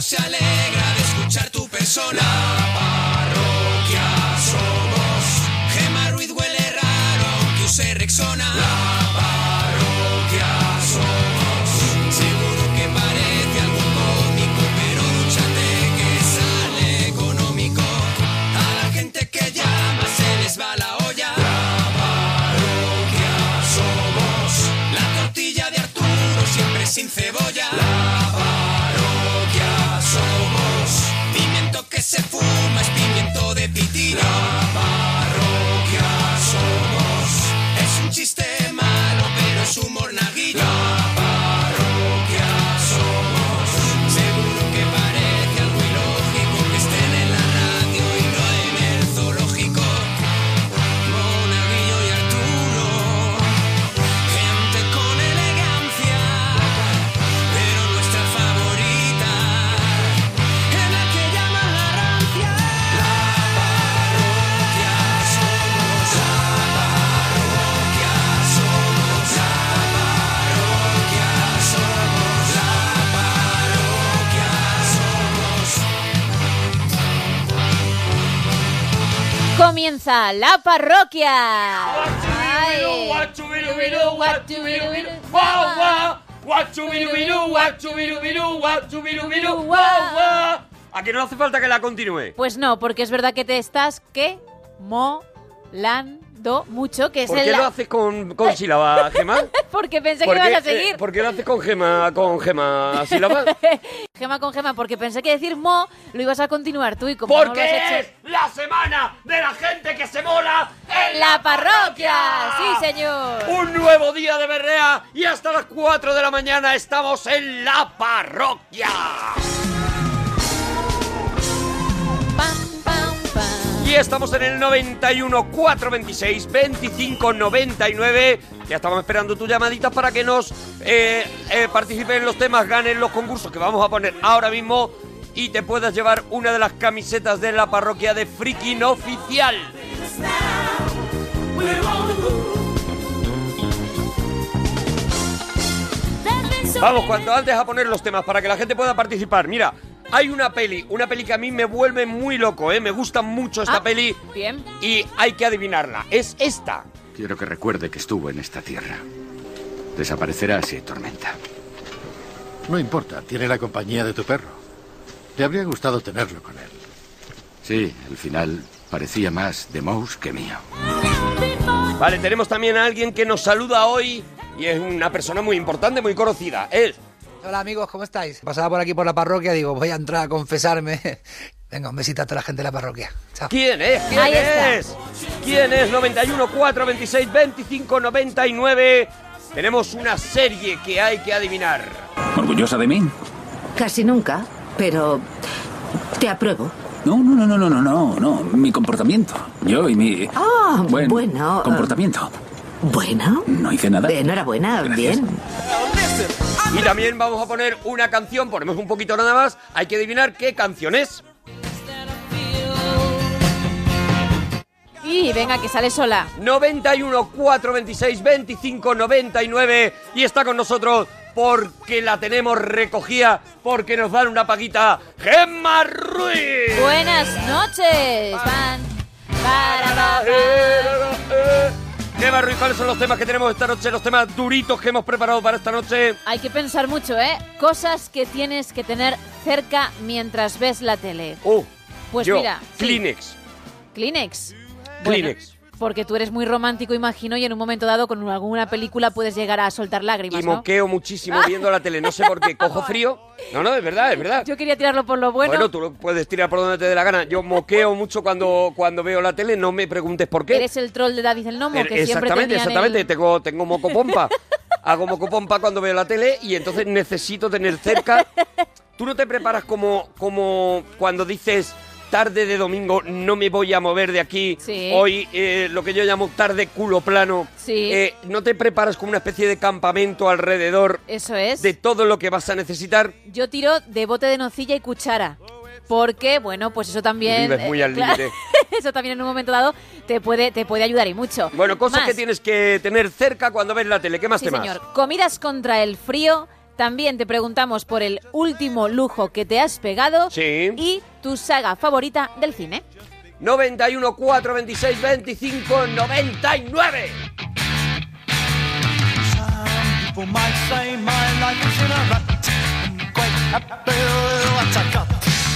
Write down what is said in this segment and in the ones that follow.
se alegra de escuchar tu persona. La parroquia somos. Gema Ruiz huele raro, que use Rexona. La parroquia somos. Seguro que parece algo cómico, pero dúchate que sale económico. A la gente que llama se les va la olla. La parroquia somos. La tortilla de Arturo siempre sin cebolla. La parroquia somos. Pimiento que se fuma es pimiento de pitina. La parroquia somos. Es un chiste malo, pero es humor naguillo. La parroquia somos. Seguro que parece algo ilógico que estén en la radio y no en el zoológico. Monaguillo y Arturo, gente con elegancia, pero nuestra favorita es la que llaman la rancia. La parroquia somos, la parroquia somos, la parroquia somos, la parroquia Comienza la parroquia. Ay. A que no hace falta que la continúe. Pues no, porque es verdad que te estás que molando mucho, que es ¿Por el qué lo haces con, con sílaba, Gemma? porque pensé que ¿Por ibas qué, a eh, seguir. ¿Por qué lo haces con Gema, con Gema sílaba? Gema con gema, porque pensé que decir mo lo ibas a continuar tú y como no lo has hecho. Porque es la semana de la gente que se mola en la parroquia. Sí, señor. Un nuevo día de berrea y hasta las 4 de la mañana estamos en la parroquia. Y estamos en el 91 426 25 99. Ya estamos esperando tu llamadita para que nos eh, eh, participen en los temas, ganen los concursos que vamos a poner ahora mismo y te puedas llevar una de las camisetas de la parroquia de Freaking Oficial. Vamos cuanto antes a poner los temas para que la gente pueda participar. Mira, hay una peli, una peli que a mí me vuelve muy loco, ¿eh? Me gusta mucho esta Ah, peli Bien. y hay que adivinarla. Es esta. Quiero que recuerde que estuvo en esta tierra. Desaparecerá si hay tormenta. No importa, tiene la compañía de tu perro. Le habría gustado tenerlo con él. Sí, el final parecía más de Mouse que mío. Vale, tenemos también a alguien que nos saluda hoy y es una persona muy importante, muy conocida. Es Hola amigos, ¿cómo estáis? Pasaba por aquí por la parroquia, digo, voy a entrar a confesarme. Venga, un besito a toda la gente de la parroquia. Chao. ¿Quién es? ¿Quién Ahí está. es? ¿Quién es? 91 4 26 25 99. Tenemos una serie que hay que adivinar. ¿Orgullosa de mí? Casi nunca, pero te apruebo. No, no, no, no, no, no, no, no. Mi comportamiento. Yo y mi. Ah, buen bueno, eh, Comportamiento. Bueno, No hice nada. enhorabuena, Gracias. bien. Y también vamos a poner una canción, ponemos un poquito nada más. Hay que adivinar qué canción es. Y venga, que sale sola. 91 4 26 25 99 y está con nosotros porque la tenemos recogida, porque nos dan una paguita, Gemma Ruiz. Buenas noches. Van. para, pa, pa. Gemma Ruiz, ¿cuáles son los temas que tenemos esta noche? Los temas duritos que hemos preparado para esta noche. Hay que pensar mucho, ¿eh? Cosas que tienes que tener cerca mientras ves la tele. Uh, Pues yo, mira, sí. Kleenex. Kleenex. Kleenex. Porque tú eres muy romántico, imagino, y en un momento dado con alguna película puedes llegar a soltar lágrimas, Y ¿no? moqueo muchísimo viendo la tele, no sé por qué, cojo frío. No, no, es verdad, es verdad. Yo quería tirarlo por lo bueno. Bueno, tú lo puedes tirar por donde te dé la gana. Yo moqueo mucho cuando, cuando veo la tele, no me preguntes por qué. Eres el troll de David el Nomo, Er- que siempre exactamente, tenían exactamente. el- Tengo, tengo moco pompa. Hago moco pompa cuando veo la tele y entonces necesito tener cerca. Tú no te preparas como, como cuando dices tarde de domingo, no me voy a mover de aquí. Sí. Hoy eh, lo que yo llamo tarde culo plano. Sí. Eh, no te preparas como una especie de campamento alrededor Eso es. de todo lo que vas a necesitar. Yo tiro de bote de nocilla y cuchara. Porque, bueno, pues eso también. Vives muy al claro, límite. eso también en un momento dado te puede, te puede ayudar y mucho. Bueno, cosas Más. que tienes que tener cerca cuando ves la tele. ¿Qué más Sí, temas? señor. Comidas contra el frío, También te preguntamos por el último lujo que te has pegado Sí. y tu saga favorita del cine. 91 4 26 25 99. People might say my life is in a rut. I'm quite happy with what I got.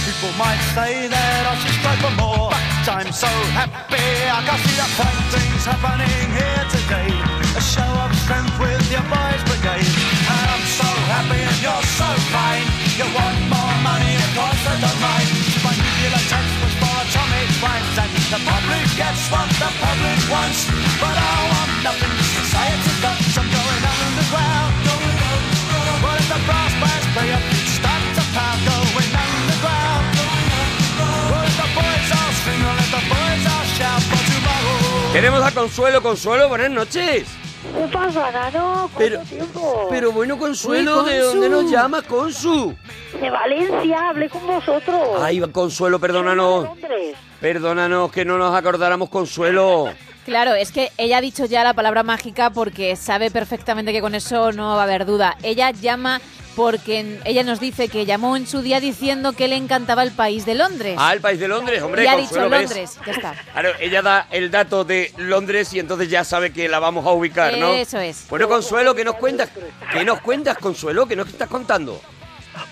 People might say that I should strive for more. But I'm so happy I can see the fine things happening here today. A show of strength with your boys brigade. And I'm so happy and you're so fine. You want more money, of course I don't mind. My nuclear tax was for Tommy Grimes and the public gets what the public wants. But I want nothing. Society does. I'm going underground. Going underground. What if the brass bands play up? Start to pound. Going underground. Going underground. What if the boys all sing? What if the boys all shout for tomorrow? Tenemos a Consuelo, Consuelo, buenas noches. ¿Qué pasa, Nano? ¿Cuánto Pero- tiempo? Pero bueno, Consuelo, Uy, ¿de Consu. dónde nos llama Consu? De Valencia, hablé con vosotros. Ay, Consuelo, De perdónanos. Londres. Perdónanos que no nos acordáramos, Consuelo. Claro, es que ella ha dicho ya la palabra mágica porque sabe perfectamente que con eso no va a haber duda. Ella llama porque en- ella nos dice que llamó en su día diciendo que le encantaba el país de Londres. Ah, el país de Londres, hombre, y ha dicho Consuelo, ¿ves? Londres, ya está. Claro, ella da el dato de Londres y entonces ya sabe que la vamos a ubicar, ¿no? Eso es. Bueno, Consuelo, ¿qué nos cuentas? ¿Qué nos cuentas, Consuelo? ¿Qué nos estás contando?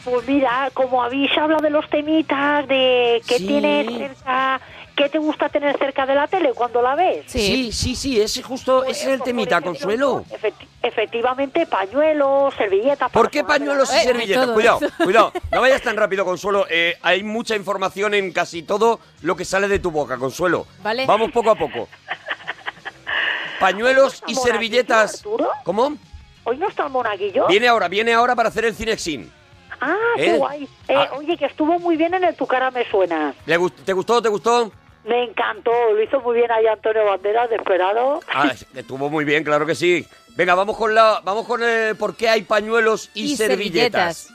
Pues mira, como habéis hablado de los temitas, de qué Sí. tienes cerca, qué te gusta tener cerca de la tele cuando la ves. sí, Sí. sí, sí, ese justo, ese es el Pues, temita, por ejemplo, Consuelo. efecti- efectivamente, pañuelos, servilletas. ¿Por para qué poner en pañuelos la- y Eh, servilletas? todo Cuidado, eso. cuidado. No vayas tan rápido, Consuelo. Eh, hay mucha información en casi todo lo que sale de tu boca, Consuelo. Vale. Vamos poco a poco. Pañuelos y ¿Estás monaguillo, servilletas. Arturo? ¿Cómo? Hoy no está el monaguillo. Viene ahora, viene ahora para hacer el cinexin. Ah, ¿Eh? qué guay. Eh, Ah. Oye, que estuvo muy bien en el Tu cara me suena. ¿Le gust- ¿Te gustó? ¿Te gustó? Me encantó, lo hizo muy bien ahí Antonio Banderas, desesperado. Ah, es que estuvo muy bien, claro que sí. Venga, vamos con la, vamos con el por qué hay pañuelos y, servilletas.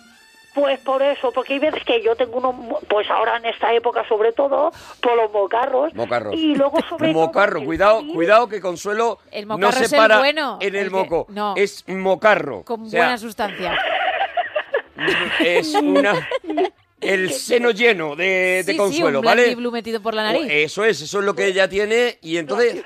Pues por eso, porque hay veces que yo tengo unos, mo- pues ahora en esta época sobre todo, por los mocarros. Mocarro. Y luego sobre todo mocarro, el cuidado, COVID. cuidado que Consuelo El no mocarro se es el para bueno, en el, el que- moco. no. Es mocarro. Con O sea, buena sustancia. es una el seno lleno de, de Sí, sí, eh, Consuelo, un Black ¿vale? eh, Blue metido por la nariz. Eso es, eso es lo que ella tiene y entonces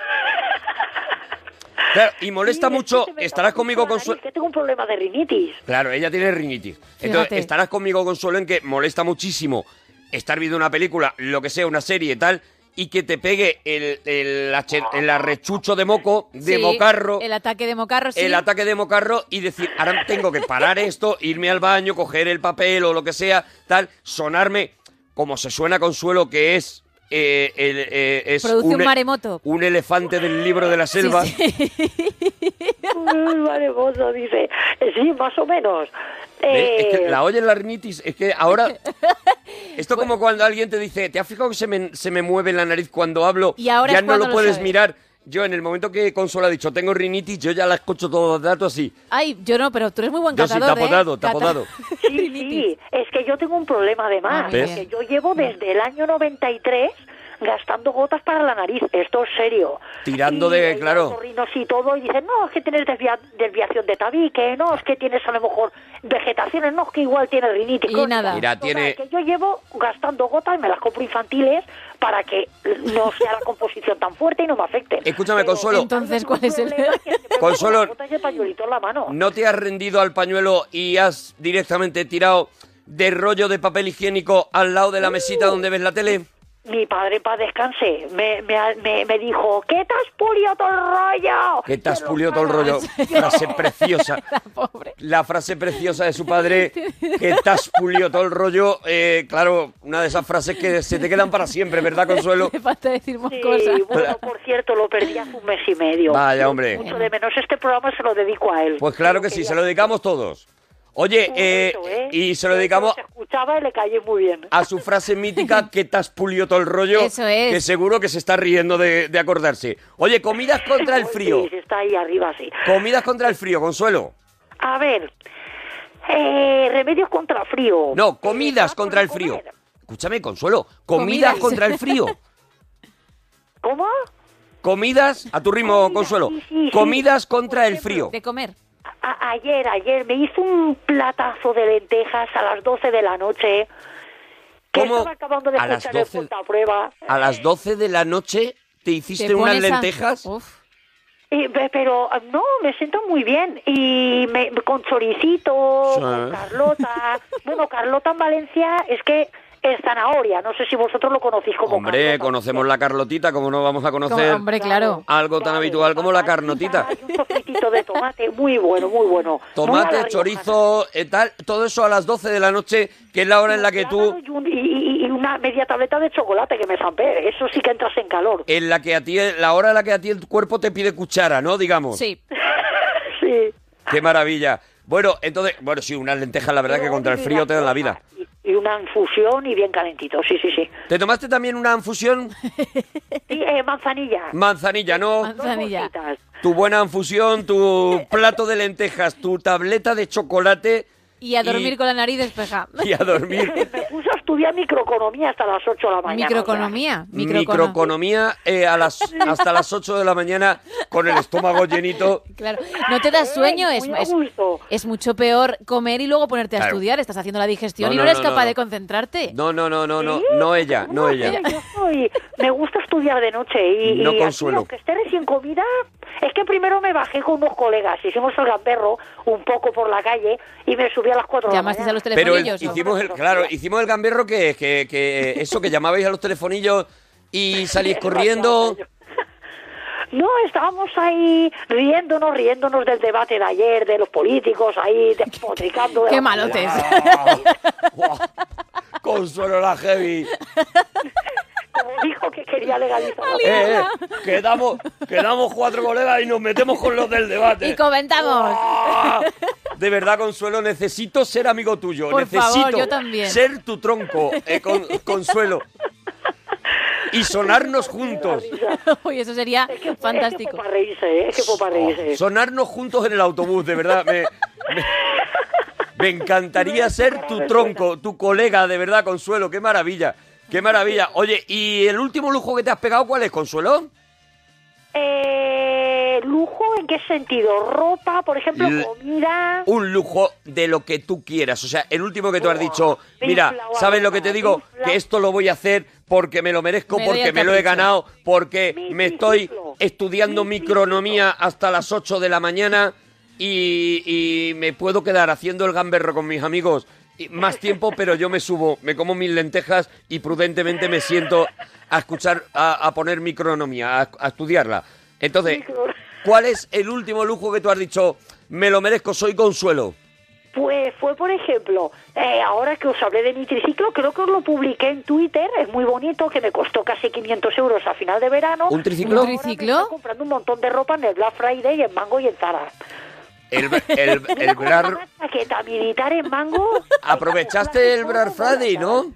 Claro, y molesta Sí, es que mucho, se me estarás tapa conmigo mucho la Consuelo. nariz, Que tengo un problema de rinitis. Claro, ella tiene rinitis. Entonces, Fíjate. estarás conmigo, Consuelo, en que molesta muchísimo estar viendo una película, lo que sea, una serie y tal, y que te pegue el, el, ache- el arrechucho de moco, de Sí, mocarro, El el, ataque de mocarro, sí. ataque de mocarro, y decir, ahora tengo que parar esto, irme al baño, coger el papel o lo que sea, tal, sonarme, como se suena Consuelo, que es... eh, el, eh, es Produce un e- maremoto. Un elefante del libro de la selva. Uy, vale, mozo, dice. Eh, Sí, más o menos. ¿Ves? Es que Eh, la oye la rinitis, es que ahora... Esto como cuando alguien te dice, ¿te has fijado que se me, se me mueve la nariz cuando hablo? Y ahora ya es no cuando lo lo puedes sabes. mirar. Yo en el momento que Consola ha dicho, tengo rinitis, yo ya la escucho todo el rato así. Ay, yo no, pero tú eres muy buen Yo sí, catador, tapodado, ¿eh? Cata- tapodado. Sí, Rinitis. sí, es que yo tengo un problema Ah, además, muy porque bien. yo llevo desde el año 93 gastando gotas para la nariz, esto es serio. Tirando de- hay claro. otorrinos y todo, y dicen, no, es que tienes desvia- desviación de tabique, no, es que tienes a lo mejor vegetaciones, no, es que igual tienes rinitis. Y coño". nada. Mira, Total, tiene- que yo llevo gastando gotas, me las compro infantiles, para que no sea la composición tan fuerte y no me afecte. Escúchame, Consuelo. Entonces, ¿cuál es el- Eh, Consuelo- pañuelito en la mano. ¿No te has rendido al pañuelo y has directamente tirado de rollo de papel higiénico al lado de la mesita donde ves la tele? Mi padre, para descanse, me, me, me, me dijo, ¿qué te has pulido todo el rollo? Que te has Te lo pulido todo el rollo. cagas. Frase preciosa. La pobre. La frase preciosa de su padre, que te has pulido todo el rollo. eh, claro, una de esas frases que se te quedan para siempre, ¿verdad, Consuelo? Le falta decir más Sí, cosas. bueno, por cierto, lo perdí hace un mes y medio. Vaya, hombre. Mucho de menos este programa se lo dedico a él. Pues claro que sí, se lo dedicamos todos. Oye, eh, Eso, ¿eh? y se lo Yo dedicamos Se escuchaba y le cayé muy bien. a su frase mítica, que te has pulido todo el rollo, Eso es. que seguro que se está riendo de, de acordarse. Oye, comidas contra el frío. Sí, sí, está ahí arriba, sí. Comidas contra el frío, Consuelo. A ver, eh, remedios contra frío. No, comidas Eh, contra el frío. Escúchame, Consuelo, comidas Comidas. contra el frío. ¿Cómo? Comidas, a tu ritmo, Comidas, Consuelo. sí, sí, sí. Comidas contra el frío. De comer. A- ayer, ayer me hizo un platazo de lentejas a las 12 de la noche. Que ¿Cómo? estaba acabando de A las escuchar el 12 prueba. A las 12 de la noche te hiciste Te unas pones a- lentejas. Uf. Y ve- pero ah, no, me siento muy bien. Y me, con choricito, Sí. con Carlota. bueno, Carlota en Valencia es que es zanahoria. No sé si vosotros lo conocéis como Hombre, Carlota. conocemos la Carlotita, como no vamos a Como- conocer hombre, claro. algo tan Vale, habitual como la carnotita. y Un sofritito de tomate, muy bueno, muy bueno. Muy a la Tomate, riojana. chorizo, eh, tal, todo eso a las 12 de la noche, que es la hora en la que tú, Y, un- y- y- y una media tableta de chocolate que me zampé. Eso sí que entras en calor. en la que a ti, la hora en la que a ti el cuerpo te pide cuchara, ¿no? Digamos. Sí. Sí. Qué maravilla. Bueno, entonces, bueno, sí, unas lentejas, la verdad que Luego contra el frío te dan la vida. Y, y una infusión y bien calentito, sí, sí, sí. ¿Te tomaste también una infusión? Y eh, manzanilla. Manzanilla, ¿no? Dos Manzanilla. bolsitas. Tu buena infusión, tu plato de lentejas, tu tableta de chocolate. Y a dormir con la nariz despejada. Y a dormir. Me puse a estudiar microeconomía hasta las 8 de la mañana. Microeconomía. Microeconomía. Microeconomía eh, a las, hasta las 8 de la mañana con el estómago llenito. Claro. No te das sueño, Muy es, a es, gusto. es mucho peor comer y luego ponerte a Claro. estudiar. Estás haciendo la digestión No, y no, no eres no, no, capaz no. de concentrarte. No, no, no, no, no, no ella, no ella. Yo soy- me gusta estudiar de noche y, No y así, consuelo. aunque esté recién comida, es que primero me bajé con unos colegas, hicimos el gamberro un poco por la calle y me subí a las 4 de la Llamasteis mañana. a los Pero el- telefonillos. ¿o? hicimos el, claro, hicimos el gamberro que que, que eso que llamabais a los telefonillos y salís corriendo. No, estábamos ahí riéndonos, riéndonos del debate de ayer, de los políticos ahí despotricando. de Qué la- malotes. Guau, Consuelo la heavy. Como dijo que quería legalizar. la- Eh, eh, quedamos, quedamos cuatro colegas y nos metemos con los del debate. Y comentamos. Ah, De verdad, Consuelo, necesito ser amigo tuyo. Por necesito favor, yo también. ser tu tronco, eh, con- Consuelo. Y sonarnos juntos. Uy, eso sería Es que- Es que fantástico. fue para reírse, eh, es que fue para reírse. Oh, Sonarnos juntos en el autobús, de verdad. Me, me- me encantaría ser tu tronco, tu colega, de verdad, Consuelo. Qué maravilla. Qué maravilla. Oye, ¿y el último lujo que te has pegado cuál es, Consuelo? Eh, lujo, ¿en qué sentido? Ropa, por ejemplo, L- comida. un lujo de lo que tú quieras. O sea, el último que tú has Buah, dicho, me mira, inflaba, ¿sabes lo que te me digo? inflaba. Que esto lo voy a hacer porque me lo merezco, Me doy porque el me lo he capricho. ganado, porque Mi me estoy triciclo. estudiando Mi micronomía hasta las 8 de la mañana y, y me puedo quedar haciendo el gamberro con mis amigos y más tiempo, pero yo me subo, me como mis lentejas y prudentemente me siento a escuchar, a, a poner micronomía, a, a estudiarla. Entonces, Micro- ¿Cuál es el último lujo que tú has dicho? Me lo merezco, soy consuelo. Pues fue, por ejemplo, eh, ahora que os hablé de mi triciclo, creo que os lo publiqué en Twitter, es muy bonito, que me costó casi 500 euros a final de verano. ¿Un triciclo? Y ahora me ¿Triciclo? estoy comprando un montón de ropa en el Black Friday, en Mango y en Zara. El, el, el Una cosa Brar- más, chaqueta militar en Mango. Aprovechaste el Black Friday, ¿no?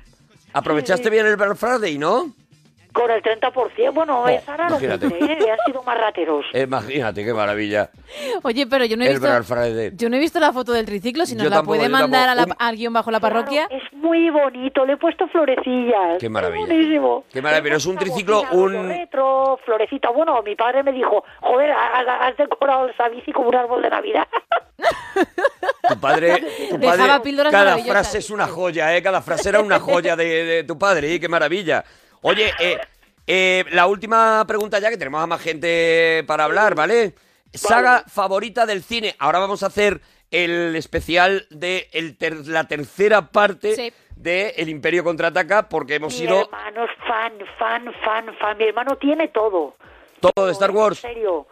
Aprovechaste bien el Black Friday, ¿no? Con el 30%, bueno, en Oh, Zara no imagínate. pude, eh, han Oh. sido más rateros. Imagínate qué maravilla. Oye, pero yo no he El visto. Black Friday. Yo no he visto la foto del triciclo. Si nos Yo la tampoco, puede yo mandar a la- tampoco. al guión bajo la parroquia. Es muy bonito, le he puesto florecillas. Qué Es maravilla. buenísimo. Qué maravilla, pero es un Una triciclo, bocina rollo un- retro, florecita. Bueno, mi padre me dijo, joder, has, has decorado esa bici como un árbol de Navidad. Tu padre, tu Dejaba padre píldoras cada maravillosas. frase es una joya, ¿eh? Cada frase era una joya de, de tu padre, ¿eh? Qué maravilla. Oye, eh, eh, la última pregunta ya, que tenemos a más gente para hablar, ¿vale? Saga favorita del cine. Ahora vamos a hacer el especial de el ter- la tercera parte Sí. de El Imperio Contraataca, porque hemos mi sido hermano es fan, fan, fan, fan. Mi hermano tiene todo. todo de Star En Wars. serio.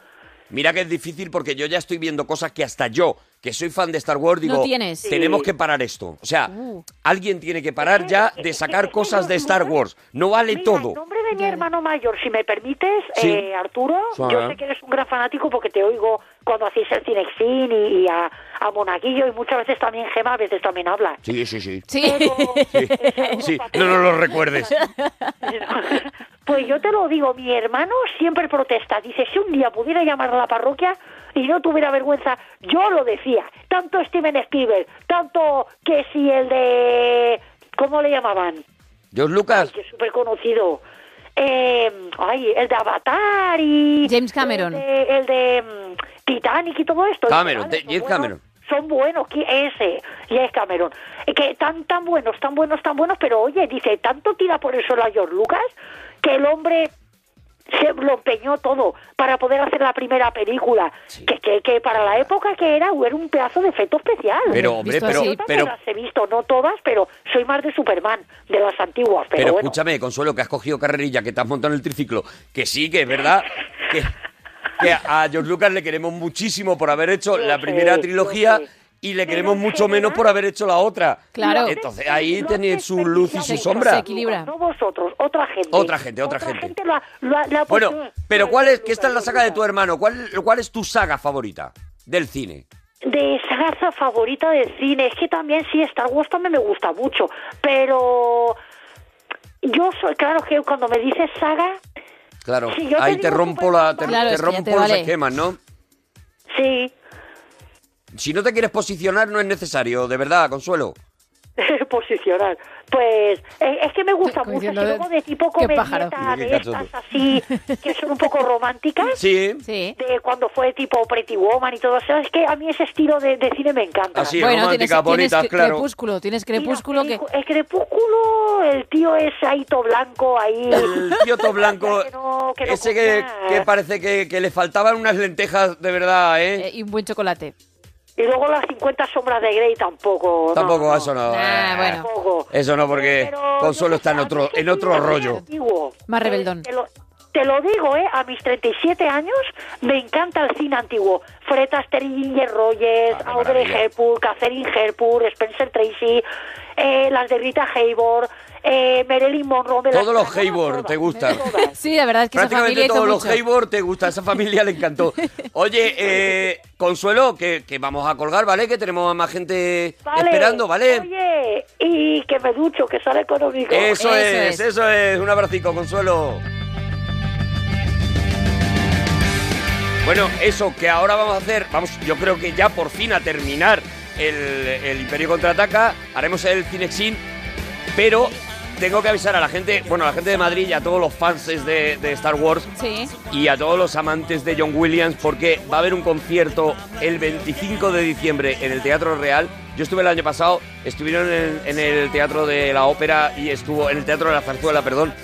Mira que es difícil porque yo ya estoy viendo cosas que hasta yo, que soy fan de Star Wars, digo, No tienes. tenemos Sí. que parar esto. O sea, Uh. alguien tiene que parar ya de sacar cosas de Star Wars. No vale Mira, todo. En nombre de mi hermano mayor, si me permites, Sí. eh, Arturo, Suave. yo sé que eres un gran fanático porque te oigo cuando hacéis el Cinexin y, y a, a Monaguillo y muchas veces también Gema, a veces también habla. Sí, sí, sí. Sí. Sí, no nos lo recuerdes. Pues yo te lo digo, mi hermano siempre protesta. Dice, si un día pudiera llamar a la parroquia y no tuviera vergüenza, yo lo decía. Tanto Steven Spielberg, tanto que si el de... ¿Cómo le llamaban? Dios, Lucas, que es súper conocido. Eh, Em, ay, el de Avatar y... James Cameron. El de... el de, mm, Titanic y todo esto. Cameron, Vale, de- pues son James buenos, Cameron. Son buenos, ¿qui- ese, James Cameron. Eh, Que tan, tan buenos, tan buenos, tan buenos, pero oye, dice, tanto tira por eso la George Lucas que el hombre se lo empeñó todo para poder hacer la primera película, que, que, que para la época que era, era un pedazo de efecto especial. Pero, hombre, Visto pero, así. Todas pero, las he visto, no todas, pero soy más de Superman, de las antiguas, pero, pero bueno. escúchame, Consuelo, que has cogido carrerilla, que te has montado en el triciclo. Que sí, que es verdad que, que a George Lucas le queremos muchísimo por haber hecho Lo la sé, primera lo trilogía sé. y le Pero queremos en mucho menos general- por haber hecho la otra. Claro. Entonces ahí Lo tiene hace su luz y su especial vosotros, Se sombra. equilibra. No vosotros, otra gente. Otra gente, otra gente. lo ha- lo ha- le ha Bueno, puesto- pero ¿cuál es, que esta es la Lucas, saga de tu Lucas. hermano? ¿Cuál, cuál es tu saga favorita del cine? De saga favorita de cine. Es que también, sí, Star Wars también me gusta mucho. Pero yo soy, claro que cuando me dices saga, Claro, Sí, yo te ahí te digo que rompo puedes la, te, Claro, te es que ya te rompo los vale. esquemas, ¿no? sí, Si no te quieres posicionar no es necesario, de verdad, Consuelo. posicionar. Pues eh, es que me gusta Como mucho. Si diciendo, luego de tipo qué pájaro. Mira comedieta de qué estas cachondo. así, que son un poco románticas. Sí. Sí. de cuando fue tipo Pretty Woman y todo eso. Es que a mí ese estilo de, de cine me encanta. Así Sí, es. bueno, romántica, tienes, bonita, tienes cre- claro. crepúsculo, tienes Mira, crepúsculo que... Crepú- El crepúsculo, el tío es Aito Blanco ahí. El tío blanco, Que no- que no ese que, comía. que parece que, que le faltaban unas lentejas de verdad, ¿eh? eh, y un buen chocolate. Y luego las 50 sombras de Grey tampoco. no, Tampoco no, eso no. Ah, eh. bueno. Tampoco. Eso no, porque Pero Consuelo yo está en qué sé, otro- a mí sí en otro me parece rollo. antiguo. Más Eh, rebeldón. Te lo, te lo digo, ¿eh? A mis 37 años me encanta el cine antiguo. Fred Astaire y Ginger Rogers, Ah, qué Audrey maravilla. Hepburn, Catherine Hepburn, Spencer Tracy, eh, las de Rita Hayward, eh, Marilyn Monroe. me las Todos los tragaba Hayward todas, te gustan. todas. Sí, la verdad es que esa familia Prácticamente hizo todos los mucho. Hayward te gusta, esa familia le encantó. Oye, eh, Consuelo, que, que vamos a colgar, ¿vale? Que tenemos a más gente esperando, ¿vale? Oye, y que me ducho, que sale económico. Eso, Eso es, eh. es. eso es. Un abracico, Consuelo. Bueno, eso que ahora vamos a hacer, vamos, yo creo que ya por fin a terminar el, el Imperio Contraataca, haremos el Cinexin, pero tengo que avisar a la gente, bueno, a la gente de Madrid y a todos los fans de, de Star Wars Sí. y a todos los amantes de John Williams porque va a haber un concierto el 25 de diciembre en el Teatro Real. Yo estuve el año pasado, estuvieron en, en el Teatro de la Ópera y estuvo en el Teatro de la Zarzuela, perdón.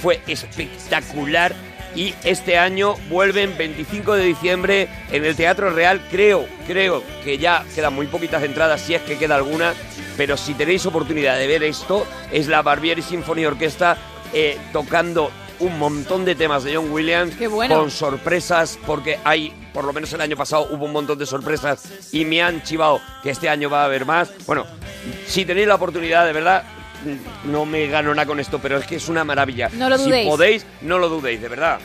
Fue espectacular y este año vuelven 25 de diciembre en el Teatro Real. Creo, creo que ya quedan muy poquitas entradas, si es que queda alguna, pero si tenéis oportunidad de ver esto, es la Barbieri Symphony Orquesta eh, tocando un montón de temas de John Williams Qué bueno. con sorpresas porque hay por lo menos el año pasado hubo un montón de sorpresas y me han chivado que este año va a haber más bueno si tenéis la oportunidad de verdad mm, no me gano nada con esto pero es que es una maravilla No lo si dudéis. podéis no lo dudéis de verdad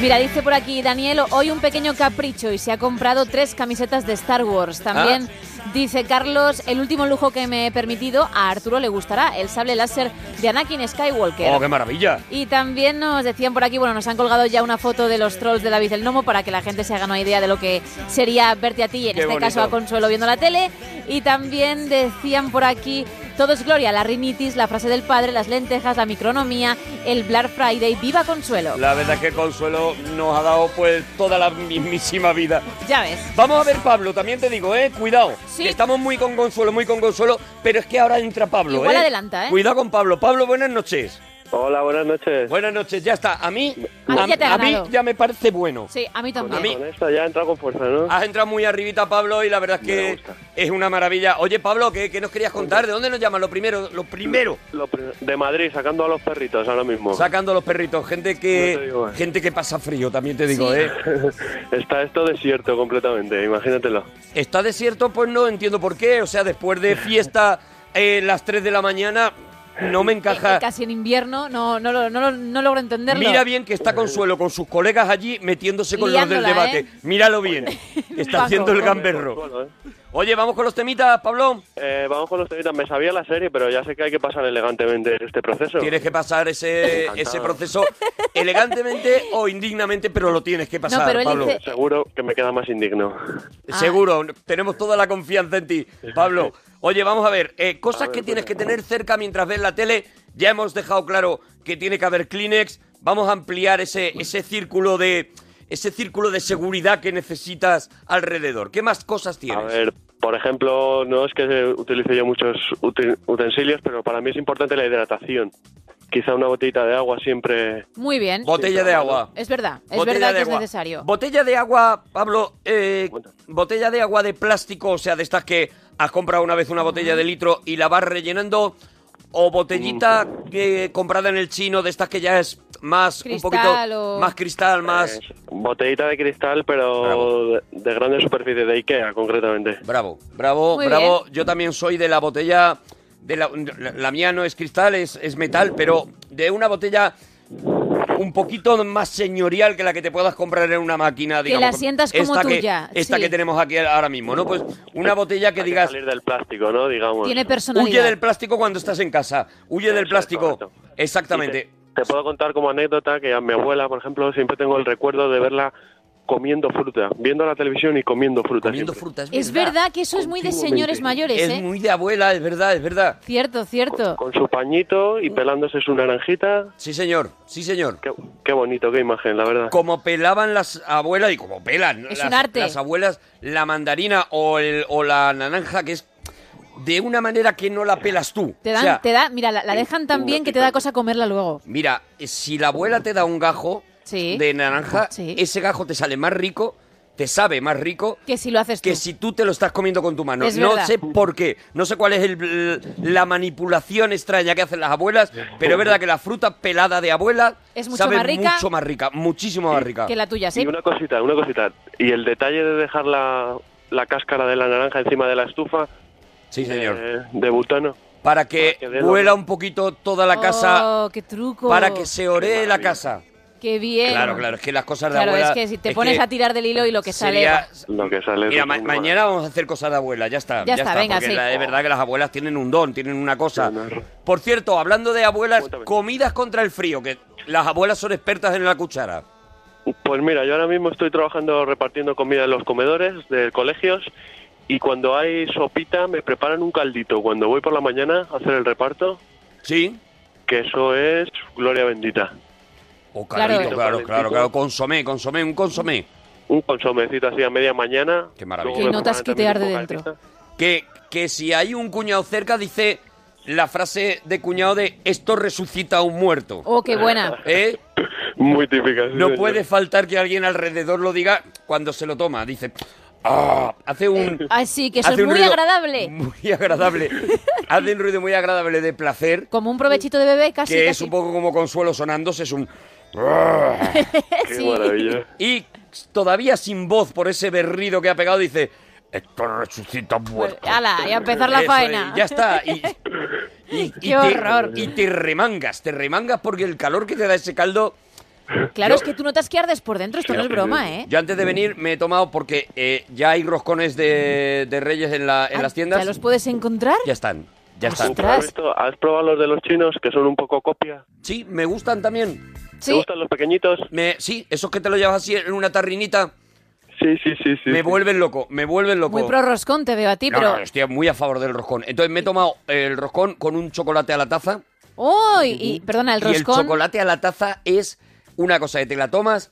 Mira, dice por aquí Daniel, hoy un pequeño capricho y se ha comprado tres camisetas de Star Wars. Ah. También dice Carlos, el último lujo que me he permitido, a Arturo le gustará, el sable láser de Anakin Skywalker. oh qué maravilla Y también nos decían por aquí, bueno, nos han colgado ya una foto de los trolls de David el Nomo para que la gente se haga una idea de lo que sería verte a ti y en Qué este bonito. caso a Consuelo viendo la tele. Y también decían por aquí, todo es gloria, la rinitis, la frase del padre, las lentejas, la micronomía, el Black Friday, viva Consuelo. la verdad es que Consuelo nos ha dado pues toda la mismísima vida Ya ves. Vamos a ver Pablo, también te digo, eh, cuidado. Sí. que Estamos muy con Consuelo, muy con Consuelo, pero es que ahora entra Pablo, Igual eh. adelanta, eh. Cuidado con Pablo. Pablo, buenas noches. Hola, buenas noches. Buenas noches, ya está. A mí, A ti ya te ha mí ganado. ya me parece bueno. Sí, a mí A también. Eh, mí- Con esto ya he entrado con fuerza, ¿no? Has entrado muy arribita, Pablo, y la verdad es Me que gusta. es una maravilla. Oye, Pablo, ¿qué, qué nos querías contar? ¿De dónde nos llaman? Lo primero, lo primero. Lo pri- de Madrid, sacando a los perritos ahora mismo. Sacando los perritos, gente No te que digo, eh. gente que pasa frío, también te digo, Sí. ¿eh? Está esto desierto completamente, imagínatelo. ¿Está desierto? Pues no entiendo por qué. O sea, después de fiesta eh, las 3 de la mañana, no me encaja. Eh, Casi en invierno, no, no, lo- no, lo- no logro entenderlo. Mira bien que está Consuelo con sus colegas allí metiéndose con los del Liándola, debate. ¿eh? Míralo bien. Está Paco. haciendo el gamberro. Bueno, ¿eh? Oye, vamos con los temitas, Pablo. Eh, vamos con los temitas. Me sabía la serie, pero ya sé que hay que pasar elegantemente este proceso. Tienes que pasar Eh, ese, Encantado. ese proceso elegantemente o indignamente, pero lo tienes que pasar, No, pero él Pablo. dice- Seguro que me queda más indigno. Seguro, tenemos toda la confianza en ti, Pablo. Oye, vamos a ver, eh, cosas que tienes que tener cerca mientras ves la tele. Ya hemos dejado claro que tiene que haber Kleenex. Vamos a ampliar ese, ese círculo de ese círculo de seguridad que necesitas alrededor? ¿Qué más cosas tienes? A ver, por ejemplo, no es que utilice yo muchos uten- utensilios, pero para mí es importante la hidratación. Quizá una botellita de agua siempre... Muy bien. Botella de agua. Es verdad, es Botella verdad de que es agua. necesario. Botella de agua, Pablo, eh, botella de agua de plástico, o sea, de estas que has comprado una vez una botella de litro y la vas rellenando, o botellita eh, comprada en el chino, de estas que ya es más, un Cristal poquito, o- más cristal, más... Botellita de cristal, pero de, de grandes superficies, de Ikea concretamente. Bravo, bravo, Muy bravo. Yo también soy de la botella. De la, la- la mía no es cristal, es, es metal, pero de una botella un poquito más señorial que la que te puedas comprar en una máquina, Que digamos. la sientas como esta que- tuya, esta sí. que tenemos aquí ahora mismo, ¿no? Pues una botella que digas. salir del plástico, ¿no? Digamos. Tiene personalidad. Huye del plástico cuando estás en casa. Huye del plástico. Exactamente. Te puedo contar como anécdota que a mi abuela, por ejemplo, siempre tengo el recuerdo de verla comiendo fruta, viendo la televisión y comiendo fruta. Comiendo fruta, Es verdad que eso es muy de señores mayores, Es ¿eh? muy de abuela, es verdad, es verdad. Cierto, cierto. Con su pañito y pelándose su naranjita. Mm. Sí, señor, sí, señor. Qué, qué bonito, qué imagen, la verdad. como pelaban las abuelas y como pelan Es las, un arte. las abuelas la mandarina o, el, o la naranja, que es de una manera que no la pelas tú. Te O dan, sea, te da, mira, la, la dejan tan bien que te da cosa comerla luego. Mira, si la abuela te da un gajo Sí. de naranja, ese gajo te sale más rico, te sabe más rico Que si lo haces tú. que si tú te lo estás comiendo con tu mano. Es no verdad. sé por qué, no sé cuál es el- la manipulación extraña que hacen las abuelas, pero es verdad que la fruta pelada de abuela Es mucho sabe más rica. mucho más rica, muchísimo más rica. Que la tuya, ¿eh? ¿sí? Y una cosita, una cosita. Y el detalle de dejar la, la cáscara de la naranja encima de la estufa. eh, Sí, señor. de butano. Para que dé Huela lo- un poquito toda la casa Oh, qué truco. para que se oree la casa. Qué bien. Claro, claro, es que las cosas de Claro, abuela... es que si te pones a tirar del hilo y lo que sale. sería- Lo que sale Mira, de- ma- mañana vamos a hacer cosas de abuela, ya está. Ya está, venga, porque sí. la- es verdad que las abuelas tienen un don, tienen una cosa. Por cierto, hablando de abuelas, comidas contra el frío, que las abuelas son expertas en la cuchara. Pues mira, yo ahora mismo estoy trabajando repartiendo comida en los comedores de colegios y cuando hay sopita me preparan un caldito. Cuando voy por la mañana a hacer el reparto. Sí. Que eso es gloria bendita. O Claro. caldito, claro, claro, claro. Consomé, consomé, un consomé. Un consomecito así a media mañana. Qué maravilla. Luego me preparan también un bocadillo. Que, que si hay un cuñado cerca, dice la frase de cuñado de esto resucita a un muerto. Oh, qué buena. ¿Eh? Muy típica. sí, No señor. puede faltar que alguien alrededor lo diga cuando se lo toma. Dice, "Ah", hace un... Así que eso hace es un muy ruido Mm. agradable. Muy agradable. hace un ruido muy agradable de placer, Como un provechito de bebé, casi. que es casi. un poco como consuelo sonándose, es un... Qué maravilla. Y todavía sin voz por ese berrido que ha pegado, dice, esto resucita muerto. Pues, Ala, y a empezar la Eso faena. es, ya está. Y, y- y Qué te, horror. Y te remangas, te remangas porque el calor que te da ese caldo... Claro, Yo- es que tú notas que ardes por dentro. Esto no es broma, ¿eh? Yo antes de venir me he tomado porque eh, ya hay roscones de, de reyes en, la- en las tiendas. Ah, ¿Ya los puedes encontrar? Ya están, ya están. ¿Has, visto- has probado los de los chinos que son un poco copia? Sí, me gustan también. ¿Te gustan los pequeñitos? Me, sí, esos que te lo llevas así en una tarrinita. Sí, sí, sí. sí me sí. vuelven loco, me vuelven loco. Muy pro roscón te veo a ti, No, pero. no, estoy muy a favor del roscón. Entonces me he tomado el roscón con un chocolate a la taza. ¡Oh! Y, y- perdona, el y el roscón. chocolate a la taza es una cosa que te la tomas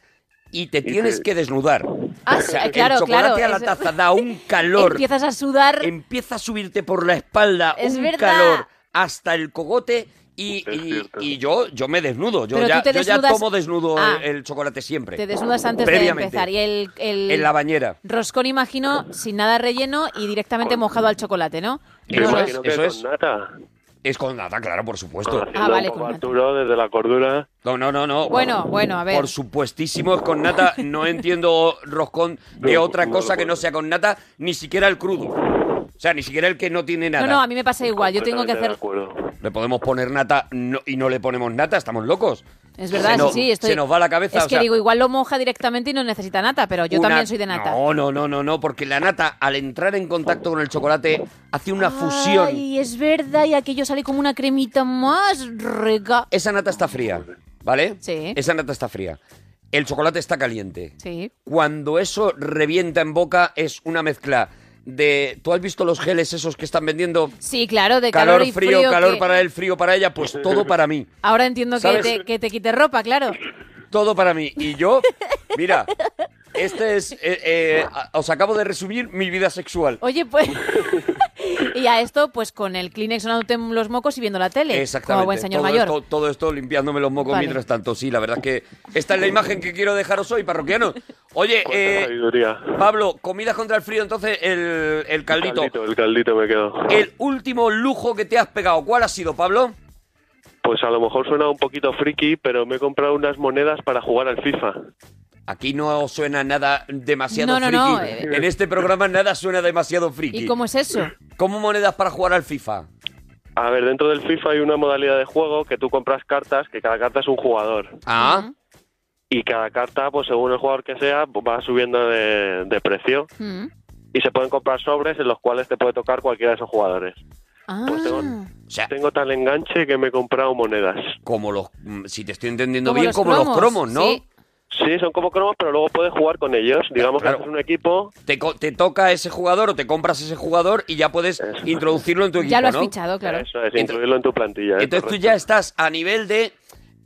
y te tienes que desnudar. Ah, O sea, sí, claro, el chocolate claro, a la eso. taza da un calor. Empiezas a sudar. Empieza a subirte por la espalda Es un verdad. calor hasta el cogote y, y- y yo, yo me desnudo. Yo, Pero ya, tú te yo ya desnudas- tomo desnudo Ah. el, el chocolate siempre. Te desnudas antes de Previamente. empezar. Y el, el En la bañera. roscón, imagino, sin nada relleno y directamente mojado al chocolate, ¿no? Me Eso es, imagino que eso con es. nata. Es con nata, claro, por supuesto. Haciendo un Ah, vale, poco con Arturo, desde la cordura. No, no, no, no. Bueno, bueno, a ver. Por supuestísimo es con nata. No entiendo roscón de No, otra no cosa lo que no sea con nata, ni siquiera el crudo. O sea, ni siquiera el que no tiene nada. No, no, a mí me pasa igual. Yo tengo que hacer. Le podemos poner nata no- y no le ponemos nata, estamos locos. Es verdad, Se nos- sí, sí. Estoy... Se nos va la cabeza. Es o que sea, digo, igual lo moja directamente y no necesita nata, pero yo una- también soy de nata. No, no, no, no, no, porque la nata, al entrar en contacto con el chocolate, hace una fusión. Ay, es verdad, y aquello sale como una cremita más rica. Esa nata está fría, ¿vale? Sí. Esa nata está fría. El chocolate está caliente. Sí. Cuando eso revienta en boca es una mezcla de... ¿Tú has visto los geles esos que están vendiendo? Sí, claro, de calor, calor, y frío, frío calor que- para él, frío para ella, pues todo para mí. Ahora entiendo que ¿Sabes? te, que te quite ropa, claro. todo para mí. Y yo, mira, este es. eh, eh, a- os acabo de resumir mi vida sexual. Oye, pues. y a esto, pues con el Kleenex sonándote los mocos y viendo la tele. Exactamente. Como buen señor todo mayor. Esto, todo esto limpiándome los mocos Vale. mientras tanto. Sí, la verdad es que esta es la imagen que quiero dejaros hoy, parroquianos. Oye, eh, Pablo, comidas contra el frío, entonces el, el caldito. Caldito, el caldito me quedo. El último lujo que te has pegado, ¿cuál ha sido, Pablo? Pues a lo mejor suena un poquito friki, pero me he comprado unas monedas para jugar al FIFA. Aquí no suena nada demasiado No, no, friki. no, eh. En este programa nada suena demasiado friki. ¿Y cómo es eso? ¿Cómo monedas para jugar al FIFA? A ver, dentro del FIFA hay una modalidad de juego que tú compras cartas, que cada carta es un jugador. Ah. Y cada carta, pues según el jugador que sea, pues, va subiendo de, de precio. Y se pueden comprar sobres en los cuales te puede tocar cualquiera de esos jugadores. Pues tengo, Ah. tengo tal enganche que me he comprado monedas. Como los, mm, si te estoy entendiendo Como bien, los como los cromos, cromos, ¿no? sí. Sí, son como cromos, pero luego puedes jugar con ellos. Digamos Claro. que haces un equipo. Te, co- te toca ese jugador o te compras ese jugador y ya puedes introducirlo en tu equipo, Ya lo has ¿no? fichado, claro. Eso es, incluirlo en tu plantilla. ¿eh? Entonces tú Correcto. ya estás a nivel de...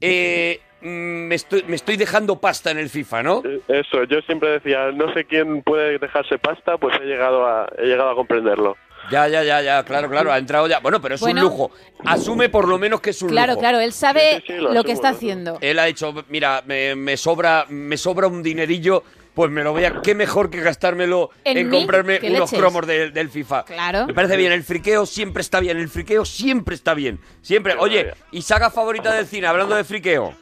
eh, mm, me, estoy, me estoy dejando pasta en el FIFA, ¿no? Eso, yo siempre decía, no sé quién puede dejarse pasta, pues he llegado a, he llegado a comprenderlo. Ya, ya, ya, ya, claro, claro, ha entrado ya. Bueno, pero es Bueno. un lujo. Asume por lo menos que es un Claro, lujo. claro, él sabe sí, lo lo, asumo, que está lo haciendo. Él ha dicho, mira, me, me sobra me sobra un dinerillo, pues me lo voy a... Qué mejor que gastármelo En en, mí, comprarme que unos leches. cromos del- del FIFA. Claro. Me parece bien, el friqueo siempre está bien, el friqueo siempre está bien. Siempre, oye, ¿y saga favorita del cine? Hablando de friqueo.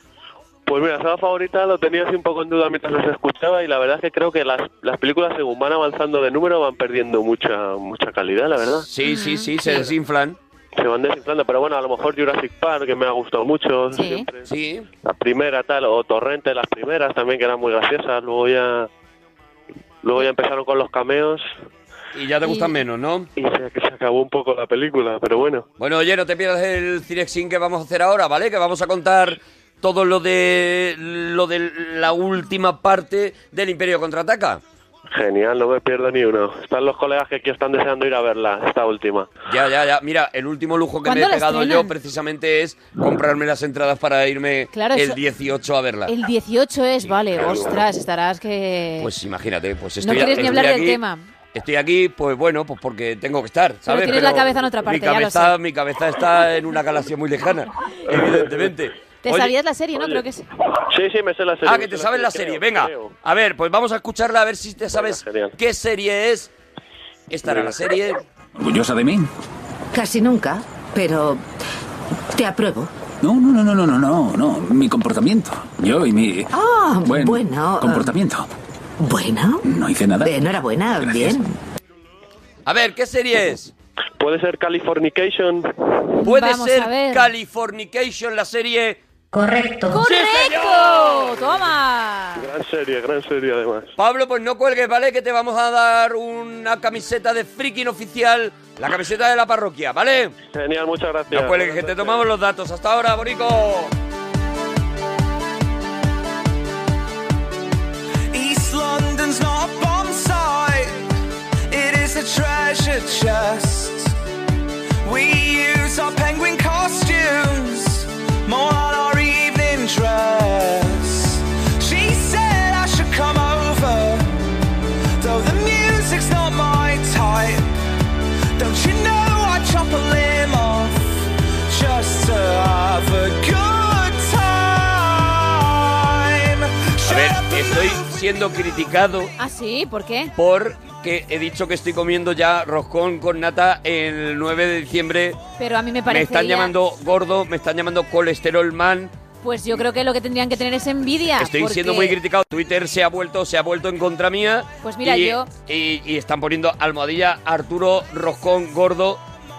Pues mira, saga favorita lo tenía así un poco en duda mientras los escuchaba y la verdad es que creo que las, las películas según van avanzando de número van perdiendo mucha mucha calidad, la verdad. Sí, sí, Ah, sí, se desinflan. Se van desinflando, pero bueno, a lo mejor Jurassic Park, que me ha gustado mucho. siempre. Sí. La primera tal, o Torrente, las primeras también que eran muy graciosas, luego ya... Luego ya empezaron con los cameos Y ya te gustan menos, ¿no? y se, se acabó un poco la película, pero bueno. Bueno, oye, no te pierdas el Cinexin que vamos a hacer ahora, ¿vale? Que vamos a contar todo lo de lo de la última parte del Imperio Contraataca. Genial, no me pierdo ni uno. Están los colegas que aquí están deseando ir a verla, esta última. Ya, ya, ya. Mira, el último lujo que me ¿Cuándo he la pegado estrenan? yo precisamente es comprarme las entradas para irme Claro, el eso- 18 a verla. El 18 es, vale, claro. ostras, estarás que... Pues imagínate, pues no estoy, quieres ni estoy hablar del aquí- tema. Estoy aquí, pues bueno, pues porque tengo que estar, ¿sabes? tienes la cabeza en otra parte, mi ya lo cabeza, sé. Mi cabeza está en una galaxia muy lejana, evidentemente. Te Oye, sabías la serie, ¿no? Creo que sí. Sí, sí, me sé la serie. Ah, que te sabes la serie. Venga, a ver, pues vamos a escucharla a ver si te sabes qué serie es. Esta era la serie. ¿Orgullosa de mí? Casi nunca, pero te apruebo. No, no, no, no, no, no, no, no. Mi comportamiento. Yo y mi... Ah, Buen bueno. eh, Comportamiento. Bueno. No hice nada. Enhorabuena, bien. A ver, ¿qué serie es? Puede ser Californication. Puede Vamos a ver. ser Californication, la serie. Correcto. ¡Correcto! ¡Toma! Gran serie, gran serie además. Pablo, pues no cuelgues, ¿vale? Que te vamos a dar una camiseta de freaking oficial, la camiseta de la parroquia, ¿vale? Genial, muchas gracias. No cuelgues, que te tomamos los datos. Hasta ahora, Borico. East London's not a bomb site, it is a treasure chest. We use our penguin costumes more on our evening dress. She said I should come over, though the music's not my type. Don't you know I chop a limb off just to have a good time? A ver, estoy siendo criticado Ah, sí, ¿por qué? porque he dicho que estoy comiendo ya roscón con nata el 9 de diciembre. Pero a mí me Me parece... están llamando gordo, me están llamando colesterol man. Pues yo creo que lo que tendrían que tener es envidia. Estoy porque- siendo muy criticado. Twitter se ha vuelto, se ha vuelto en contra mía. Pues mira, y, yo- y- y están poniendo almohadilla Arturo Roscón gordo.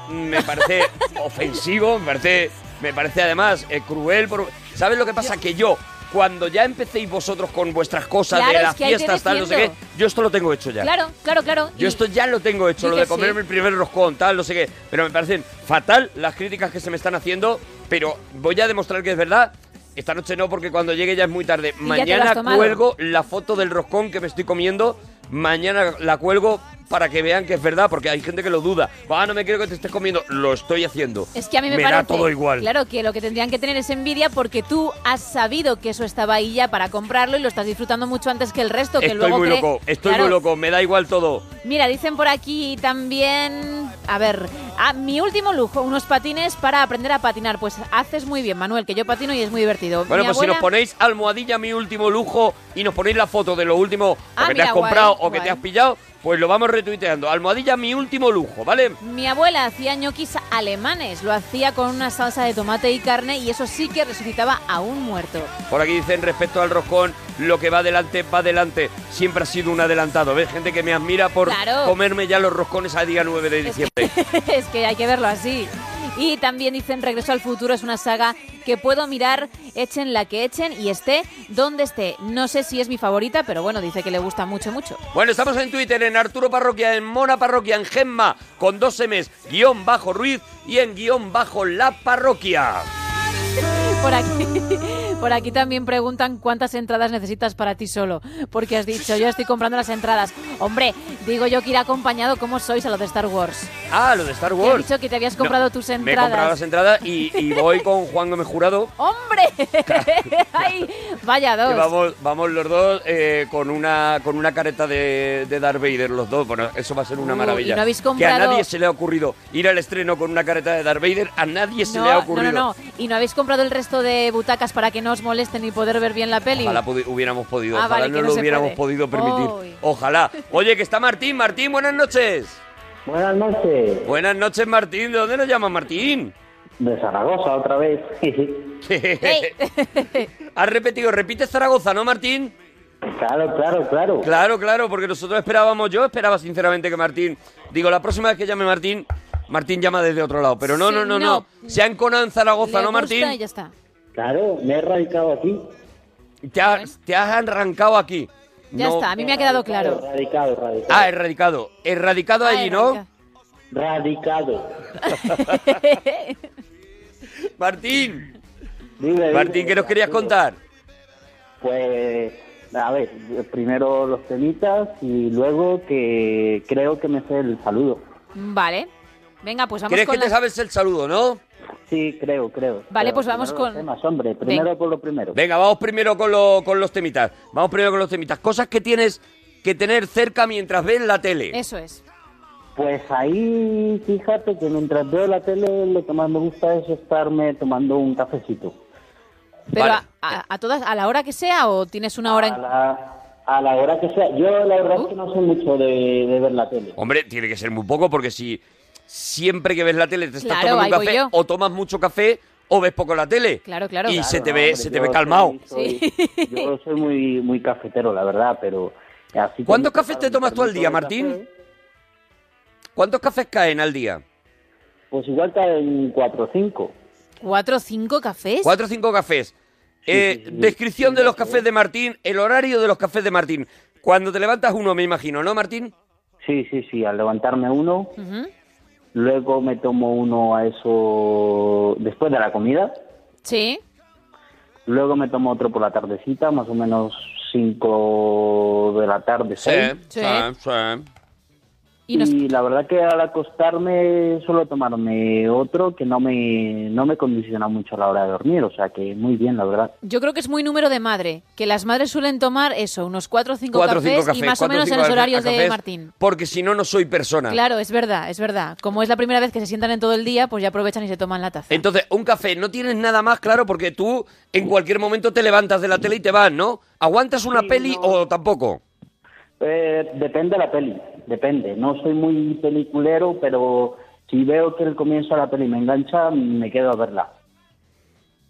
Me parece ofensivo, me parece, me parece además eh, cruel. por- ¿Sabes lo que pasa? Que yo, cuando ya empecéis vosotros con vuestras cosas Claro, de es las que ahí te fiestas, tal, no sé qué, defiendo. yo esto lo tengo hecho ya. Claro, claro, claro. Yo Y- esto ya lo tengo hecho, lo Dices de comerme sí. el primer roscón, tal, no sé qué. Pero me parecen fatal las críticas que se me están haciendo, pero voy a demostrar que es verdad. Esta noche no, porque cuando llegue ya es muy tarde. ya te lo has Mañana tomado. cuelgo la foto del roscón que me estoy comiendo. Mañana la cuelgo para que vean que es verdad, porque hay gente que lo duda. Ah, no me quiero que te estés comiendo. Lo estoy haciendo. Es que a mí me, me parece. da todo igual. Claro, que lo que tendrían que tener es envidia porque tú has sabido que eso estaba ahí ya para comprarlo y lo estás disfrutando mucho antes que el resto. que Estoy luego muy cree- loco, estoy Claro. muy loco, me da igual todo. Mira, dicen por aquí también. A ver, ah, mi último lujo, unos patines para aprender a patinar. Pues haces muy bien, Manuel, que yo patino y es muy divertido. Bueno, Mi pues si abuela- nos ponéis almohadilla mi último lujo y nos ponéis la foto de lo último o Ah, que te mira, has comprado guay, o que guay. te has pillado, pues lo vamos retuiteando. Almohadilla mi último lujo, ¿vale? Mi abuela hacía ñoquis alemanes, lo hacía con una salsa de tomate y carne y eso sí que resucitaba a un muerto. Por aquí dicen respecto al roscón, lo que va adelante, va adelante. Siempre ha sido un adelantado. ¿Ves? Gente que me admira por Claro. comerme ya los roscones a día 9 de diciembre. es que hay que verlo así. Y también dicen Regreso al futuro es una saga que puedo mirar, echen la que echen y esté donde esté. No sé si es mi favorita, pero bueno, dice que le gusta mucho, mucho. Bueno, estamos en Twitter, en Arturo Parroquia, en Mona Parroquia, en Gemma, con dos M's, guión bajo Ruiz y en guión bajo La Parroquia. Por aquí, por aquí también preguntan cuántas entradas necesitas para ti solo, porque has dicho, yo estoy comprando las entradas. Hombre, digo yo que irá acompañado como sois a lo de Star Wars. Ah, lo de Star Que Wars. He dicho que te habías comprado No, tus Me he comprado entradas. las entradas y, y voy con Juan Gómez Jurado. ¡Hombre! Ay, vaya que dos. vamos, vamos los dos eh, con una con una careta de, de Darth Vader, los dos. Bueno, eso va a ser una Uh, maravilla. ¿y no habéis Que a comprado- nadie se le ha ocurrido ir al estreno con una careta de Darth Vader. A nadie se no, le ha no, ocurrido. no, no. ¿Y no habéis comprado el resto de butacas para que no os molesten y poder ver bien la peli? Ojalá pudi- hubiéramos podido, Ah, ojalá vale, no que no lo se hubiéramos puede. podido permitir. Oy. Ojalá. Oye, que está Martín. Martín, buenas noches. Buenas noches. Buenas noches, Martín. ¿De dónde nos llamas, Martín? Eh, De Zaragoza, otra vez. Has repetido, repite Zaragoza, ¿no, Martín? Claro, claro, claro. Claro, claro, porque nosotros esperábamos, yo esperaba sinceramente que Martín, digo, la próxima vez que llame Martín, Martín llama desde otro lado, pero no, Sí, no, no, no, no. se ha enconado en Zaragoza, Le ¿no, gusta Martín? y ya está. Claro, me he radicado aquí. Te, has- te has arrancado aquí. Ya No- está, a mí me ha quedado claro. Ah, Radicado, radicado. Ah, erradicado, erradicado allí, ¿no? Radicado. Martín, Dime, Martín, dime, ¿qué nos querías Arturo. contar? Pues, a ver, primero los temitas y luego que creo que me sé el saludo. Vale. Venga, pues vamos ¿Crees con que te las- sabes el saludo, no? Sí, creo, creo. Vale, Pero pues vamos primero los con- temas, hombre, primero Venga. por lo primero. Venga, vamos primero con, lo- con los temitas, vamos primero con los temitas, cosas que tienes que tener cerca mientras ves la tele. Eso es. Pues ahí, fíjate que mientras veo la tele, lo que más me gusta es estarme tomando un cafecito. Pero Vale. a, a- a todas, a la hora que sea o tienes una hora en... A la, a la hora que sea. Yo la verdad es Uh. que no sé mucho de, de ver la tele. Hombre, tiene que ser muy poco porque si siempre que ves la tele te estás Claro, tomando un ahí voy café yo. o tomas mucho café o ves poco la tele. Claro, claro. Y Claro, se te no, ve, hombre, se te yo ve soy- calmado. soy- Yo soy muy, muy cafetero, la verdad, pero... Así que ¿Cuántos me cafés te preparo tomas mi tú al termito día, de Martín? café, ¿Cuántos cafés caen al día? Pues igual caen cuatro o cinco. ¿Cuatro o cinco cafés? Cuatro o cinco cafés. Eh, descripción de los cafés de Martín, el horario de los cafés de Martín. Cuando te levantas uno, me imagino, ¿no, Martín? Sí, sí, sí, al levantarme uno, Ujú. luego me tomo uno a eso después de la comida, Sí. luego me tomo otro por la tardecita, más o menos cinco de la tarde, ¿Eh? seis. Sí. Y, la verdad que al acostarme suelo tomarme otro que no me, no me condiciona mucho a la hora de dormir, o sea que muy bien, la verdad. Yo creo que es muy número de madre, que las madres suelen tomar eso, unos cuatro o cinco, Cuatro o cafés, cinco cafés. y más cuatro o o menos en cinco los cafés- horarios de cafés, Martín. Porque si no, no soy persona. Claro, es verdad, es verdad. Como es la primera vez que se sientan en todo el día, pues ya aprovechan y se toman la taza. Entonces, un café, no tienes nada más claro porque tú en cualquier momento te levantas de la tele y te vas, ¿no? ¿Aguantas una peli o tampoco? Eh, depende de la peli, depende. No soy muy peliculero, pero si veo que el comienzo de la peli me engancha, me quedo a verla.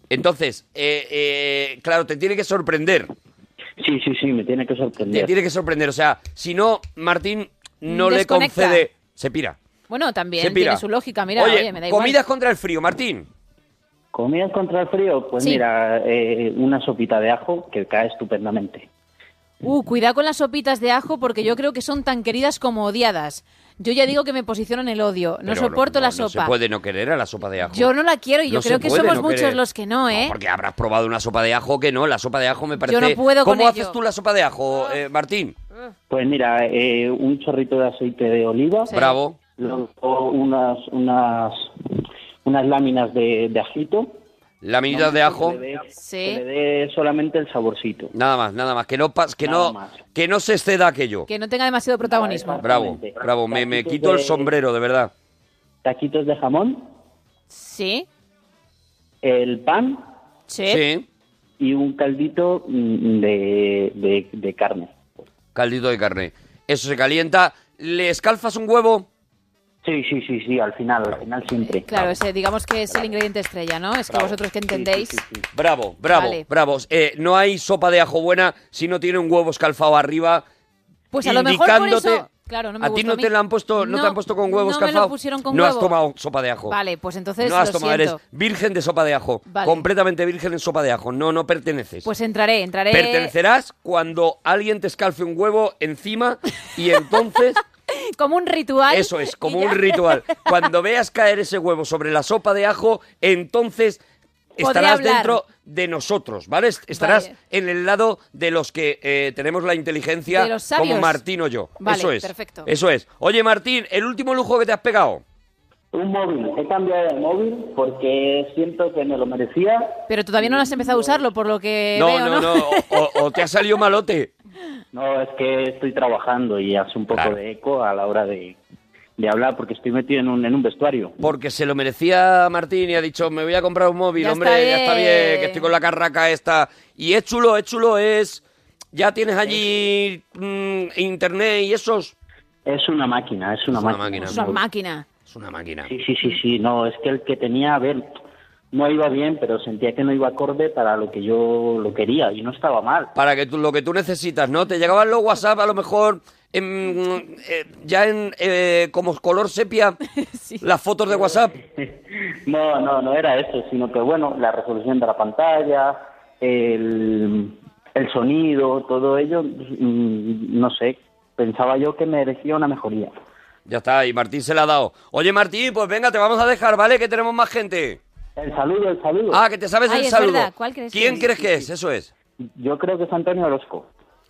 Entonces, eh, eh, claro, te tiene que sorprender. Sí, sí, sí, me tiene que sorprender. Te tiene que sorprender. O sea, si no, Martín no le Desconecta. concede. Se pira. Bueno, se también pira. tiene su lógica. Mira, oye, oye, me da igual. comidas contra el frío, Martín. ¿Comidas contra el frío? Pues Sí. mira, eh, una sopita de ajo que cae estupendamente. Uh, cuidado con las sopitas de ajo porque yo creo que son tan queridas como odiadas. Yo ya digo que me posiciono en el odio. No Pero soporto la no sopa. se puede no querer a la sopa de ajo. Yo no la quiero y yo No se creo que puede somos no muchos querer. los que no, ¿eh? Porque habrás probado una sopa de ajo que no, la sopa de ajo me parece... Yo no puedo con ¿Cómo haces ello. Ah. tú la sopa de ajo, eh, Martín? Pues mira, eh, un chorrito de aceite de oliva. Sí. Bravo. Luego unas, unas, unas láminas de, de ajito. Láminas de ajo. Que le dé solamente el saborcito. Nada más, nada más. Que no, pas- que Nada no, más. que no se exceda aquello. Que no tenga demasiado protagonismo. Bravo, bravo. Me, me Taquitos quito el de- sombrero, de verdad. Taquitos de jamón, Sí, el pan. Sí. Y un caldito mm, de, de, de carne. Caldito de carne. Eso se calienta. ¿Le escalfas un huevo? Sí, sí, sí, sí, al final, al final siempre. claro, ese digamos que es el ingrediente estrella, ¿no? Es que vosotros que entendéis. Bravo, bravo, Vale. bravo. Eh, no hay sopa de ajo buena si no tiene un huevo escalfado arriba. Pues a lo mejor por indicándote- eso. Claro, no me a ti gusta no mí. te la han puesto, no, te han puesto con huevo No me escalfado. lo pusieron con no huevo. has tomado sopa de ajo. Vale, pues entonces no has lo tomado, siento. eres virgen de sopa de ajo. Vale. Completamente virgen en sopa de ajo. No, no perteneces. Pues entraré, entraré. Pertenecerás cuando alguien te escalfe un huevo encima y entonces Como un ritual. eso es, como y ya. un ritual. Cuando veas caer ese huevo sobre la sopa de ajo, entonces Podré estarás hablar. dentro de nosotros, ¿vale? Est- Estarás Vale. en el lado de los que eh, tenemos la inteligencia De los sabios. como Martín o yo. Vale, eso es. perfecto. Eso es. Oye, Martín, el último lujo que te has pegado. Un móvil, he cambiado de móvil porque siento que me lo merecía. Pero todavía no has empezado a usarlo, por lo que no, veo, ¿no? no, no, O, o- o te ha salido malote. No, es que estoy trabajando y hace un poco de eco a la hora de, de hablar porque estoy metido en un, en un vestuario. Porque se lo merecía Martín y ha dicho, me voy a comprar un móvil, Ya hombre, está ya está bien, bien. que estoy con la carraca esta. Y es chulo, es chulo, es... Ya tienes allí mm, internet y esos... Pues, Es una máquina, es una, máquina. Es una máquina. Es una máquina. Sí, sí, sí, sí, no, es que el que tenía, a ver, no iba bien, pero sentía que no iba acorde para lo que yo lo quería y no estaba mal. para que tú, lo que tú necesitas, ¿no? Te llegaban los WhatsApp a lo mejor en, eh, ya en eh, como color sepia las fotos de WhatsApp. No, no, no era eso, sino que bueno, la resolución de la pantalla, el, el sonido, todo ello, mm, no sé, pensaba yo que merecía una mejoría. Ya está, y Martín se la ha dado. Oye, Martín, pues venga, te vamos a dejar, ¿vale? Que tenemos más gente. El saludo, el saludo. Ah, que te sabes Ay, el es saludo. verdad. ¿Cuál crees que ¿Quién es? crees que es? Eso es. Yo creo que es Antonio Orozco.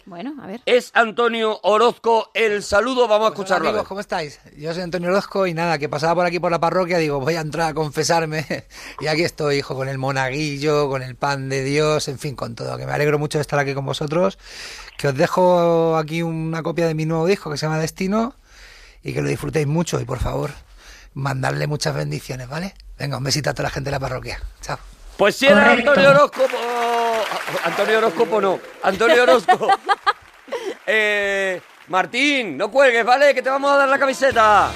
Bueno, a ver. Es Antonio Orozco. El saludo, vamos a escucharlo. a ver. Amigos, ¿cómo estáis? Yo soy Antonio Orozco y nada, que pasaba por aquí por la parroquia, digo, voy a entrar a confesarme. Y aquí estoy, hijo, con el monaguillo, con el pan de Dios, en fin, con todo. Que me alegro mucho de estar aquí con vosotros. Que os dejo aquí una copia de mi nuevo disco que se llama Destino y que lo disfrutéis mucho. Y por favor, mandarle muchas bendiciones, ¿vale? Venga, un besito a toda la gente de la parroquia. Chao. Pues si era Correcto. Antonio Horóscopo. Antonio Horóscopo no. Antonio Horóscopo. Eh, Martín, no cuelgues, ¿vale? Que te vamos a dar la camiseta.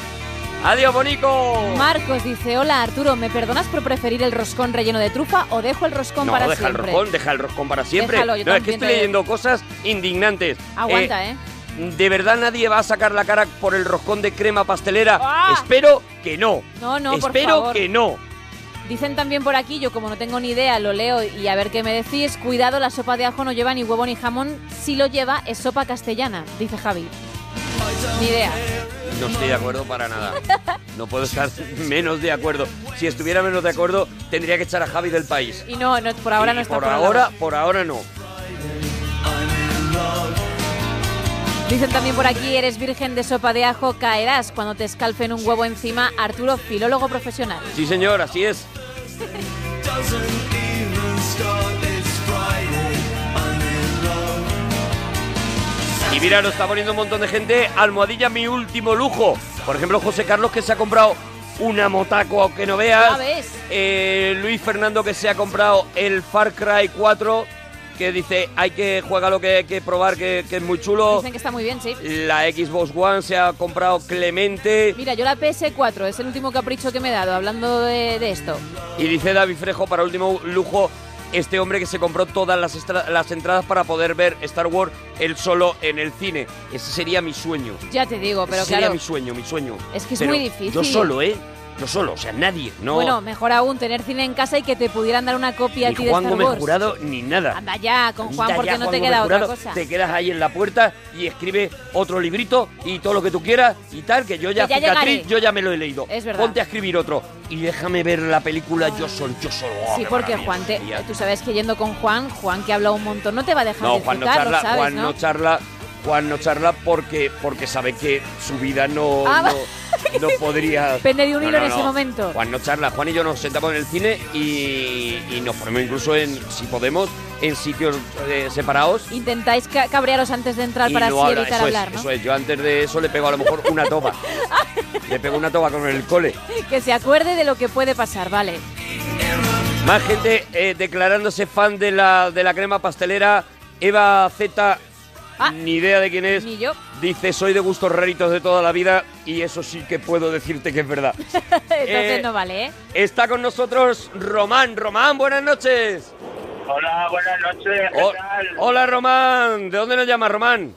Adiós, bonico. Marcos dice, hola Arturo, ¿me perdonas por preferir el roscón relleno de trufa o dejo el roscón No, para deja el siempre? roscón, deja el roscón para siempre. Déjalo, yo no, es que también estoy te- leyendo cosas indignantes. Aguanta, ¿eh? De verdad nadie va a sacar la cara por el roscón de crema pastelera. Espero que no. ¡Ah! No, no, por Espero favor. que no. Dicen también por aquí, yo como no tengo ni idea, lo leo y a ver qué me decís. Cuidado, la sopa de ajo no lleva ni huevo ni jamón. Si lo lleva, es sopa castellana, dice Javi. Ni idea. No estoy de acuerdo para nada. No puedo estar menos de acuerdo. Si estuviera menos de acuerdo, tendría que echar a Javi del país. Y no, no por ahora Y no está por la ahora, por ahora no. labor. Dicen también por aquí, eres virgen de sopa de ajo, caerás cuando te escalfen un huevo encima. Arturo, filólogo profesional. Sí, señor, así es. Y mira, nos está poniendo un montón de gente. Almohadilla, mi último lujo. Por ejemplo, José Carlos, que se ha comprado una motaco que no veas. Ya Ah, ves. Eh, Luis Fernando, que se ha comprado el Far Cry 4. Que dice, hay que jugar lo que hay que probar, que, que es muy chulo. Dicen que está muy bien, sí. La Xbox One se ha comprado Clemente. Mira, yo la PS4, es el último capricho que me he dado hablando de, de esto. Y dice David Frejo, para último lujo, este hombre que se compró todas las, estra- las entradas para poder ver Star Wars él solo en el cine. Ese sería mi sueño. Ya te digo, pero Ese sería claro. mi sueño, mi sueño. Es que es Pero muy difícil. Yo solo, ¿eh? Yo solo, o sea, nadie. No, Bueno, mejor aún tener cine en casa y que te pudieran dar una copia a ni ti Juan de Star Gómez Wars. Jurado, ni nada. Anda ya, con Juan, Quita porque ya no Juan te Gómez queda otra Jurado, cosa. Te quedas ahí en la puerta y escribe otro librito y todo lo que tú quieras y tal, que yo ya, Que ya cicatriz, llegaré. yo ya me lo he leído. Es verdad. Ponte a escribir otro y déjame ver la película yo solo, yo solo. Oh, Sí, qué porque maravilla. Juan, te- tú sabes que yendo con Juan, Juan que habla un montón, no te va a dejar No, Juan disfrutar, no lo charla, sabes, Juan ¿no? no charla, Juan no charla porque, porque sabe que su vida no, Ah, va. no, no podría... Pende de un No, hilo no, en ese no. momento. Juan no charla, Juan y yo nos sentamos en el cine y, y nos ponemos incluso en, si podemos, en sitios eh, separados Intentáis ca- cabrearos antes de entrar y para no así habla. evitar Eso es, hablar, ¿no? eso es. Yo antes de eso le pego a lo mejor una toba. le pego una toba con el cole. Que se acuerde de lo que puede pasar, vale. Más gente eh, declarándose fan de la, de la crema pastelera. Eva Z, ni idea de quién es. Ah, Ni yo. Dice, soy de gustos raritos de toda la vida y eso sí que puedo decirte que es verdad. Entonces Eh, no vale, ¿eh? Está con nosotros Román. Román, buenas noches. Hola, buenas noches. ¿Qué O- tal? hola Román, ¿de dónde nos llama Román?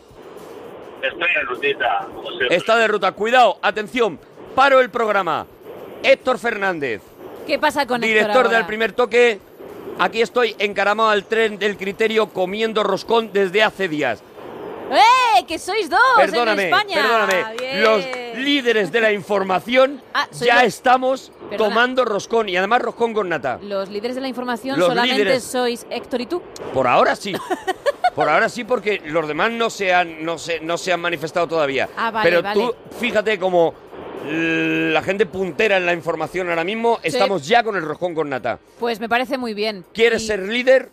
Estoy en Rutita. José. Está de ruta, cuidado, atención, paro el programa. Héctor Fernández, ¿Qué pasa con Héctor director ahora? del primer toque. Aquí estoy encaramado al tren del criterio comiendo roscón desde hace días. ¡Eh! ¡Que sois dos perdóname, en España! perdóname. Ah, Bien. Los líderes de la información Ah, soy ya yo. estamos Perdona. tomando roscón y además roscón con nata. Los líderes de la información Los solamente líderes. sois Héctor y tú. Por ahora sí. Por ahora sí, porque los demás no se han, no se, no se han manifestado todavía. Ah, vale, Pero vale. tú fíjate como la gente puntera en la información ahora mismo, Sí. estamos ya con el roscón con nata. Pues me parece muy bien. ¿Quieres Y- ser líder?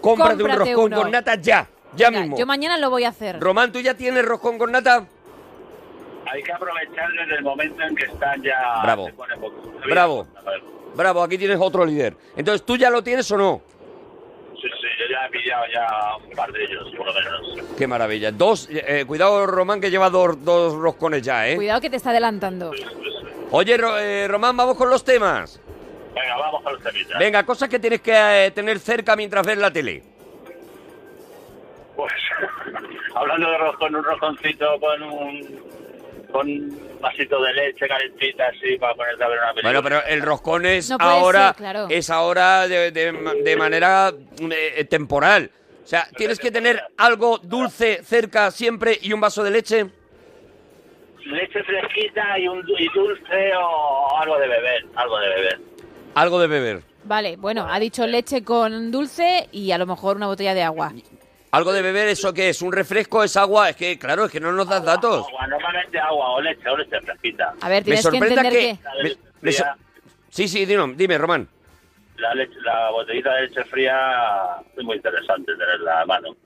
Cómprate, un Cómprate roscón uno. con nata ya, ya Venga, mismo. Yo mañana lo voy a hacer. Román, ¿tú ya tienes roscón con nata? Hay que aprovechar desde el momento en que están ya. Bravo. Ah, se pone poco. Bravo. Bravo, aquí tienes otro líder. Entonces, ¿tú ya lo tienes o no? Sí, sí, yo ya he pillado ya un par de ellos, por lo menos. Qué maravilla. Dos, eh, cuidado Román que lleva dos, dos roscones ya, ¿eh? Cuidado que te está adelantando. Oye, Ro- eh, Román, vamos con los temas. Venga, vamos con los temitas. Venga, cosas que tienes que eh, tener cerca mientras ves la tele. Pues, hablando de roscón, un rosconcito con un. con un vasito de leche calentita así para ponerte a ver una película. Bueno, pero el roscón es No puede ahora ser, claro. es ahora de, de- de manera eh, temporal. O sea, tienes que tener algo dulce cerca siempre y un vaso de leche. Leche fresquita y, un, y dulce o algo de beber, algo de beber. Algo de beber. Vale, bueno, ha dicho leche con dulce y a lo mejor una botella de agua. Algo de beber, ¿eso qué es? ¿Un refresco? ¿Es agua? Es que, claro, es que no nos das datos. Agua, normalmente agua o leche, o leche fresquita. A ver, Me tienes que sorprende entender que... que... me- me sor- Sí, sí, dime, dime, Román. La, leche, la botellita de leche fría es muy interesante tenerla a mano.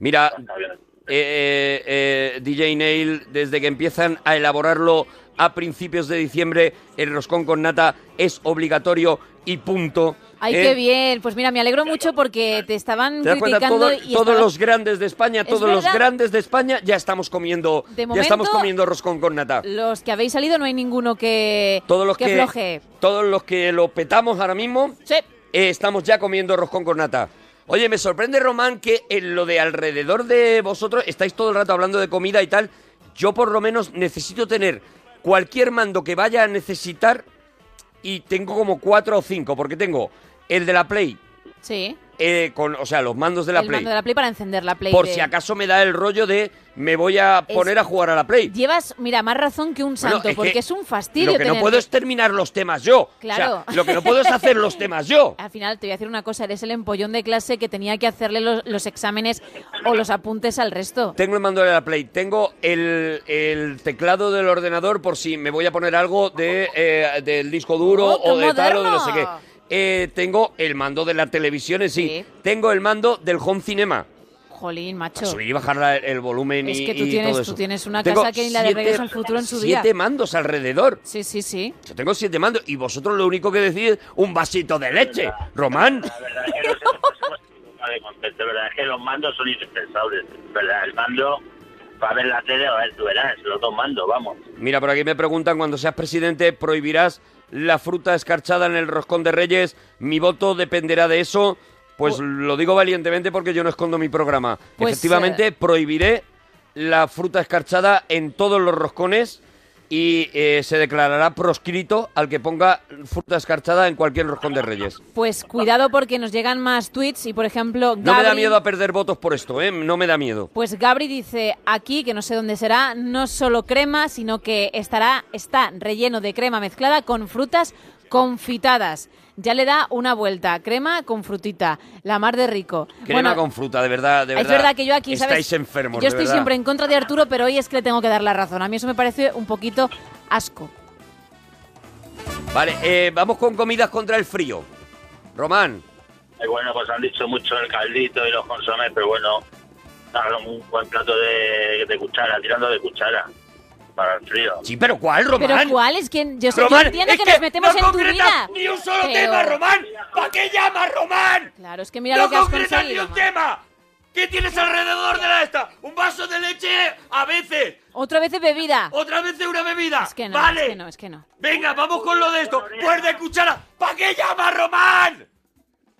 Mira, Está bien. eh, eh, eh, DJ Nail, desde que empiezan a elaborarlo a principios de diciembre, el roscón con nata es obligatorio y punto. ¡Ay, Eh, qué bien! Pues mira, me alegro mucho porque te estaban ¿Te das cuenta? criticando Todo- y todos estabas- los grandes de España, Es todos los verdad. grandes de España, ya estamos comiendo, De ya estamos momento- comiendo roscón con nata. los que habéis salido no hay ninguno que... Todos los que, floje. todos los que lo petamos ahora mismo, eh, estamos ya comiendo roscón con nata. Oye, me sorprende, Román, que en lo de alrededor de vosotros estáis todo el rato hablando de comida y tal. Yo por lo menos necesito tener cualquier mando que vaya a necesitar y tengo como cuatro o cinco, porque tengo el de la Play, Sí, eh, con, o sea, los mandos de la el Play. mando de la Play para encender la Play. por de- si acaso me da el rollo de me voy a Es- poner a jugar a la Play. Llevas, mira, más razón que un Bueno, santo, es que porque es un Lo fastidio que no tener puedo es terminar los temas yo. O sea, Claro. lo que no puedo es hacer los temas yo. Al final te voy a decir una cosa, eres el empollón de clase que tenía que hacerle los, los exámenes o los apuntes al resto. Tengo el mando de la Play, tengo el, el teclado del ordenador por si me voy a poner algo de, eh, del disco duro Oh, qué o de tal o de no moderno. sé qué. Eh, tengo el mando de la televisión en sí. Tengo el mando del home cinema. Jolín, macho. Subir y bajar la- el volumen Es y, que tú y tienes- todo tú eso. tienes una Tengo casa que ni la de siete- Regreso al Futuro en su siete día. mandos alrededor. Sí, sí, sí. Yo tengo siete mandos y vosotros lo único que decís es un vasito de leche. Román. Ah, de concepto, verdad es que los mandos son indispensables, verdad. El mando para ver la tele, a ver, tú verás, los dos mandos, vamos. Mira, por aquí me preguntan, cuando seas presidente, ¿prohibirás la fruta escarchada en el roscón de Reyes? Mi voto dependerá de eso. Pues lo digo valientemente porque yo no escondo mi programa. Pues, Efectivamente, prohibiré la fruta escarchada en todos los roscones y eh, se declarará proscrito al que ponga fruta escarchada en cualquier roscón de Reyes. Pues cuidado porque nos llegan más tweets y, por ejemplo, Gabri, No me da miedo a perder votos por esto, ¿eh? No me da miedo. pues Gabri dice aquí, que no sé dónde será, no solo crema, sino que estará, está relleno de crema mezclada con frutas confitadas. Ya le da una vuelta, crema con frutita, la mar de rico. Crema Bueno, con fruta, de verdad, de es verdad. verdad que yo aquí, ¿sabes? Estáis enfermos, Yo de estoy verdad. siempre en contra de Arturo, pero hoy es que le tengo que dar la razón. A mí eso me parece un poquito asco. Vale, eh, vamos con comidas contra el frío. Román, Eh, bueno, pues han dicho mucho el caldito y los consomés, pero bueno, claro, un buen plato de, de cuchara, tirando de cuchara para el frío. Sí, pero ¿cuál, Pero ¿cuál es quien? Yo, sé, yo Román, entiendo es que, que nos metemos no en tu concretas vida. ni un solo tema, Román. ¿Para qué llamas, Román? Claro, es que mira no lo que has concretas ni conseguido. un tema. ¿Qué tienes alrededor de la esta? Un vaso de leche a veces. Otra vez de bebida. Otra vez de una bebida. Es que no, vale. es que no, es que no. Venga, vamos con lo de esto. Pues de cuchara. ¿Para qué llamas, Román?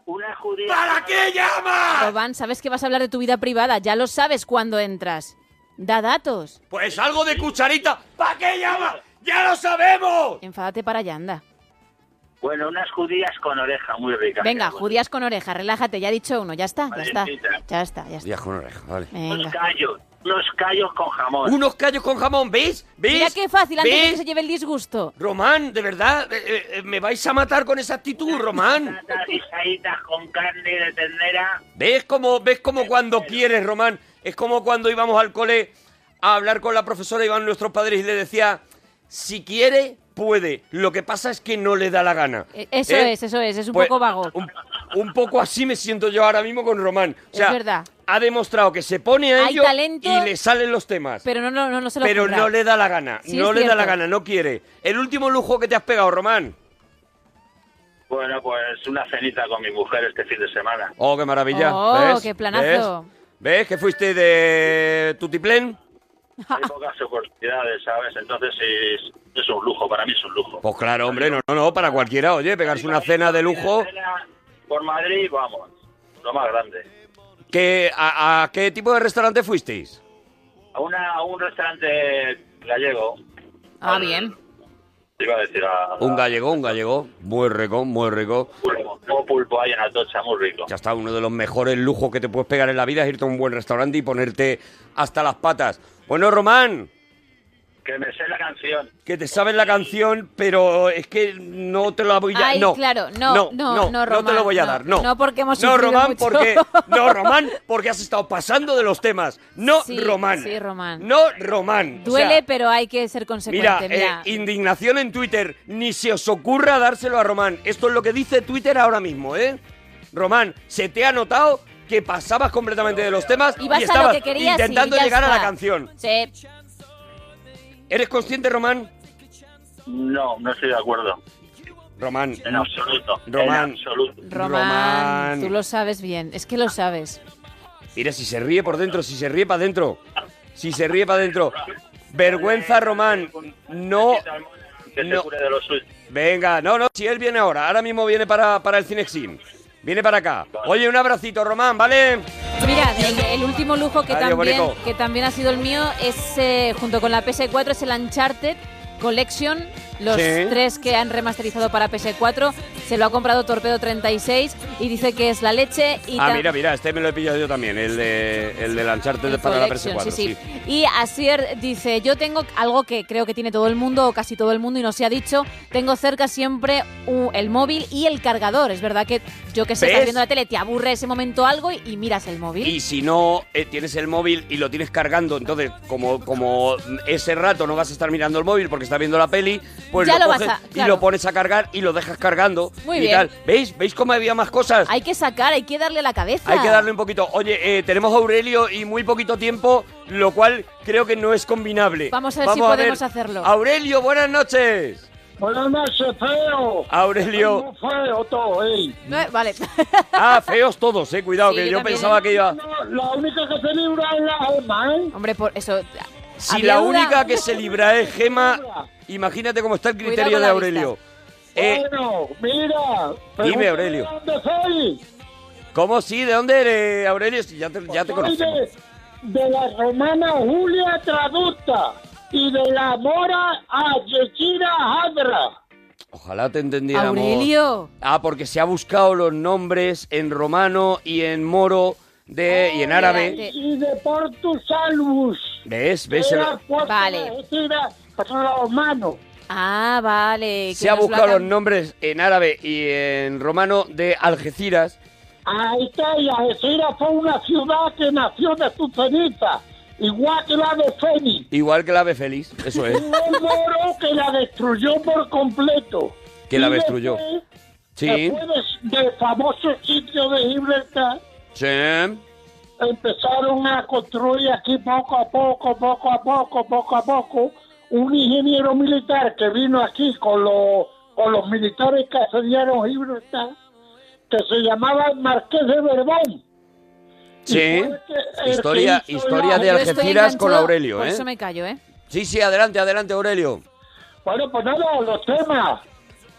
Una judía. ¿Para qué llamas? Robán, sabes que vas a hablar de tu vida privada, ya lo sabes cuando entras. Da datos. Pues algo de cucharita. ¿Para qué llamas? ¡Ya lo sabemos! Enfádate para allá, anda. Bueno, unas judías con oreja muy ricas. Venga, judías con oreja, relájate, ya ha dicho uno, ya está, ya está. Eh. Valentina. Ya está, ya está. Judías con oreja, vale. Unos Venga. callos, unos callos con jamón. Unos callos con jamón, ¿veis? ¿Veis? Mira qué fácil, antes de que ¿Ves? se lleve el disgusto. Román, de verdad, eh, eh, eh, me vais a matar con esa actitud, Román. Patatas guisaditas con carne de ternera. ¿Ves cómo, ¿Ves cómo cuando quieres, Román? Es como cuando íbamos al cole a hablar con la profesora, iban nuestros padres y le decía, si quiere, puede. Lo que pasa es que no le da la gana. Eh, Eso ¿Eh? es, eso es, es un Pues, poco vago. Un poco así me siento yo ahora mismo con Román. O sea, es verdad. ha demostrado que se pone a Hay ello talento, y le salen los temas. Pero no, no, no, no se lo Pero ocurra. no le da la gana, Sí, no es le da la cierto. gana, no quiere. El último lujo que te has pegado, Román. Bueno, pues una cenita con mi mujer este fin de semana. Oh, qué maravilla. Oh, ¿Ves? qué planazo. ¿Ves? ¿Ves que fuiste de Tutiplén? Hay pocas oportunidades, ¿sabes? Entonces es, es un lujo, para mí es un lujo. Pues claro, hombre, no, no, no, para cualquiera, oye, pegarse una cena de lujo. Cena Por Madrid, vamos, lo más grande. ¿Qué, a, a qué tipo de restaurante fuisteis? A, una, a un restaurante gallego, Ah, bien. iba a decir a... Un gallego, un gallego, muy rico, muy rico. pulpo, como pulpo ahí en Atocha, muy rico. Ya está, uno de los mejores lujos que te puedes pegar en la vida es irte a un buen restaurante y ponerte hasta las patas. Bueno, Román, Que me sé la canción. que te sabes la canción, pero es que no te la voy a Ay, no, claro, no, no, no, te lo Román, voy a no. dar, no. No, porque hemos No, sufrido Román, mucho. porque no, Román, porque has estado pasando de los temas. No, Sí, Román. sí, Román. No, Román. O sea, Duele, pero hay que ser consecuente. Mira, Mira, eh, indignación en Twitter. Ni se os ocurra dárselo a Román. Esto es lo que dice Twitter ahora mismo, ¿eh? Román, se te ha notado que pasabas completamente de los temas Ibas y a lo estabas que querías y intentando ya llegar a la está. canción. Sí. ¿Eres consciente, Román? No, no estoy de acuerdo. Román. En absoluto. Román. En absoluto. Román, tú lo sabes bien, es que lo sabes. Mira, si se ríe por dentro, si se ríe para adentro. Si se ríe para adentro. Vergüenza, Román. No. Que se No. cure de lo suyo. Venga, no, no, si él viene ahora. Ahora mismo viene para, para el Cinexin. Viene para acá. Oye, un abracito, Román, ¿vale? Mira, el, el último lujo que Adiós, también, Bonico. que también ha sido el mío es, eh, junto con la PS4, es el Uncharted Collection. Los Sí. tres que han remasterizado para PS4. Se lo ha comprado Torpedo 36 y dice que es la leche. Y Ah, tam- mira, mira, este me lo he pillado yo también, el de, el del Uncharted El para la Collection, PS4. Sí, sí, sí. Y Asier dice, yo tengo algo que creo que tiene todo el mundo o casi todo el mundo y no se ha dicho, tengo cerca siempre u- el móvil y el cargador. Es verdad que yo que sé, ¿Ves? estás viendo la tele, te aburre ese momento algo y, y miras el móvil. Y si no eh, tienes el móvil y lo tienes cargando, entonces como, como ese rato no vas a estar mirando el móvil porque estás viendo la peli, pues Ya lo, lo vas coges a- y claro. lo pones a cargar y lo dejas cargando. Muy y bien. Tal. ¿Veis? ¿Veis cómo había más cosas? Hay que sacar, hay que darle la cabeza. Hay que darle un poquito. Oye, eh, tenemos a Aurelio y muy poquito tiempo, lo cual creo que no es combinable. Vamos a ver si podemos hacerlo. Aurelio, buenas noches. Buenas noches, feo. Aurelio. Muy feo todo, ¿eh? No, eh, vale. Ah, feos todos, eh. Cuidado, Sí, que yo yo también. pensaba que iba. No, la única que se libra es la alma, ¿eh? Hombre, por eso... Si había la una- única que se libra es Gema, imagínate cómo está el Cuidado criterio con de la Aurelio. Eh, Bueno, mira. dime, pregúntame Aurelio. ¿Dónde soy? ¿Cómo sí? ¿De dónde eres, Aurelio? Si ya te, ya te Pues Soy conozco. de, de la romana Julia Traducta. y de la mora a Yechira Hadra. Ojalá te entendiéramos. Aurelio. Ah, porque se ha buscado los nombres en romano y en moro de, y en árabe. Y de Portus Salvus. ¿Ves? ¿Ves? Se, Era Portus vale. romano. Ah, vale. que se ha nos lo buscado los hagan- nombres en árabe y en romano de Algeciras. Ahí está, y Algeciras fue una ciudad que nació de su ceniza, igual que la de Fénix. Igual que la ave feliz, eso es. Hubo un moro que la destruyó por completo. Que la Y destruyó. después, Sí. Después de- del famoso sitio de Gibraltar, Sí. empezaron a construir aquí poco a poco, poco a poco, poco a poco, un ingeniero militar que vino aquí con los, con los militares que asediaron Gibraltar, que se llamaba el Marqués de Berbón. Sí. que Historia, hizo historia la- de Yo estoy Algeciras con enganchada, Aurelio, Por ¿eh? eso me callo, ¿eh? Sí, sí, adelante, adelante, Aurelio. Bueno, pues nada, los temas.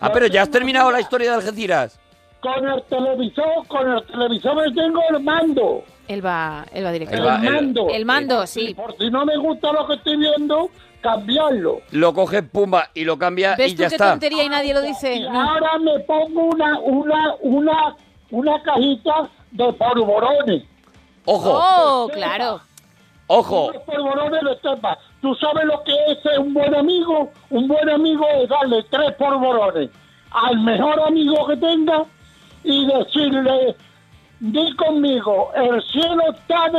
Ah, pero ya has terminado la historia de Algeciras. Con el televisor, con el televisor me tengo el mando. Él va, él va directo. Él va- él- mando. El mando, eh. sí. Por si no me gusta lo que estoy viendo, cambiarlo. Lo coges, pumba, y lo cambia ¿Ves y tú ya qué está. tontería y nadie lo dice? Y No. ahora me pongo una, una, una, una cajita de polvorones. Ojo. Oh, claro. Ojo. Unos polvorones de cepa. Tú sabes lo que es ser un buen amigo. Un buen amigo es darle tres polvorones al mejor amigo que tenga y decirle, di conmigo, el cielo está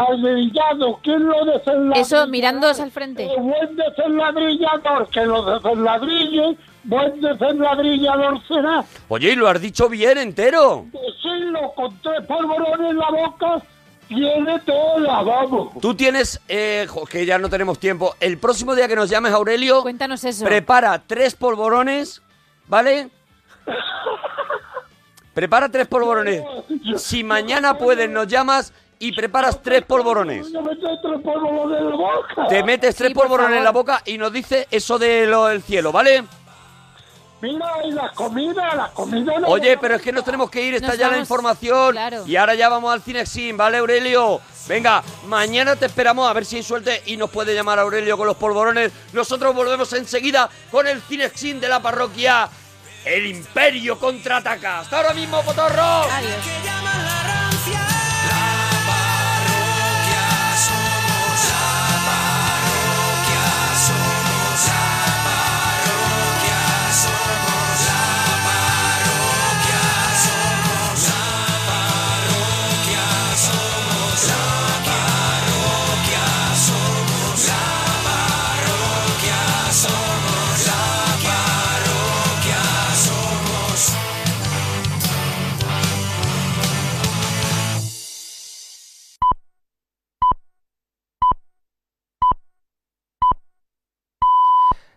desalladrillado. ¿Quién lo desenladrilla? Eso mirándose al frente. Eh, buen desenladrillador, que lo desenladrille, buen desenladrillador será. Oye, y lo has dicho bien entero. Decirlo con tres polvorones en la boca, tiene tela, vamos. Tú tienes, eh, jo, que ya no tenemos tiempo. El próximo día que nos llames, Aurelio, Cuéntanos eso. prepara tres polvorones, ¿vale? Prepara tres polvorones. Si mañana puedes, nos llamas y preparas tres polvorones. Yo me estoy tres polvorones en la boca. Te metes tres polvorones en la boca y nos dices eso de lo del cielo, ¿vale? Mira, y la comida, la comida. no- Oye, pero es que nos tenemos que ir, está Nos ya la vamos, información. claro. Y ahora ya vamos al Cinexin, ¿vale, Aurelio? Venga, mañana te esperamos a ver si hay suerte y nos puede llamar Aurelio con los polvorones. Nosotros volvemos enseguida con el Cinexin de la parroquia. El Imperio contraataca. Hasta ahora mismo, Potorro.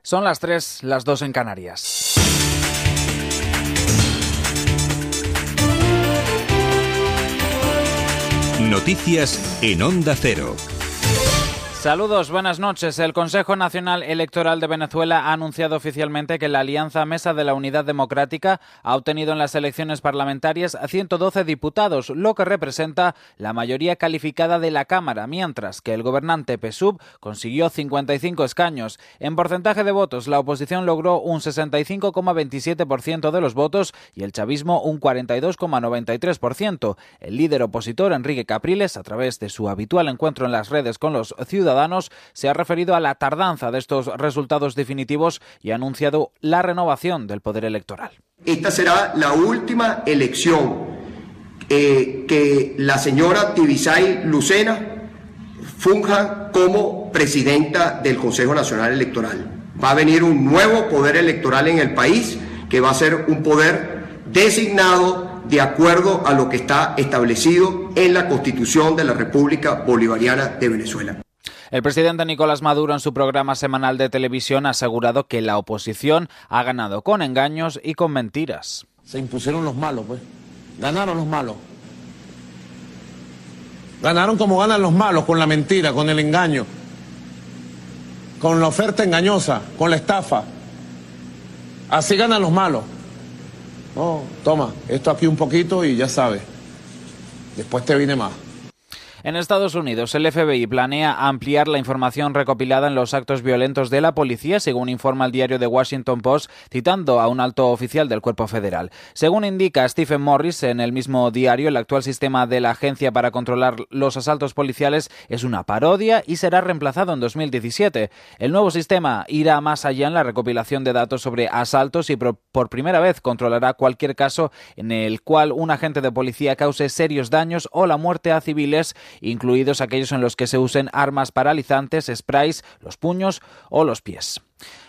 Son las 3, las 2 en Canarias. Noticias en Onda Cero. Saludos, buenas noches. El Consejo Nacional Electoral de Venezuela ha anunciado oficialmente que la Alianza Mesa de la Unidad Democrática ha obtenido en las elecciones parlamentarias a 112 diputados, lo que representa la mayoría calificada de la Cámara, mientras que el gobernante PSUV consiguió 55 escaños. En porcentaje de votos, la oposición logró un 65,27% de los votos y el chavismo un 42,93%. El líder opositor, Enrique Capriles, a través de su habitual encuentro en las redes con los ciudadanos, se ha referido a la tardanza de estos resultados definitivos y ha anunciado la renovación del poder electoral. Esta será la última elección eh, que la señora Tibisay Lucena funja como presidenta del Consejo Nacional Electoral. Va a venir un nuevo poder electoral en el país que va a ser un poder designado de acuerdo a lo que está establecido en la Constitución de la República Bolivariana de Venezuela. El presidente Nicolás Maduro en su programa semanal de televisión ha asegurado que la oposición ha ganado con engaños y con mentiras. Se impusieron los malos, pues. Ganaron los malos. Ganaron como ganan los malos, con la mentira, con el engaño, con la oferta engañosa, con la estafa. Así ganan los malos. No, toma, esto aquí un poquito y ya sabes. Después te viene más. En Estados Unidos, el FBI planea ampliar la información recopilada en los actos violentos de la policía, según informa el diario The Washington Post, citando a un alto oficial del cuerpo federal. Según indica Stephen Morris en el mismo diario, el actual sistema de la agencia para controlar los asaltos policiales es una parodia y será reemplazado en 2017. El nuevo sistema irá más allá en la recopilación de datos sobre asaltos y pro- por primera vez controlará cualquier caso en el cual un agente de policía cause serios daños o la muerte a civiles, incluidos aquellos en los que se usen armas paralizantes, sprays, los puños o los pies.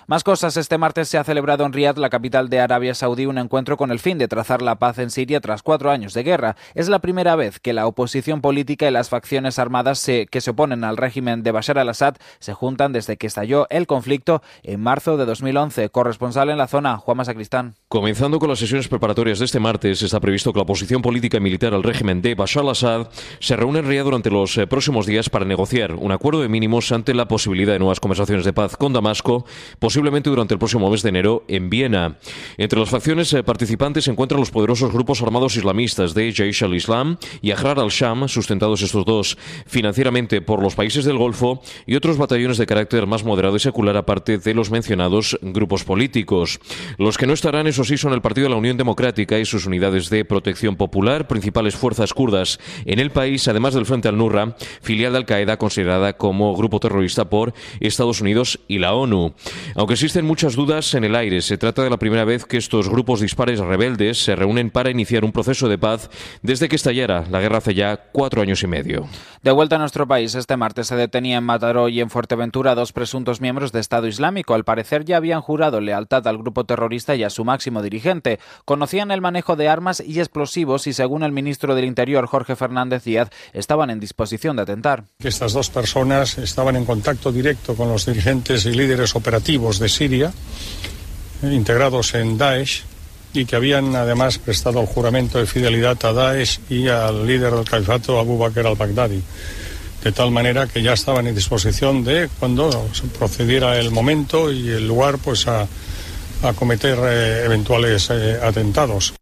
Más cosas. Este martes se ha celebrado en Riad, la capital de Arabia Saudí, un encuentro con el fin de trazar la paz en Siria tras cuatro años de guerra. Es la primera vez que la oposición política y las facciones armadas se- que se oponen al régimen de Bashar al-Assad se juntan desde que estalló el conflicto en marzo de 2011. Corresponsal en la zona, Juanma Sacristán. Comenzando con las sesiones preparatorias de este martes, está previsto que la oposición política y militar al régimen de Bashar al-Assad se reúne en Riad durante los eh, próximos días para negociar un acuerdo de mínimos ante la posibilidad de nuevas conversaciones de paz con Damasco, posiblemente durante el próximo mes de enero en Viena. Entre las facciones eh, participantes se encuentran los poderosos grupos armados islamistas de Jaish al-Islam y Ahrar al-Sham, sustentados estos dos financieramente por los países del Golfo y otros batallones de carácter más moderado y secular aparte de los mencionados grupos políticos. Los que no estarán, eso sí, son el Partido de la Unión Democrática y sus unidades de protección popular, principales fuerzas kurdas en el país, además del Frente al-Nurra, filial de Al-Qaeda considerada como grupo terrorista por Estados Unidos y la ONU. Aunque existen muchas dudas en el aire, se trata de la primera vez que estos grupos dispares rebeldes se reúnen para iniciar un proceso de paz desde que estallara la guerra hace ya cuatro años y medio. De vuelta a nuestro país, este martes se detenía en Mataró y en Fuerteventura dos presuntos miembros de Estado Islámico. Al parecer ya habían jurado lealtad al grupo terrorista y a su máximo dirigente. Conocían el manejo de armas y explosivos y, según el ministro del Interior, Jorge Fernández Díaz, estaban en disposición de atentar. que estas dos personas estaban en contacto directo con los dirigentes y líderes operativos de Siria, eh, integrados en Daesh, y que habían además prestado el juramento de fidelidad a Daesh y al líder del califato Abu Bakr al-Baghdadi. De tal manera que ya estaban en disposición de, cuando se procediera el momento y el lugar, pues a, a cometer eh, eventuales eh, atentados.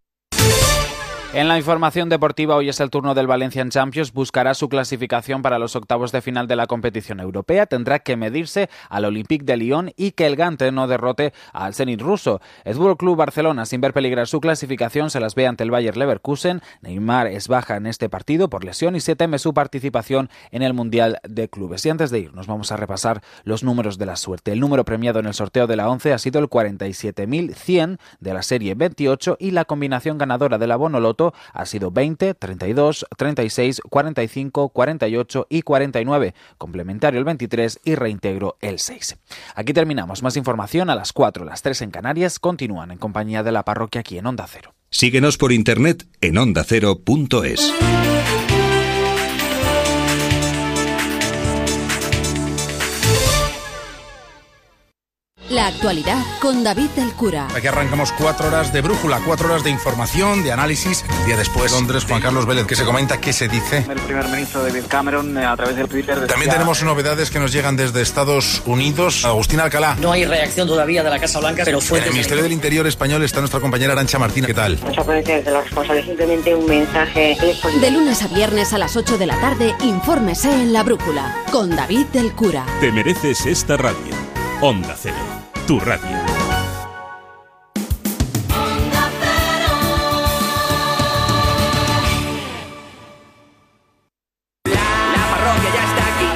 En la información deportiva, hoy es el turno del Valencia en Champions. Buscará su clasificación para los octavos de final de la competición europea. Tendrá que medirse al Olympique de Lyon y que el Gante no derrote al Zenit ruso. El Fútbol Club Barcelona, sin ver peligrar su clasificación, se las ve ante el Bayer Leverkusen. Neymar es baja en este partido por lesión y se teme su participación en el Mundial de Clubes. Y antes de irnos, vamos a repasar los números de la suerte. El número premiado en el sorteo de la 11 ha sido el 47.100 de la serie 28 y la combinación ganadora del abono loto ha sido 20, 32, 36, 45, 48 y 49, complementario el 23 y reintegro el 6. Aquí terminamos. Más información a las 4, las 3 en Canarias. Continúan en compañía de la parroquia aquí en Onda Cero. Síguenos por internet en ondacero.es. La actualidad con David del Cura. Aquí arrancamos cuatro horas de brújula, cuatro horas de información, de análisis. El día después, Londres, Juan Carlos Vélez, que se comenta qué se dice. El primer ministro David Cameron eh, a través del Twitter. También tenemos novedades que nos llegan desde Estados Unidos. Agustín Alcalá. No hay reacción todavía de la Casa Blanca, pero En el Ministerio del Interior español está nuestra compañera Arancha Martín. ¿Qué tal? Muchas gracias de los responsables, simplemente un mensaje De lunes a viernes a las 8 de la tarde, infórmese en La Brújula con David del Cura. Te mereces esta radio. Onda Cero, tu radio. parroquia ya está aquí,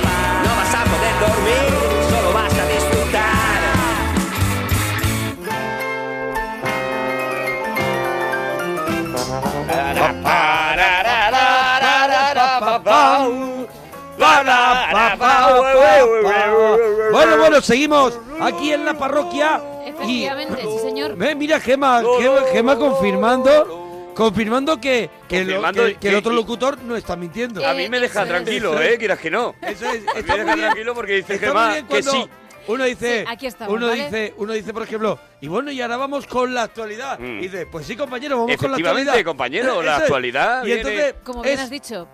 no vas a poder dormir, solo vas a disfrutar. Bueno, bueno, seguimos aquí en la parroquia. Y, Efectivamente, sí, señor. Eh, mira, Gema, Gema, Gema confirmando, confirmando que, que, lo- Confirmando que- que el que- otro locutor no está mintiendo. A mí me Eso deja es. tranquilo, Eso es. eh, quieras que no. Eso es. A mí Está me deja muy bien. tranquilo porque dice Está Gema muy bien que cuando- sí. uno dice, Sí, aquí estamos, uno ¿vale? dice, uno dice, por ejemplo, y bueno, y ahora vamos con la actualidad. Mm. Y dice, pues sí, compañero, vamos con la actualidad. Eh, Efectivamente, compañero, la Eso es. actualidad Y viene- entonces, Como bien es has dicho.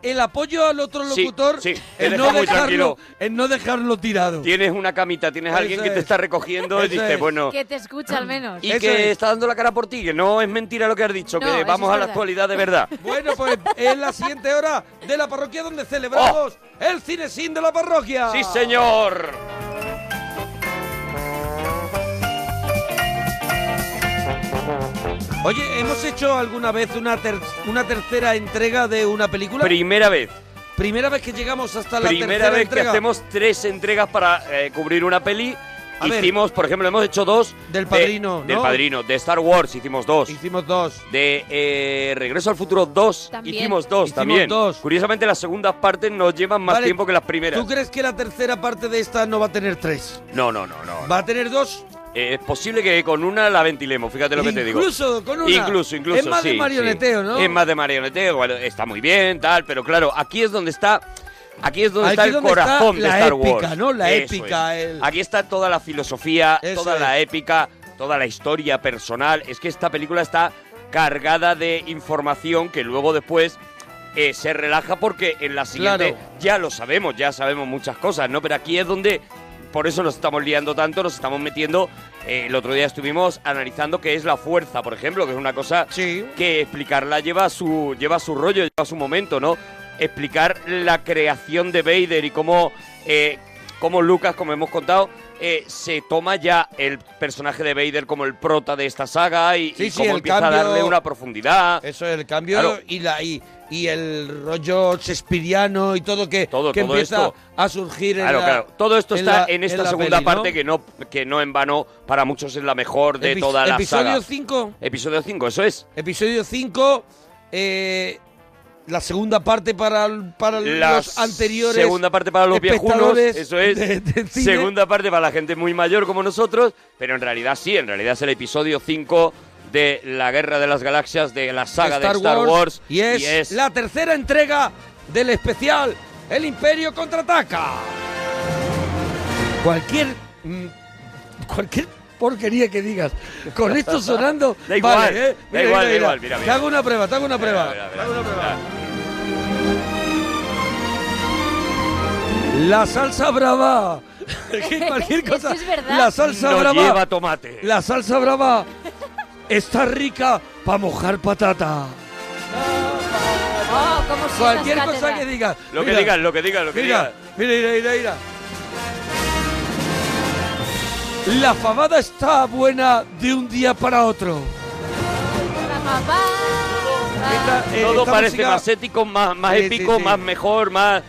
el apoyo al otro Sí, locutor, sí, te el deja no muy dejarlo, tranquilo. el no dejarlo tirado. Tienes una camita, tienes Eso alguien que te es. está recogiendo y Eso dices, es. bueno... Que te escucha al menos. Y que es. está dando la cara por ti, que no es mentira lo que has dicho, No, eso que es vamos a la verdad. actualidad de verdad. Bueno, pues es la siguiente hora de la parroquia donde celebramos el cinesín de la parroquia. Oh. ¡Sí, señor! Oye, ¿hemos hecho alguna vez una, ter- una tercera entrega de una película? Primera vez. Primera vez que llegamos hasta la Primera tercera vez que entrega. hacemos tres entregas para eh, cubrir una peli. A ver. hicimos, por ejemplo, hemos hecho dos. Del de- Padrino, ¿no? Del Padrino. De Star Wars hicimos dos. Hicimos dos. De eh, Regreso al Futuro 2 También. hicimos dos Hicimos también. dos. Curiosamente, las segundas partes nos llevan más Vale. tiempo que las primeras. ¿Tú crees que la tercera parte de esta no va a tener tres? No, no, no, no. ¿Va a tener dos? Eh, es posible que con una la ventilemos, fíjate lo que te digo. Incluso con una. Incluso, incluso. Es más de sí, sí. marioneteo, ¿no? Es más de marioneteo, bueno, está muy bien, tal, pero claro, aquí es donde está. Aquí es donde Aquí está es el donde corazón está la de Star épica, Wars. ¿no? La Eso épica, es. el- Aquí está toda la filosofía, Eso toda es. la épica, toda la historia personal. Es que esta película está cargada de información que luego después eh, se relaja porque en la siguiente Claro. ya lo sabemos, ya sabemos muchas cosas, ¿no? Pero aquí es donde por eso nos estamos liando tanto, nos estamos metiendo. Eh, el otro día estuvimos analizando qué es la fuerza, por ejemplo, que es una cosa que explicarla lleva su, lleva su rollo, lleva su momento, ¿no? Explicar la creación de Vader y cómo, eh, cómo Lucas, como hemos contado, eh, se toma ya el personaje de Vader como el prota de esta saga y, Sí, y sí, cómo el empieza cambio- a darle una profundidad. Eso es el cambio Claro. y la y, y el rollo shakespeariano y todo que, que todo empieza esto. a surgir en Claro, la- claro. Todo esto en está la- en esta la segunda peli, ¿no? parte que no que no en vano para muchos es la mejor de Epi- toda la saga. Episodio 5. Episodio 5, eso es. Episodio 5. eh, la segunda parte para, para La los anteriores. Segunda parte para los viejunos, espectadores eso es. de- del cine. segunda parte para la gente muy mayor como nosotros, pero en realidad sí, en realidad es el episodio 5 de la Guerra de las Galaxias, de la saga Star de Star Wars. Wars, y, es la tercera entrega del especial El Imperio contraataca. Cualquier mm, cualquier porquería que digas con esto sonando Da igual, vale, ¿eh? da igual, da igual, mira, Te mira. hago una prueba, te hago una prueba. La salsa brava. Que cualquier Es cosa. que es verdad. La salsa No brava. lleva tomate. La salsa brava está rica para mojar patata. Oh, cómo sientas Cualquier cosa cátedra. que digas. Lo que Mira, digas, lo que digas, lo que Mira, digas. mira, mira, mira, mira. La fabada está buena de un día para otro. eh, Todo esta parece música- más ético, más, más Sí, sí, épico, sí. más mejor, más...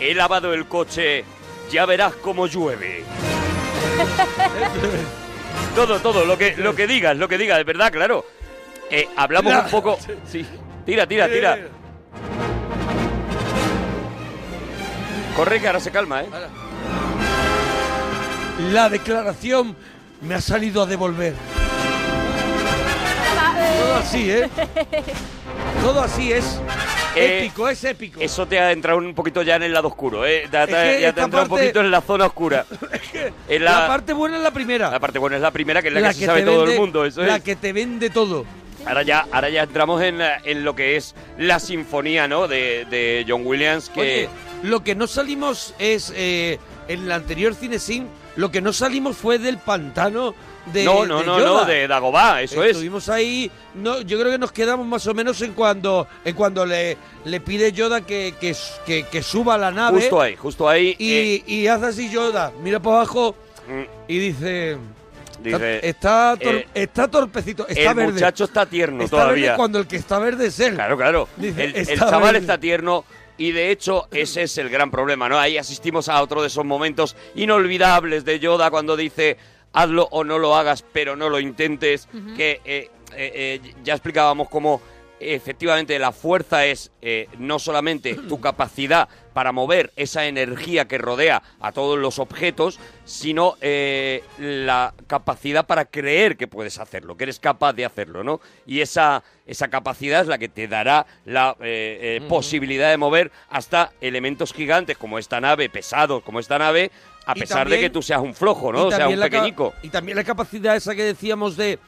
He lavado el coche, ya verás cómo llueve. todo, todo, lo que, lo que digas, lo que digas, de verdad, claro. Eh, hablamos La- un poco... Sí, tira, tira, tira. Corre que ahora se calma, ¿eh? La declaración me ha salido a devolver. Todo así, ¿eh? Todo así es. Eh, épico, es épico. Eso te ha entrado un poquito ya en el lado oscuro, ¿eh? Ya, te- Es que ya te esta ha entrado un parte- poquito en la zona oscura. En La parte buena es la primera. La parte buena es la primera, que es la, que, se te sabe todo el vende- mundo, eso La es. que te vende todo. Ahora ya, ahora ya entramos en, la- en lo que es la sinfonía, ¿no? De, de John Williams, que... Oye, lo que no salimos es. eh, en el anterior Cinesim, lo que no salimos fue del pantano de. no, no, no, no, de Dagobah, eso es. Estuvimos ahí, no, yo creo que nos quedamos más o menos en cuando, en cuando le, le pide Yoda que, que, s- que- que suba a la nave. Justo ahí, justo ahí. Y, eh, Mm. y hace así Yoda, mira para abajo y dice... Dice, está, tor- eh, está torpecito, está el verde. muchacho está tierno Está todavía. verde cuando el que está verde es él. Claro, claro. Dice, el, el está chaval verde. está tierno y de hecho ese es el gran problema, ¿no? Ahí asistimos a otro de esos momentos inolvidables de Yoda cuando dice hazlo o no lo hagas, pero no lo intentes, Ujú. que eh, eh, eh, ya explicábamos cómo efectivamente la fuerza es eh, no solamente tu capacidad para mover esa energía que rodea a todos los objetos, sino eh, la capacidad para creer que puedes hacerlo, que eres capaz de hacerlo, ¿no? Y esa, esa capacidad es la que te dará la eh, eh, posibilidad de mover hasta elementos gigantes como esta nave, pesados como esta nave, a Y pesar también- de que tú seas un flojo, ¿no? Y O sea, también un la ca- pequeñico. Y también la capacidad esa que decíamos de,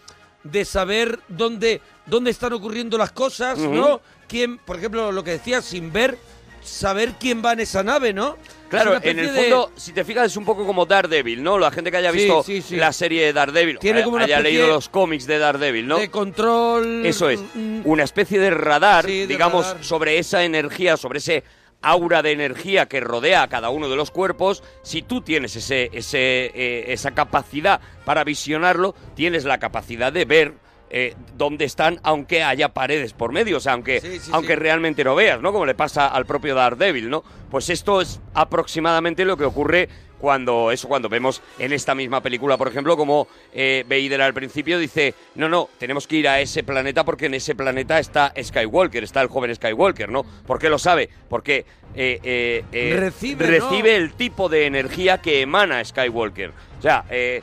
de saber dónde, dónde están ocurriendo las cosas, Ujú. ¿no? Quién, por ejemplo, lo que decía, sin ver, saber quién va en esa nave, ¿no? Claro, Es una en el especie de- fondo, si te fijas, es un poco como Daredevil, ¿no? La gente que haya Sí, visto sí, sí. la serie de Daredevil, Tiene haya- como una haya especie leído los cómics de Daredevil, ¿no? de control... Eso es, mm, una especie de radar, Sí, de digamos, radar. sobre esa energía, sobre ese aura de energía que rodea a cada uno de los cuerpos, si tú tienes ese, ese, eh, esa capacidad para visionarlo, tienes la capacidad de ver eh, dónde están, aunque haya paredes por medio, o sea, aunque, aunque realmente no veas, ¿no? Como le pasa al propio Daredevil, ¿no? Pues esto es aproximadamente lo que ocurre cuando eso cuando vemos en esta misma película por ejemplo como eh, Vader al principio dice no no tenemos que ir a ese planeta porque en ese planeta está Skywalker está el joven Skywalker no ¿por qué lo sabe porque eh, eh, eh, Recibe, recibe ¿no? el tipo de energía que emana Skywalker o sea eh,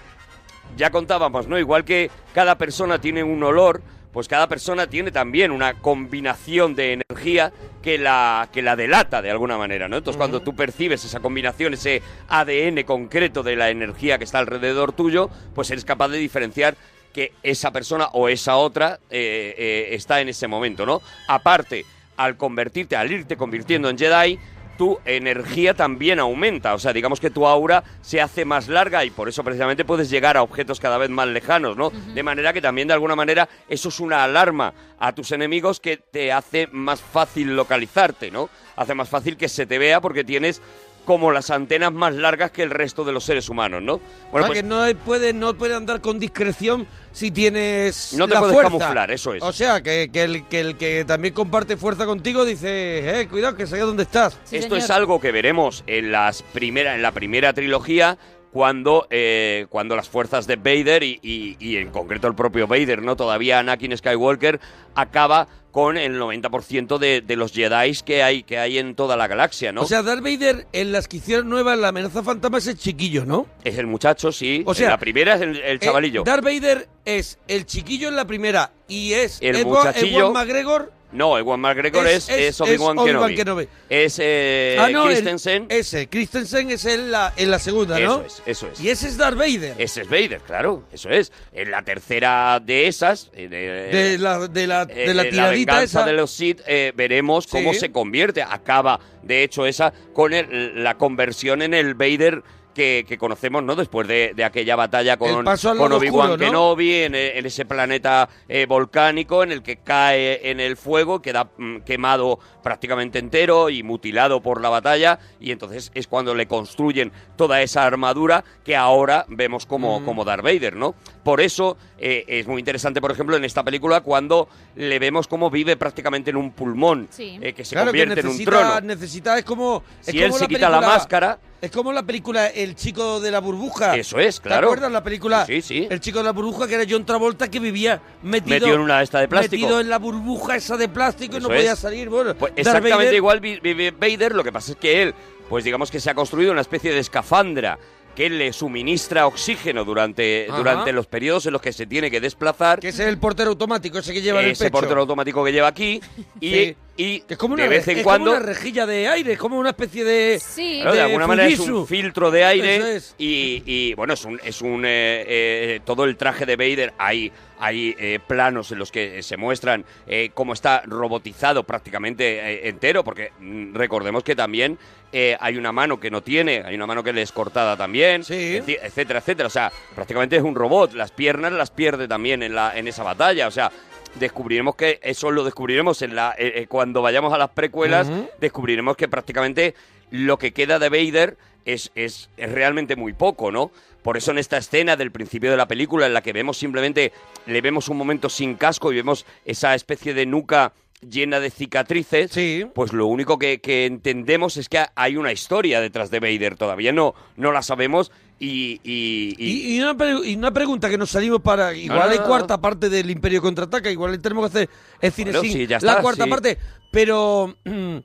ya contábamos, ¿no? Igual que cada persona tiene un olor, pues cada persona tiene también una combinación de energía que la, que la delata de alguna manera, ¿no? Entonces, cuando tú percibes esa combinación, ese ADN concreto de la energía que está alrededor tuyo, pues eres capaz de diferenciar que esa persona o esa otra eh, eh, está en ese momento, ¿no? Aparte, al convertirte, al irte convirtiendo en Jedi, tu energía también aumenta. O sea, digamos que tu aura se hace más larga y por eso precisamente puedes llegar a objetos cada vez más lejanos, ¿no? De manera que también de alguna manera eso es una alarma a tus enemigos que te hace más fácil localizarte, ¿no? Hace más fácil que se te vea porque tienes como las antenas más largas que el resto de los seres humanos, ¿no? pues o sea, Ah, que no hay- puede, no puede andar con discreción si tienes No te la puedes fuerza. camuflar, eso es. O sea, que, que el, que el que también comparte fuerza contigo dice, eh, cuidado, que sé dónde estás. Esto es algo que veremos en las primera, en la primera trilogía. Cuando, eh, cuando las fuerzas de Vader y, y- y en concreto el propio Vader, ¿no? Todavía Anakin Skywalker acaba con el 90% de, de los Jedi que hay, que hay en toda la galaxia, ¿no? O sea, Darth Vader en las que hicieron nuevas la amenaza fantasma es el chiquillo, ¿no? es el muchacho, sí. o sea, la primera es el, el Eh, chavalillo. Darth Vader es el chiquillo en la primera y es El Edward, muchachillo. Edward McGregor. no, Ewan McGregor es, Es- es, es- Obi-Wan es Kenobi. Obi-Wan Kenobi. Es eh, ah, no, el- Christensen. ese, Christensen es en la, en la segunda, ¿no? Eso es, eso es. Y ese es Darth Vader. Ese es Vader, claro, eso es. En la tercera de esas, eh, De la, de la, eh, de la eh, tiradita venganza esa. de los Sith, eh, veremos cómo Sí. se convierte. Acaba, de hecho, esa con el- la conversión en el Vader que, que conocemos, ¿no? Después de, de aquella batalla con, El paso al con lado Obi-Wan oscuro, ¿no? Kenobi, en, eh, en ese planeta eh, volcánico en el que cae en el fuego, queda mm, quemado prácticamente entero y mutilado por la batalla. Y entonces es cuando le construyen toda esa armadura que ahora vemos como, Mm. como como Darth Vader, ¿no? Por eso eh, es muy interesante, por ejemplo, en esta película cuando le vemos cómo vive prácticamente en un pulmón, eh, que se claro, que convierte en un necesita, trono. necesita, es como... es Si como él se quita la máscara- Es como la película El chico de la burbuja. Eso es, claro. ¿Te acuerdas la película? Sí, sí. El chico de la burbuja, que era John Travolta, que vivía metido... Metido en una esta de plástico. Metido en la burbuja esa de plástico y no Eso es. podía salir, bueno. Pues Darth exactamente Vader- igual vi- vive Vader, lo que pasa es que él, pues digamos que se ha construido una especie de escafandra que le suministra oxígeno durante, Ajá. durante los periodos en los que se tiene que desplazar. Que ese es el portero automático, ese que lleva en el ese pecho. portero automático que lleva aquí y, Sí. y Que es como una, de vez re- en es cuando como una rejilla de aire, es como una especie de... Sí. Claro, de alguna manera es un filtro de Eso aire es. y, y, bueno, es un, es un eh, eh, todo el traje de Vader, hay, hay eh, planos en los que se muestran eh, cómo está robotizado prácticamente eh, entero, porque mm, recordemos que también eh, hay una mano que no tiene, hay una mano que le es cortada también, eti- etcétera, etcétera. O sea, prácticamente es un robot, las piernas las pierde también en, la, en esa batalla, o sea... Descubriremos que eso lo descubriremos en la eh, eh, cuando vayamos a las precuelas Ujú. descubriremos que prácticamente lo que queda de Vader es, es, es realmente muy poco, ¿no? Por eso en esta escena del principio de la película, en la que vemos simplemente, le vemos un momento sin casco y vemos esa especie de nuca llena de cicatrices, pues lo único que, que entendemos es que hay una historia detrás de Vader, todavía no, no la sabemos. y- y- y- Y, y una pre- y una pregunta que nos salimos para. Igual no, hay no, cuarta parte del Imperio contraataca, igual tenemos que hacer. Es cine Bueno, sin sí, ya la está, cuarta sí. parte. Pero.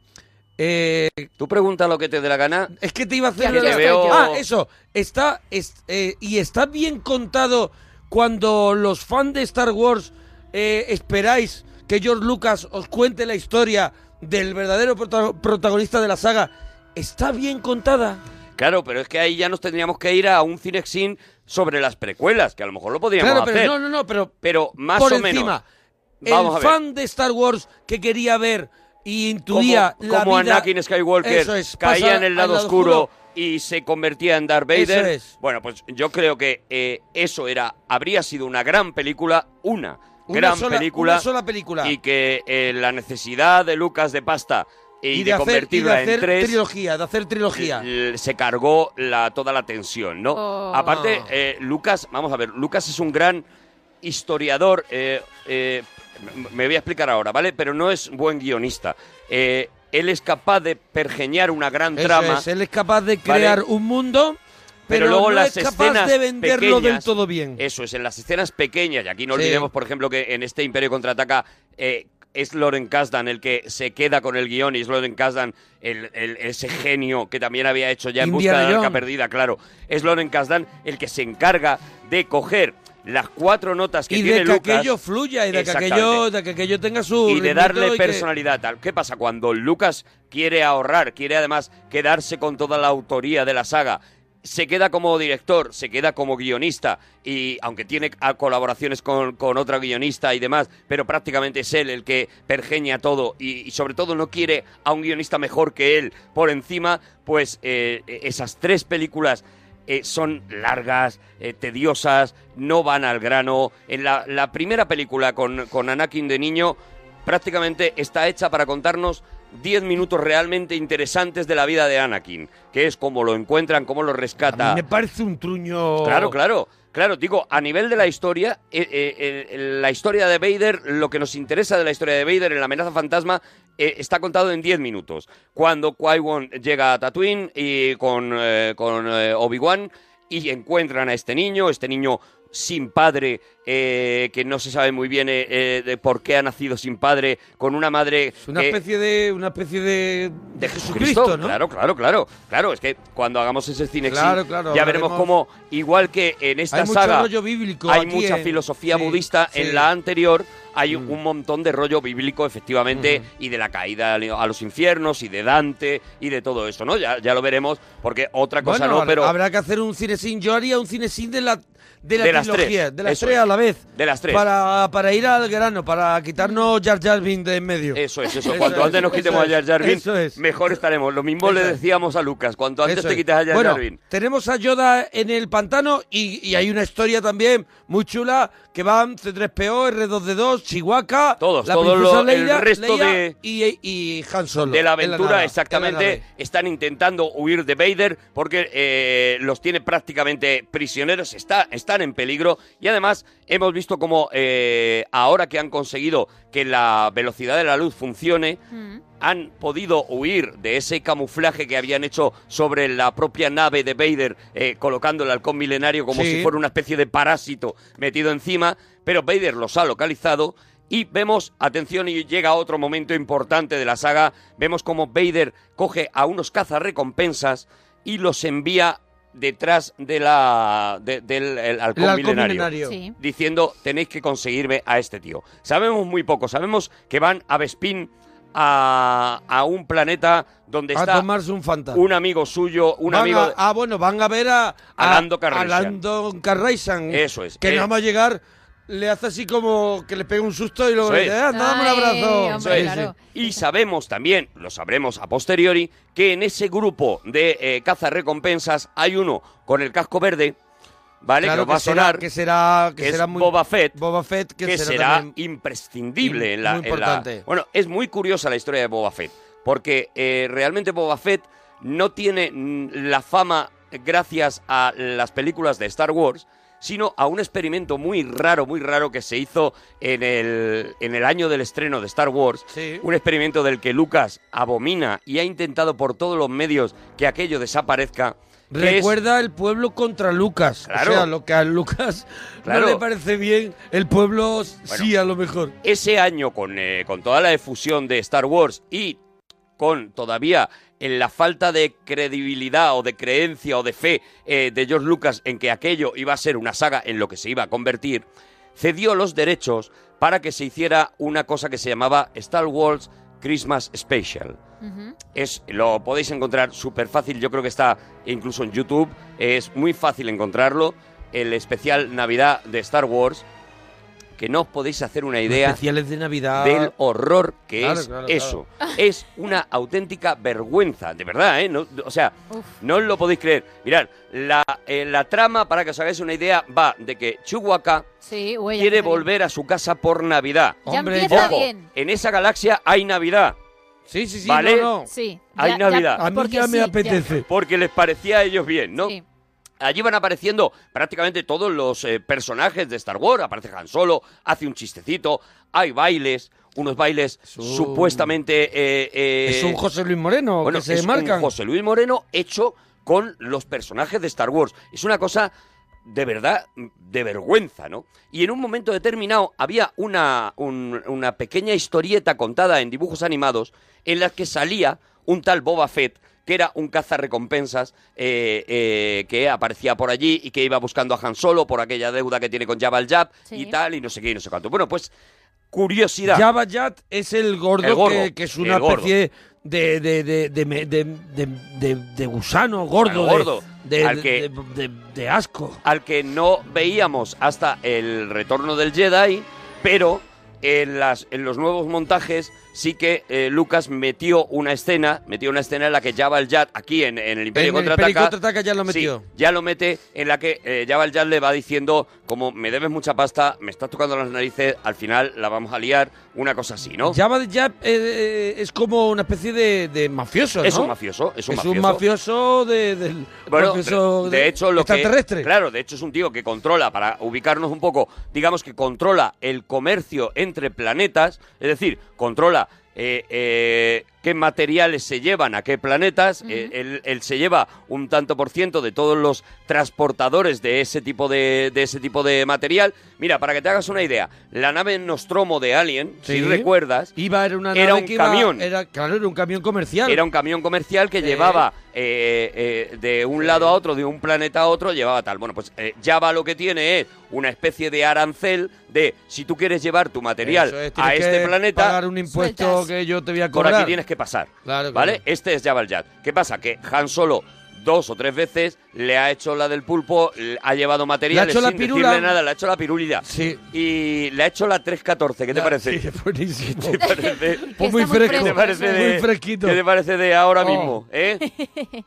eh, Tú pregunta lo que te dé la gana. Es que te iba a hacer. Que una- te veo- Ah, eso. Está. es- eh, y está bien contado cuando los fans de Star Wars eh, esperáis que George Lucas os cuente la historia del verdadero prota- protagonista de la saga. Está bien contada. Claro, pero es que ahí ya nos tendríamos que ir a un cinexin sobre las precuelas, que a lo mejor lo podríamos Claro, pero hacer. no, no, no, pero Pero más por o menos. encima, Vamos a el ver. fan de Star Wars que quería ver y intuía como, la como vida- Anakin Skywalker Eso es, caía pasa en el al lado, oscuro, y se convertía en Darth Vader. Eso es. Bueno, pues yo creo que eh, eso era habría sido una gran película, una, Una gran sola- película, una sola película. y que eh, la necesidad de Lucas de pasta y, y de, hacer- y de convertirla hacer en tres trilogía, de hacer trilogía. l- eh, se cargó la, toda la tensión, ¿no? Oh. Aparte, Ah. eh, Lucas, vamos a ver, Lucas es un gran historiador, eh, eh, m- me voy a explicar ahora, ¿vale? Pero no es buen guionista. Eh, él es capaz de pergeñar una gran Eso trama, es, él es capaz de ¿vale? crear un mundo, pero, pero, luego no las es capaz escenas de venderlo del pequeñas, todo bien. Eso es, en las escenas pequeñas, y aquí no Sí. olvidemos, por ejemplo, que en este Imperio Contraataca eh, es Loren Kasdan el que se queda con el guión y es Loren Kasdan el, el- ese genio que también había hecho ya en busca Indiana de la Arca Jones. Perdida, claro. Es Loren Kasdan el que se encarga de coger las cuatro notas que Y tiene de que Lucas, aquello fluya y de que Exactamente aquello, de que aquello tenga su y de ritmito darle que- personalidad tal. ¿Qué pasa? Cuando Lucas quiere ahorrar, quiere además quedarse con toda la autoría de la saga, se queda como director, se queda como guionista, y aunque tiene a- colaboraciones con, con otra guionista y demás, pero prácticamente es él el que pergeña todo y, y sobre todo no quiere a un guionista mejor que él por encima, pues eh, esas tres películas eh, son largas, eh, tediosas, no van al grano. En la, la primera película con, con Anakin de niño prácticamente está hecha para contarnos 10 minutos realmente interesantes de la vida de Anakin, que es cómo lo encuentran, cómo lo rescata. Me parece un truño. Claro, claro. Claro, digo, a nivel de la historia, eh, eh, eh, la historia de Vader, lo que nos interesa de la historia de Vader en la amenaza fantasma, eh, está contado en 10 minutos. Cuando Qui-Gon llega a Tatooine y con, eh, con, eh, Obi-Wan y encuentran a este niño, este niño sin padre, eh, que no se sabe muy bien eh, eh, de por qué ha nacido sin padre, con una madre... Una que- especie de. Una especie de. de Jesucristo, Jesucristo, ¿no? claro, claro, claro, claro, es que cuando hagamos ese cine Claro, claro, ya veremos hablaremos- cómo igual que en esta Hay mucho saga rollo bíblico hay aquí mucha en- filosofía sí, budista sí. Mm. en la anterior hay un montón de rollo bíblico efectivamente y de la caída al- a los infiernos y de Dante y de todo eso, ¿no? Ya, ya lo veremos porque otra cosa Bueno, no, pero habrá que hacer un cinesín. Yo haría un cinesín de la de la De las trilogía, tres, de las eso tres es. a la vez. De las tres. Para, para ir al grano, para quitarnos Jar Jar Binks de en medio. Eso es, eso. Cuanto es, antes nos eso quitemos es, a Jar Jar Binks, eso es. mejor estaremos. Lo mismo le Eso es. decíamos a Lucas, cuanto antes Eso te es. quitas a Jar bueno, Jar Binks. tenemos a Yoda en el pantano y, y hay una historia también muy chula que van C3PO, R2D2, Chihuahua, Todos, la todos princesa lo- el Leia- resto Leia de- y, y Han Solo. de la en aventura, nave, en la exactamente. nave. Están intentando huir de Vader porque eh, los tiene prácticamente prisioneros, está, están en peligro. Y además hemos visto como ahora que han conseguido que la velocidad de la luz funcione, han podido huir de ese camuflaje que habían hecho sobre la propia nave de Vader, eh, colocando el halcón milenario como Sí. si fuera una especie de parásito metido encima, pero Vader los ha localizado y vemos, atención, y llega otro momento importante de la saga, vemos como Vader coge a unos cazarrecompensas y los envía detrás de la, de- del el halcón, El halcón milenario, milenario. Sí. diciendo tenéis que conseguirme a este tío. Sabemos muy poco, sabemos que van a Bespin a, a un planeta donde A está tomarse un Fanta. un amigo suyo, un Van amigo... a- ah, bueno, van a ver a, A Lando Calrissian. a Lando Calrissian. Eso es, Que eh. no va a llegar, le hace así como que le pega un susto y luego Eso le es. dice, ah, dame un abrazo. Eso es. Y sabemos también, lo sabremos a posteriori, que en ese grupo de eh, cazarrecompensas hay uno con el casco verde, ¿vale? que Claro os va a será- sonar. que será, que que es será muy Boba Fett, que que, será será, también imprescindible en im- la, muy en la- importante. Bueno, es muy curiosa la historia de Boba Fett, porque eh, realmente Boba Fett no tiene mm, la fama gracias a las películas de Star Wars, sino a un experimento muy raro, muy raro que se hizo en el, en el año del estreno de Star Wars, Sí. un experimento del que Lucas abomina y ha intentado por todos los medios que aquello desaparezca, que es- Recuerda el pueblo contra Lucas. Claro. O sea, lo que a Lucas Claro. no le parece bien, el pueblo sí, a lo mejor. ese año con, eh, con toda la efusión de Star Wars y con todavía en la falta de credibilidad o de creencia o de fe eh, de George Lucas en que aquello iba a ser una saga en lo que se iba a convertir, cedió los derechos para que se hiciera una cosa que se llamaba Star Wars Christmas Special. Es, lo podéis encontrar súper fácil, yo creo que está incluso en YouTube, es muy fácil encontrarlo, el especial Navidad de Star Wars, que no os podéis hacer una idea Especiales de Navidad. del horror que Claro, es claro, claro. eso. Es una auténtica vergüenza, de verdad, ¿eh? No- o sea, no os lo podéis creer. Mirad, la, eh, la trama, para que os hagáis una idea, va de que Chihuahua Sí, huella. quiere volver a su casa por Navidad. Ya Hombre, empieza Ojo, bien. en esa galaxia hay Navidad. Sí, sí, sí, ¿Vale? no, no. Sí. Hay ya- ya- Navidad. porque sí, Porque les parecía a ellos bien, ¿no? Allí van apareciendo prácticamente todos los eh, personajes de Star Wars. Aparece Han Solo, hace un chistecito, hay bailes, unos bailes un- supuestamente... eh, eh, Es un José Luis Moreno bueno, que se es marcan. un José Luis Moreno hecho con los personajes de Star Wars. Es una cosa de verdad de vergüenza, ¿no? Y en un momento determinado había una, un- una pequeña historieta contada en dibujos animados en la que salía un tal Boba Fett que era un cazarrecompensas eh, eh, que aparecía por allí y que iba buscando a Han Solo por aquella deuda que tiene con Jabba el Jab Sí. y tal, y no sé qué, y no sé cuánto. Bueno, pues, curiosidad. Jabba Yat es el gordo, El gordo, que, que es el una gordo. especie de, de, de, de, me- de- de- de- de gusano gordo. de- gordo, de- al que- de- de- de asco. al que no veíamos hasta el retorno del Jedi, pero en, las, en los nuevos montajes sí que eh, Lucas metió una escena, metió una escena en la que Jabba el Jad, aquí en, en el Imperio En el Contraataca, Imperio Contraataca ya lo sí, metió. ya lo mete, en la que eh, Jabba el Jad le va diciendo, como me debes mucha pasta, me estás tocando las narices, al final la vamos a liar, una cosa así, ¿no? Jabba the Hutt, eh, eh, es como una especie de, de mafioso, Es ¿no? un mafioso, es un mafioso. mafioso de, del Bueno, mafioso de, de hecho, lo que. extraterrestre. Claro, de hecho, es un tío que controla, para ubicarnos un poco, digamos que controla el comercio entre planetas, es decir, controla. eh, eh, qué materiales se llevan a qué planetas, eh, él, él se lleva un tanto por ciento de todos los transportadores de ese tipo de, de ese tipo de material. Mira, para que te hagas una idea, la nave Nostromo de Alien, si Sí. recuerdas, Iba, era una era nave un que iba- camión. Era, claro, era un camión comercial. Era un camión comercial que llevaba eh, eh, de un lado a otro, de un planeta a otro, llevaba tal. Bueno, pues eh, Java lo que tiene es una especie de arancel de si tú quieres llevar tu material Eso es, tienes a este que planeta. pagar un impuesto que yo te voy a Por cobrar. aquí tienes que pasar. Claro, ¿Vale? claro. Este es Jabal Jad. ¿Qué pasa? Que Han Solo dos o tres veces le ha hecho la del pulpo, le ha llevado materiales hecho la sin pirula. decirle nada, le ha hecho la pirulida. Y le ha hecho la 314, ¿qué te parece? ¿Qué te parece? Pues muy muy fresco, fresco, ¿Qué te parece muy de- fresquito. ¿Qué te parece de ahora Oh. mismo? ¿eh?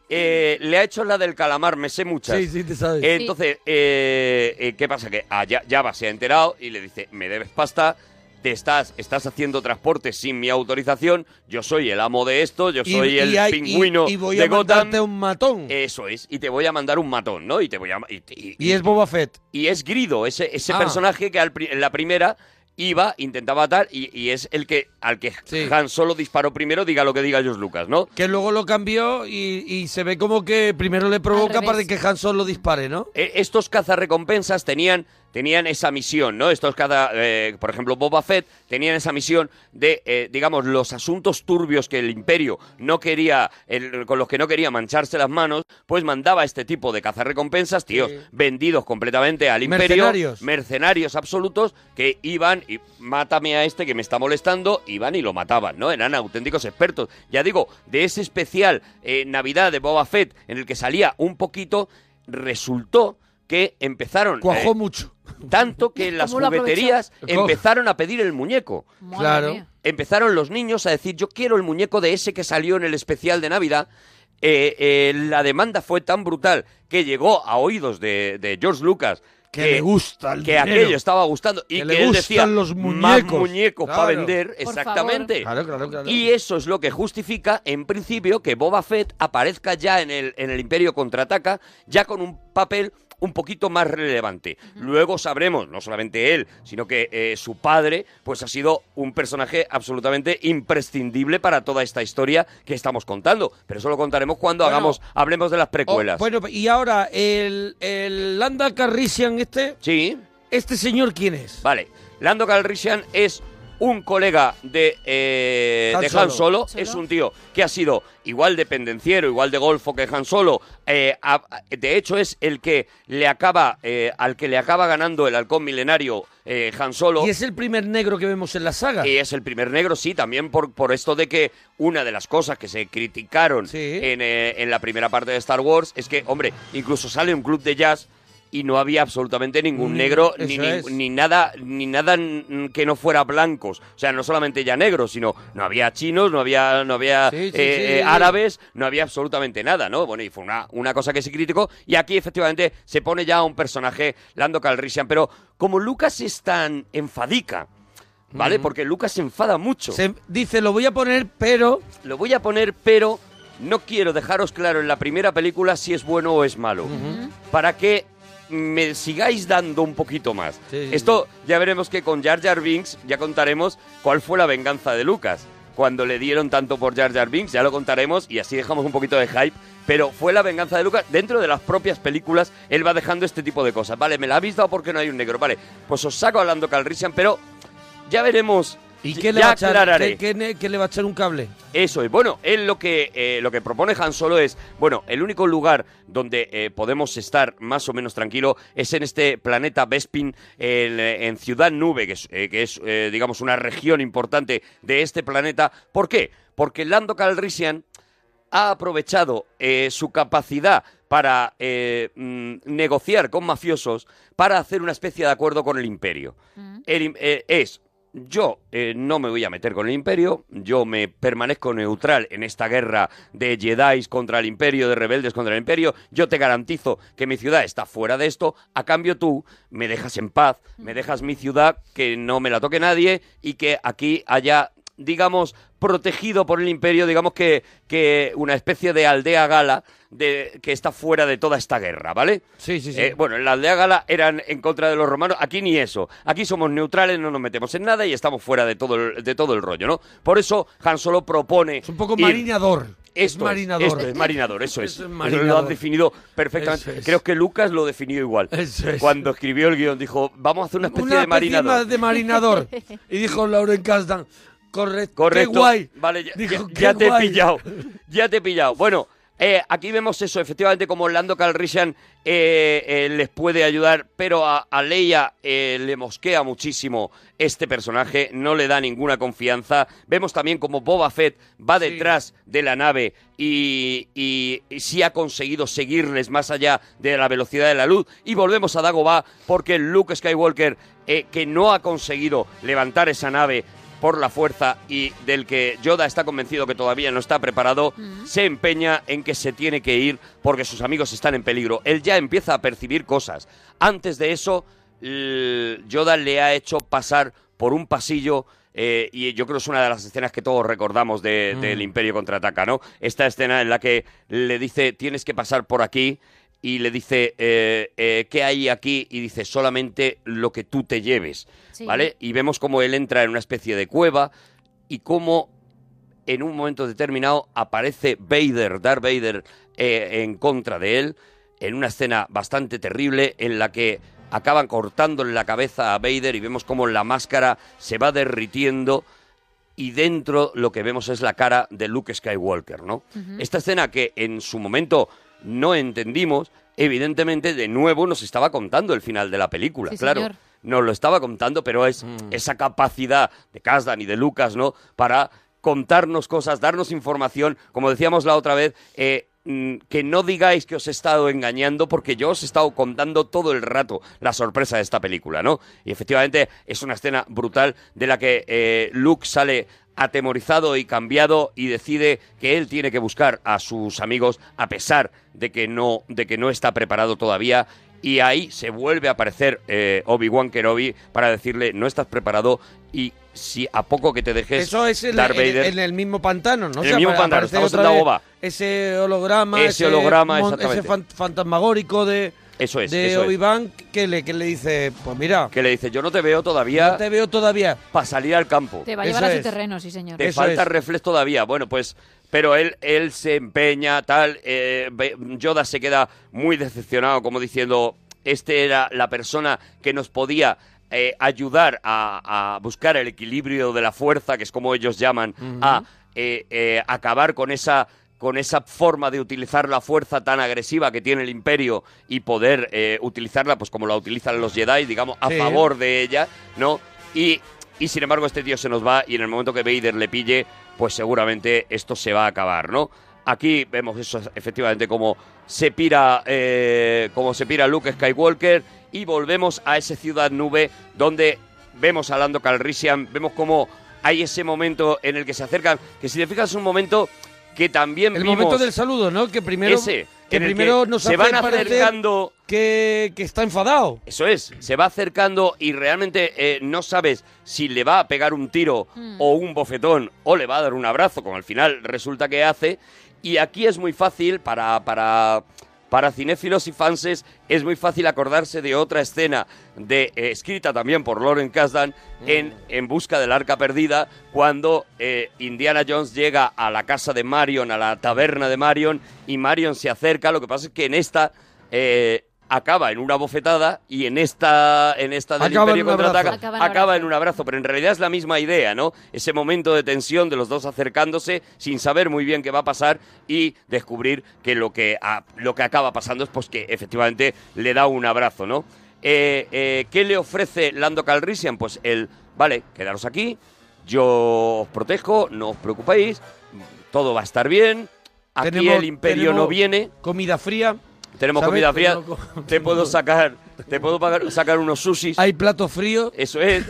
Eh, le ha hecho la del calamar, me sé muchas. Sí, sí, te sabes. Eh, entonces, eh, eh, ¿qué pasa? Que a Ya- Java se ha enterado y le dice, me debes pasta, te estás, estás haciendo transporte sin mi autorización, yo soy el amo de esto, yo Y- soy y el hay- y- pingüino y voy a de Gotham. mandarte un matón. Eso es, y te voy a mandar un matón, ¿no? Y te voy a... y- y- Y es Boba Fett. y es Grido, ese, ese Ah. personaje que al pri- en la primera iba, intentaba atar y, y es el que al que Han Solo disparó primero, diga lo que diga George Lucas, ¿no? Que luego lo cambió y, y se ve como que primero le provoca para que Han Solo dispare, ¿no? Eh, Estos cazarrecompensas tenían, tenían esa misión, ¿no? Estos caza, eh, por ejemplo, Boba Fett tenían esa misión de, eh, digamos, los asuntos turbios que el Imperio no quería, el- con los que no quería mancharse las manos, pues mandaba este tipo de cazarrecompensas, tíos, vendidos completamente al Imperio, Mercenarios. mercenarios absolutos que iban y mátame a este que me está molestando, iban y lo mataban, ¿no? Eran auténticos expertos. Ya digo, de ese especial eh, Navidad de Boba Fett en el que salía un poquito, resultó que empezaron... Cuajó eh, mucho. Tanto que las ¿Cómo lo aprovechó? jugueterías Co- empezaron a pedir el muñeco. Madre Claro. mía. Empezaron los niños a decir, yo quiero el muñeco de ese que salió en el especial de Navidad. Eh, eh, la demanda fue tan brutal que llegó a oídos de, de George Lucas. Que le gusta el Que dinero. aquello estaba gustando. Y Que que, le él gustan decía, los más muñecos". muñecos para Claro. vender. Por Exactamente. favor. Claro, claro, claro. Y eso es lo que justifica, en principio, que Boba Fett aparezca ya en el, en el Imperio Contraataca, ya con un papel un poquito más relevante. Luego sabremos, no solamente él, sino que eh, su padre, pues ha sido un personaje absolutamente imprescindible para toda esta historia que estamos contando. Pero eso lo contaremos cuando Bueno. hagamos, hablemos de las precuelas. Oh, bueno, y ahora, el, el Landa Carrician este... Sí. ¿Este señor quién es? Vale, Lando Calrissian es un colega de, eh, Han de Han Solo. Solo. Es un tío que ha sido igual de pendenciero, igual de golfo que Han Solo. Eh, a- a- de hecho, es el que le acaba, eh, al que le acaba ganando el halcón milenario eh, Han Solo. Y es el primer negro que vemos en la saga. Y es el primer negro, sí, también por, por esto de que una de las cosas que se criticaron en, eh, en la primera parte de Star Wars es que, hombre, incluso sale un club de jazz y no había absolutamente ningún Mm, negro ni, eso ni- es. ni nada ni nada mm, que no fuera blancos o sea no solamente ya negros sino no había chinos no había no había Sí, sí, eh, sí, eh, sí. árabes no había absolutamente nada no bueno y fue una, una cosa que se criticó y aquí efectivamente se pone ya un personaje Lando Calrissian pero como Lucas es tan enfadica ¿Vale? Ujú. Porque Lucas se enfada mucho. Se dice, lo voy a poner, pero... Lo voy a poner, pero no quiero dejaros claro en la primera película si es bueno o es malo. Para que me sigáis dando un poquito más. Sí, sí, Esto ya veremos que con Jar Jar Binks ya contaremos cuál fue la venganza de Lucas. Cuando le dieron tanto por Jar Jar Binks, ya lo contaremos y así dejamos un poquito de hype. Pero fue la venganza de Lucas. Dentro de las propias películas, él va dejando este tipo de cosas. Vale, me la habéis dado porque no hay un negro. Vale, pues os saco hablando Calrissian, pero ya veremos. ¿Y qué le, ya va a echar, aclararé. qué- qué ne- qué le va a echar un cable? Eso es. Bueno, él lo que, eh, lo que propone Han Solo es, bueno, el único lugar donde eh, podemos estar más o menos tranquilo es en este planeta Bespin, el, eh, en Ciudad Nube, que es, eh, que es, eh, digamos, una región importante de este planeta. ¿Por qué? Porque Lando Calrissian ha aprovechado eh, su capacidad para eh, mm, negociar con mafiosos para hacer una especie de acuerdo con el imperio. El im- eh, es, yo eh, no me voy a meter con el imperio, yo me permanezco neutral en esta guerra de Jedi contra el imperio, de rebeldes contra el imperio, yo te garantizo que mi ciudad está fuera de esto, a cambio tú me dejas en paz, me dejas mi ciudad, que no me la toque nadie y que aquí haya digamos, protegido por el imperio, digamos que, que una especie de aldea gala de, que está fuera de toda esta guerra, ¿vale? Sí, sí, sí. Eh, bueno, en la aldea gala eran en contra de los romanos, aquí ni eso. Aquí somos neutrales, no nos metemos en nada y estamos fuera de todo el, de todo el rollo, ¿no? Por eso Han Solo propone... Es un poco marinador. Esto Es marinador. Esto es marinador, eso es. Eso es Eso lo marinador. han definido perfectamente. Eso es. Creo que Lucas lo definió igual. Eso es. Cuando escribió el guión dijo, vamos a hacer una especie Una de marinador. especie más de marinador. y dijo Lauren Kasdan, correcto, Correcto. qué guay. Vale, ya, Dijo, ya- qué ya te he guay. pillado. Ya te he pillado. Bueno, eh, aquí vemos eso, efectivamente, como Orlando Calrissian eh, eh, les puede ayudar, pero a, a Leia eh, le mosquea muchísimo este personaje, no le da ninguna confianza. Vemos también como Boba Fett va detrás de la nave y, y, y sí ha conseguido seguirles más allá de la velocidad de la luz. Y volvemos a Dagobah porque Luke Skywalker, eh, que no ha conseguido levantar esa nave, por la fuerza y del que Yoda está convencido que todavía no está preparado, se empeña en que se tiene que ir porque sus amigos están en peligro. Él ya empieza a percibir cosas. Antes de eso, l- Yoda le ha hecho pasar por un pasillo. eh, y yo creo que es una de las escenas que todos recordamos de- Mm. del Imperio Contraataca, ¿no? Esta escena en la que le dice, tienes que pasar por aquí, y le dice, eh, eh, ¿qué hay aquí? Y dice, solamente lo que tú te lleves, Sí. ¿vale? y vemos cómo él entra en una especie de cueva y cómo en un momento determinado aparece Vader, Darth Vader, eh, en contra de él, en una escena bastante terrible en la que acaban cortándole la cabeza a Vader y vemos cómo la máscara se va derritiendo y dentro lo que vemos es la cara de Luke Skywalker, ¿no? Ujú. Esta escena que en su momento no entendimos, evidentemente de nuevo nos estaba contando el final de la película, Sí, claro. señor. Nos lo estaba contando, pero es esa capacidad de Kasdan y de Lucas, ¿no? Para contarnos cosas, darnos información, como decíamos la otra vez, eh, mm, que no digáis que os he estado engañando porque yo os he estado contando todo el rato la sorpresa de esta película, ¿no? Y efectivamente es una escena brutal de la que eh, Luke sale atemorizado y cambiado y decide que él tiene que buscar a sus amigos a pesar de que no, de que no está preparado todavía y ahí se vuelve a aparecer eh, Obi-Wan Kenobi para decirle no estás preparado y si a poco que te dejes Eso es en, Darth en- Vader en el mismo pantano, ¿no? En el mismo apa- pantano, aparece estamos en otra vez Dagobah. Ese holograma, Ese holograma, mon- exactamente. ese fan- fantasmagórico de, Eso es. de eso es. Obi-Wan que le, que le dice, pues mira, Que le dice, yo no te veo todavía. No te veo todavía. Para salir al campo. Te va a llevar a su terreno, sí, señor. Te falta reflex todavía. Bueno, pues. Pero él, él se empeña, tal. eh, ve- Yoda se queda muy decepcionado, como diciendo: Este era la persona que nos podía. eh, ayudar a, a buscar el equilibrio de la fuerza, que es como ellos llaman, Ujú. a eh, eh, acabar con esa con esa forma de utilizar la fuerza tan agresiva que tiene el imperio y poder eh, utilizarla pues como la utilizan los Jedi, digamos, a Sí. favor de ella, ¿no? Y, y sin embargo este tío se nos va y en el momento que Vader le pille, pues seguramente esto se va a acabar, ¿no? Aquí vemos eso efectivamente como se pira, eh, como se pira Luke Skywalker y volvemos a esa ciudad nube donde vemos a Lando Calrissian, vemos como hay ese momento en el que se acercan, que si te fijas es un momento que también El vimos momento del saludo, ¿no? Que primero, Ese, que en el primero que nos se hace van parecer acercando- que, que está enfadado. Eso es, se va acercando y realmente eh, no sabes si le va a pegar un tiro Mm. o un bofetón o le va a dar un abrazo, como al final resulta que hace. Y aquí es muy fácil para, para, para cinéfilos y fanses, es muy fácil acordarse de otra escena de, eh, escrita también por Lauren Kasdan en En Busca del Arca Perdida, cuando eh, Indiana Jones llega a la casa de Marion, a la taberna de Marion, y Marion se acerca. Lo que pasa es que en esta... eh, acaba en una bofetada y en esta en esta del Acaba en Imperio un abrazo. contraataca Acaba acaba, en en un un abrazo, pero en realidad es la misma idea, ¿no? Ese momento de tensión de los dos acercándose sin saber muy bien qué va a pasar y descubrir que lo que a- lo que acaba pasando es pues que efectivamente le da un abrazo, ¿no? Eh, eh, ¿Qué le ofrece Lando Calrissian? Pues el vale, quedaros aquí, yo os protejo, no os preocupéis, todo va a estar bien. Aquí Tenemos- el Imperio no tenemos viene. Comida fría. Tenemos ¿sabes? comida fría. Tenemos co- Te puedo sacar, te puedo pagar- sacar unos sushis. Hay plato frío. Eso es.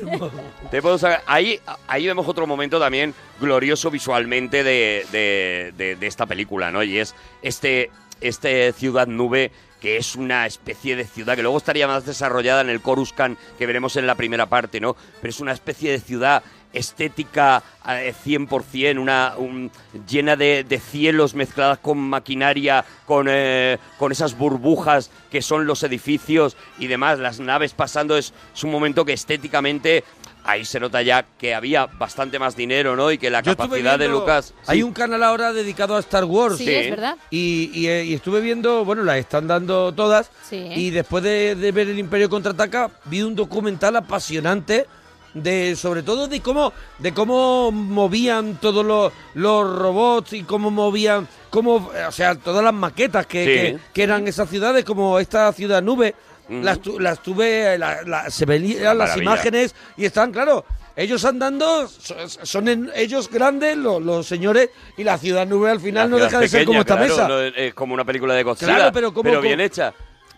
Te puedo sacar. Ahí, ahí vemos otro momento también glorioso visualmente de, de- de- de esta película, ¿no? Y es este, este ciudad nube que es una especie de ciudad que luego estaría más desarrollada en el Coruscant que veremos en la primera parte, ¿no? Pero es una especie de ciudad estética eh, 100%, una, un- llena de, de cielos mezcladas con maquinaria, con, eh, con esas burbujas que son los edificios y demás, las naves pasando, es, es un momento que estéticamente ahí se nota ya que había bastante más dinero, ¿no? Y que la Yo estuve capacidad de viendo- Lucas... Hay Sí. un canal ahora dedicado a Star Wars. Sí, Sí. es verdad. Y, y, eh, y estuve viendo, bueno, las están dando todas. Sí. Y después de, de ver El Imperio Contraataca, vi un documental apasionante de sobre todo de cómo de cómo movían todos los, los robots y cómo movían cómo eh, o sea todas las maquetas que, Sí. que- que eran esas ciudades como esta ciudad nube Ujú. las, tu- las tuve eh, la- la- se Una veían las maravilla. imágenes jóvenes y están, claro, ellos andando, so- son en- ellos grandes, lo- los, señores, y la ciudad nube al final no ciudad deja de ser pequeña, como esta claro, mesa. no, es- es como una película de Godzilla, Claro, pero como- bien como- hecha.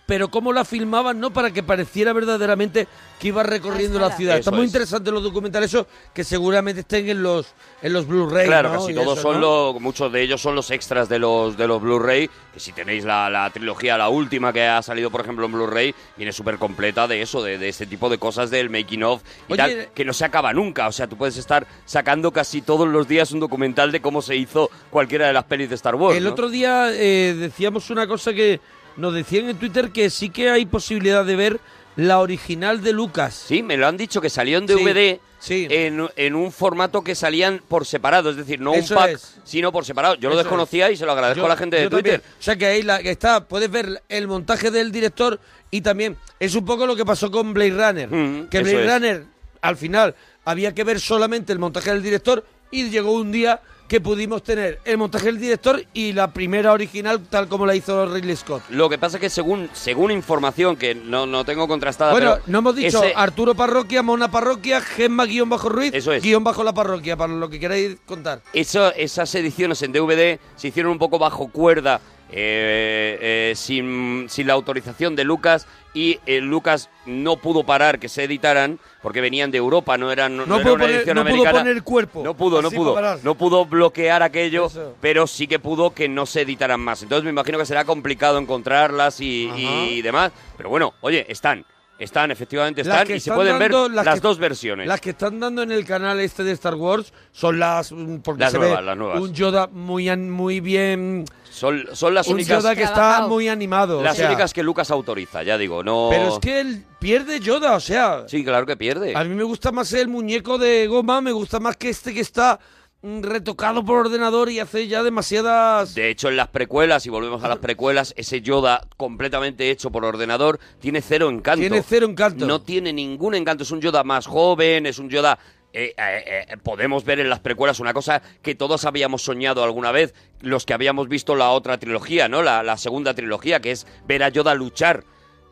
Pero cómo la filmaban, ¿no? Para que pareciera verdaderamente que iba recorriendo la ciudad. Eso Está muy es. interesante los documentales esos que seguramente estén en los en los Blu-ray. Claro, ¿no? casi Y todos eso, son ¿no? los, muchos de ellos son los extras de los de los Blu-ray. Que si tenéis la, la trilogía, la última que ha salido, por ejemplo, en Blu-ray, viene súper completa de eso, de, de este tipo de cosas del making of y Oye, tal, que no se acaba nunca. O sea, tú puedes estar sacando casi todos los días un documental de cómo se hizo cualquiera de las pelis de Star Wars. El ¿no? otro día eh, decíamos una cosa que nos decían en Twitter que sí que hay posibilidad de ver la original de Lucas. Sí, me lo han dicho que salió en DVD en, en un formato que salían por separado, es decir, no Eso un pack, es. sino por separado. Yo lo Eso desconocía y se lo agradezco Yo- a la gente de yo también. Twitter. O sea que ahí la, que está, puedes ver el montaje del director y también es un poco lo que pasó con Blade Runner. que Mm, eso Blade es. Runner, al final, había que ver solamente el montaje del director y llegó un día que pudimos tener el montaje del director y la primera original tal como la hizo Ridley Scott. Lo que pasa es que según, según información que no, no tengo contrastada, Bueno, Ah, pero no hemos dicho ese- Arturo Parroquia, Mona Parroquia, Gemma guión bajo Ruiz, Eso es. guión bajo la parroquia, para lo que queráis contar. eso- esas ediciones en DVD se hicieron un poco bajo cuerda, eh, eh, sin, sin la autorización de Lucas, y eh, Lucas no pudo parar que se editaran, porque venían de Europa, no eran no, No, era puedo una poner, edición no pudo americana. poner el cuerpo. No pudo, no Así pudo. para parar. No pudo bloquear aquello, Eso. pero sí que pudo que no se editaran más. Entonces me imagino que será complicado encontrarlas y, y demás. Pero bueno, oye, están. Están, efectivamente Las están, que y se están pueden ver dando- las, que- dos versiones. Las que están dando en el canal este de Star Wars son las. mm, Porque Las se nuevas, ve las nuevas. Un Yoda muy, an- muy bien. Son, son las un únicas- Yoda que está Trabajado. muy animado. o Las sea. únicas que Lucas autoriza, ya digo, no... Pero es que él pierde Yoda, o sea. Sí, claro que pierde. A mí me gusta más el muñeco de goma, me gusta más que este que está mm, retocado por ordenador y hace ya demasiadas. De hecho, en las precuelas, y volvemos a las precuelas, ese Yoda completamente hecho por ordenador tiene cero encanto. Tiene cero encanto. No tiene ningún encanto. Es un Yoda más joven, es un Yoda... eh, eh, eh, podemos ver en las precuelas una cosa que todos habíamos soñado alguna vez, los que habíamos visto la otra trilogía, ¿no? La, la segunda trilogía, que es ver a Yoda luchar.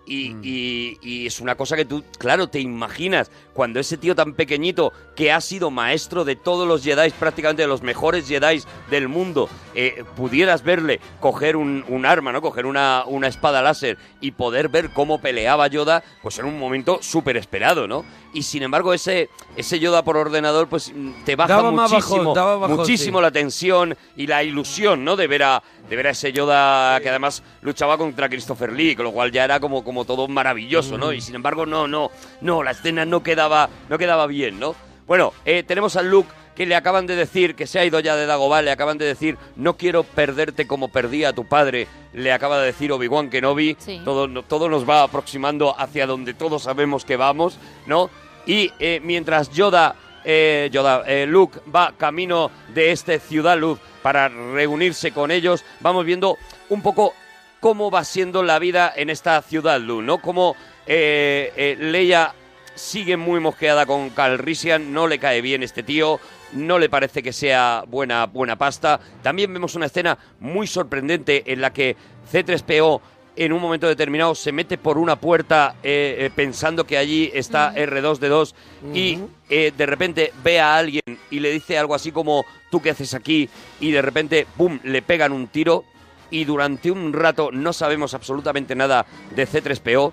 Y, Mm. y- y es una cosa que tú, claro, te imaginas. Cuando ese tío tan pequeñito, que ha sido maestro de todos los Jedi, prácticamente de los mejores Jedi del mundo, eh, pudieras verle coger un, un arma, ¿no? Coger una, una espada láser y poder ver cómo peleaba Yoda, pues en un momento súper esperado, ¿no? Y sin embargo, ese, ese Yoda por ordenador, pues mm, te baja Daba más muchísimo, bajón, daba bajón, muchísimo sí. la tensión y la ilusión, ¿no? De ver a, de ver a ese Yoda que además luchaba contra Christopher Lee, con lo cual ya era como, como todo maravilloso, ¿no? Mm. Y sin embargo, no, no, no, la escena no quedaba, no quedaba bien, ¿no? Bueno, eh, tenemos a Luke que le acaban de decir que se ha ido ya de Dagobah, le acaban de decir no quiero perderte como perdí a tu padre, le acaba de decir Obi-Wan Kenobi, Sí. todo, no- todo nos va aproximando hacia donde todos sabemos que vamos, ¿no? Y eh, mientras Yoda, eh, Yoda, eh, Luke va camino de este Ciudad Luz para reunirse con ellos, vamos viendo un poco cómo va siendo la vida en esta Ciudad Luz, ¿no? Cómo eh, eh, Leia sigue muy mosqueada con Calrissian, no le cae bien este tío, no le parece que sea buena, buena pasta. También vemos una escena muy sorprendente en la que C3PO en un momento determinado se mete por una puerta eh, eh, pensando que allí está R2D2 y Ujú. eh, de repente ve a alguien y le dice algo así como tú qué haces aquí y de repente, ¡pum!, le pegan un tiro y durante un rato no sabemos absolutamente nada de C3PO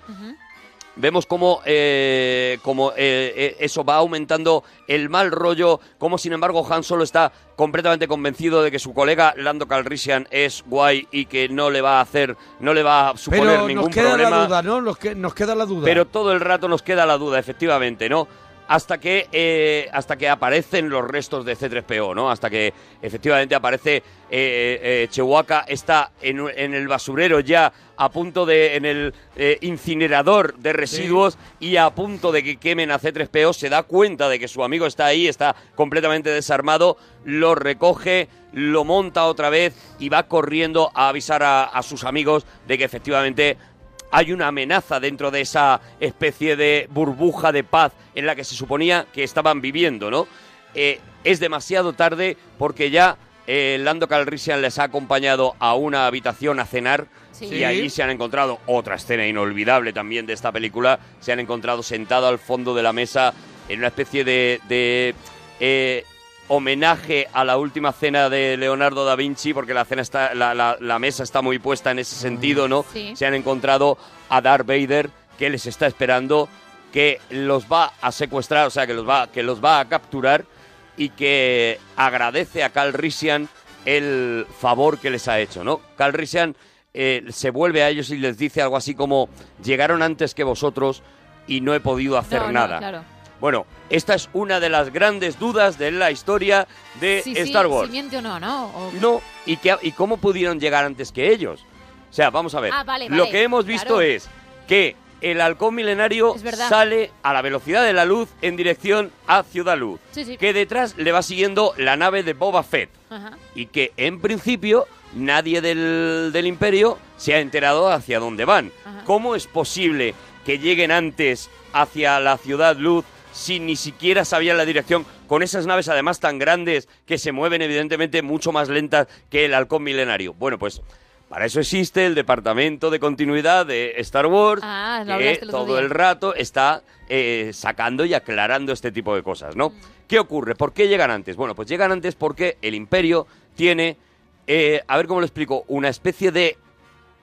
vemos cómo, eh, cómo, eh, eh, eso va aumentando el mal rollo, cómo sin embargo Han Solo está completamente convencido de que su colega Lando Calrissian es guay y que no le va a hacer, no le va a suponer Pero ningún nos queda problema. la duda, ¿no? Nos, que- nos queda la duda. Pero todo el rato nos queda la duda, efectivamente, ¿no? Hasta que, eh, hasta que aparecen los restos de C3PO, ¿no? Hasta que efectivamente aparece eh, eh, Chewbacca, está en, un- en el basurero ya, a punto de. en el eh, incinerador de residuos y a punto de que quemen a C3PO, se da cuenta de que su amigo está ahí, está completamente desarmado, lo recoge, lo monta otra vez y va corriendo a avisar a- a sus amigos de que efectivamente hay una amenaza dentro de esa especie de burbuja de paz en la que se suponía que estaban viviendo, ¿no? Eh, es demasiado tarde porque ya eh, Lando Calrissian les ha acompañado a una habitación a cenar Sí. y allí se han encontrado otra escena inolvidable también de esta película. Se han encontrado sentado al fondo de la mesa en una especie de, de, eh, homenaje a la última cena de Leonardo da Vinci, porque la cena está, la, la- la mesa está muy puesta en ese sentido, ¿no? Sí. Se han encontrado a Darth Vader que les está esperando, que los va a secuestrar, o sea, que los va, que los va a capturar y que agradece a Calrissian el favor que les ha hecho, ¿no? Calrissian eh, se vuelve a ellos y les dice algo así como llegaron antes que vosotros y no he podido hacer No, no, nada. claro. Bueno, esta es una de las grandes dudas de la historia de Sí, sí, Eh, Star Wars. Si miente o no, ¿no? O- No, ¿y, qué- ¿y cómo pudieron llegar antes que ellos? O sea, vamos a ver. Ah, vale, Lo vale, que hemos visto claro. es que el halcón milenario Es verdad. sale a la velocidad de la luz en dirección a Ciudad Luz. Sí, sí. Que detrás le va siguiendo la nave de Boba Fett. Ajá. Y que en principio nadie del, del imperio se ha enterado hacia dónde van. ¿Cómo es posible que lleguen antes hacia la ciudad luz si ni siquiera sabían la dirección? Con esas naves además tan grandes que se mueven evidentemente mucho más lentas que el halcón milenario. Bueno, pues para eso existe el departamento de continuidad de Star Wars Ah, lo que hablaste el otro todo día. el rato está eh, sacando y aclarando este tipo de cosas, ¿no? ¿Qué ocurre? ¿Por qué llegan antes? Bueno, pues llegan antes porque el imperio tiene, eh, a ver cómo lo explico, una especie de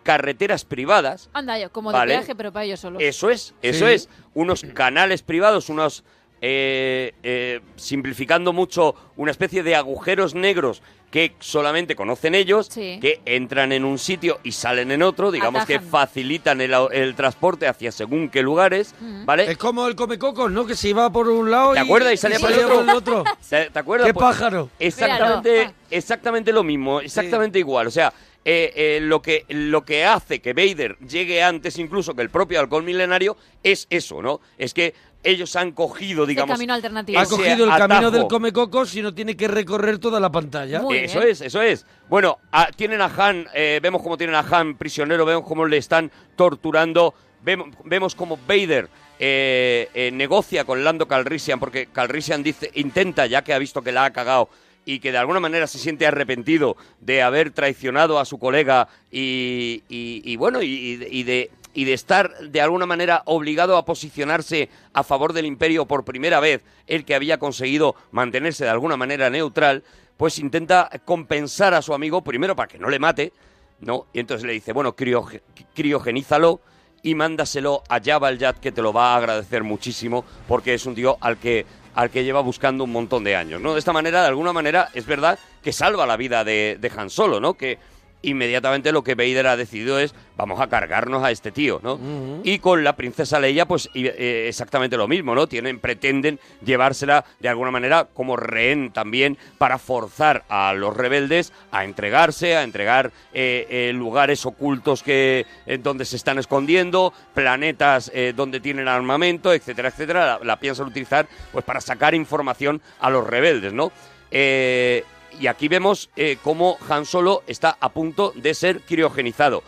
carreteras privadas. Anda, yo, como de Vale. peaje, pero para ellos solos. Eso es, eso es. Unos canales privados, unos eh, eh, eh, simplificando mucho, una especie de agujeros negros que solamente conocen ellos, Sí. que entran en un sitio y salen en otro, digamos que Atajan. facilitan el, au- el transporte hacia según qué lugares, ¿vale? Es como el comecocos, ¿no? Que se iba por un lado ¿Te y- acuerdas? Y salía por el otro. ¿Te, te acuerdas? ¡Qué Pues, pájaro! Exactamente, Ah. exactamente lo mismo, exactamente igual. O sea, eh, eh, lo, que, lo que hace que Vader llegue antes incluso que el propio alcohol milenario es eso, ¿no? Es que ellos han cogido, digamos... camino alternativo. Ha ese cogido el camino atajo. del comecocos y no tiene que recorrer toda la pantalla. Eso es, eso es. Bueno, a- tienen a Han, eh, vemos cómo tienen a Han prisionero, vemos cómo le están torturando, vemos, vemos cómo Vader eh, eh, negocia con Lando Calrissian, porque Calrissian dice, intenta, ya que ha visto que la ha cagado, y que de alguna manera se siente arrepentido de haber traicionado a su colega y, y- y bueno, y, y de y de estar de alguna manera obligado a posicionarse a favor del imperio por primera vez, el que había conseguido mantenerse de alguna manera neutral, pues intenta compensar a su amigo primero para que no le mate, ¿no? Y entonces le dice, bueno, crioge- criogenízalo y mándaselo a Jabba al Yad, que te lo va a agradecer muchísimo, porque es un tío al que, al que lleva buscando un montón de años, ¿no? De esta manera, de alguna manera, es verdad que salva la vida de, de Han Solo, ¿no? Que inmediatamente lo que Vader ha decidido es, vamos a cargarnos a este tío, Mm. ¿no? Y con la princesa Leia, pues y- eh, exactamente lo mismo, ¿no? Tienen, pretenden llevársela de alguna manera como rehén también para forzar a los rebeldes a entregarse, a entregar eh, eh, lugares ocultos que en donde se están escondiendo, planetas eh, donde tienen armamento, etcétera, etcétera. La, la piensan utilizar pues para sacar información a los rebeldes, ¿no? Eh, y aquí vemos eh, cómo Han Solo está a punto de ser criogenizado.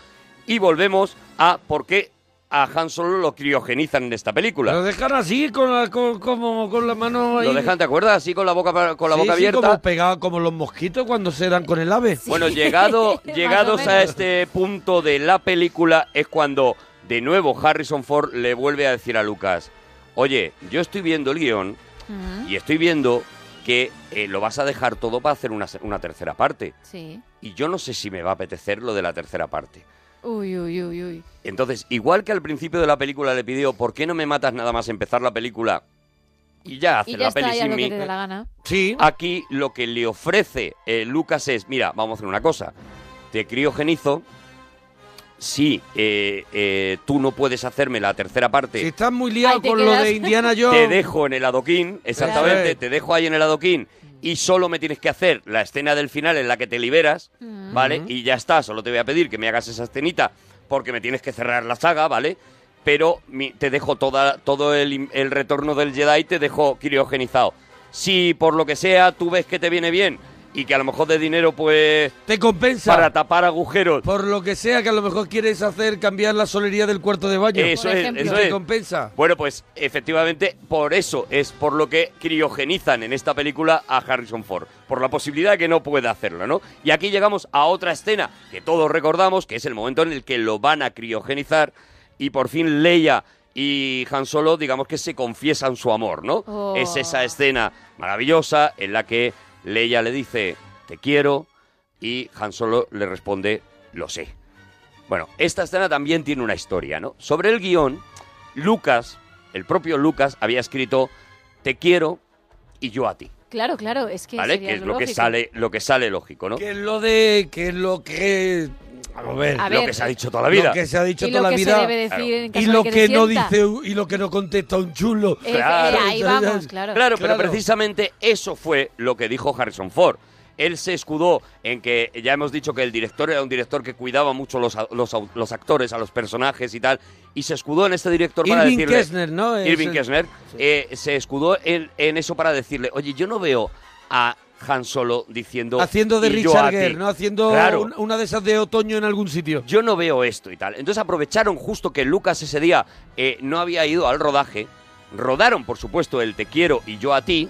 Y volvemos a por qué a Han Solo lo criogenizan en esta película. Lo dejan así, con la, con, como, con la mano ahí. Lo dejan, ¿te acuerdas? Así con la boca, pa- con la Sí, boca sí, abierta. como pegado, como los mosquitos cuando se dan con el ave. Bueno, llegado, Más o llegados menos. a este punto de la película es cuando de nuevo Harrison Ford le vuelve a decir a Lucas, oye, yo estoy viendo el guión y estoy viendo que eh, lo vas a dejar todo para hacer una, se- una tercera parte. Sí. Y yo no sé si me va a apetecer lo de la tercera parte. Uy, uy, uy, uy. Entonces, igual que al principio de la película le pidió, ¿por qué no me matas nada más empezar la película? Y ya hace Y ya la está, peli ya sin lo que mí. te dé la gana. Aquí lo que le ofrece eh, Lucas es, mira, vamos a hacer una cosa. Te criogenizo. Si eh, eh, tú no puedes hacerme la tercera parte... Si estás muy liado con lo de Indiana Jones. Te dejo en el adoquín, exactamente, Eso es. te dejo ahí en el adoquín y solo me tienes que hacer la escena del final en la que te liberas, ¿vale? Y ya está, solo te voy a pedir que me hagas esa escenita porque me tienes que cerrar la saga, ¿vale? Pero mi- te dejo toda, todo el, im- el retorno del Jedi, te dejo criogenizado. Si por lo que sea tú ves que te viene bien y que a lo mejor de dinero pues... Te compensa. Para tapar agujeros. Por lo que sea que a lo mejor quieres hacer cambiar la solería del cuarto de baño. Eso Por es, ejemplo. eso Te es. compensa. Bueno, pues efectivamente, por eso es por lo que criogenizan en esta película a Harrison Ford, por la posibilidad de que no pueda hacerlo, ¿no? Y aquí llegamos a otra escena que todos recordamos, que es el momento en el que lo van a criogenizar y por fin Leia y Han Solo, digamos que se confiesan su amor, ¿no? Oh. Es esa escena maravillosa en la que Leia le dice, te quiero, y Han Solo le responde, lo sé. Bueno, esta escena también tiene una historia, ¿no? Sobre el guión, Lucas, el propio Lucas, había escrito Te quiero y yo a ti, Claro, claro, es que ¿vale? sería Que es lo que lógico. sale, lo que sale lógico, ¿no? Que es lo de. Que es lo que. A ver, A Lo ver. que se ha dicho toda la vida. Lo que se ha dicho Y lo toda la que se vida. debe decir en caso y de lo que que, te no sienta. dice y lo que no contesta un chulo. Eh, Claro. eh, ahí vamos, claro. pero precisamente eso fue lo que dijo Harrison Ford. Él se escudó en que ya hemos dicho que el director era un director que cuidaba mucho los, a- los, au- los actores, a los personajes y tal, y se escudó en este director para Irving decirle. Kessner, ¿no? Es Irving el- Kessner eh, se escudó en, en eso para decirle, oye, yo no veo a Han Solo diciendo. Haciendo de "Y yo a Richard ti". Gere, ¿no? Haciendo Claro. un- una de esas de otoño en algún sitio. Yo no veo esto y tal. Entonces aprovecharon justo que Lucas ese día eh, no había ido al rodaje. Rodaron, por supuesto, el Te quiero y yo a ti.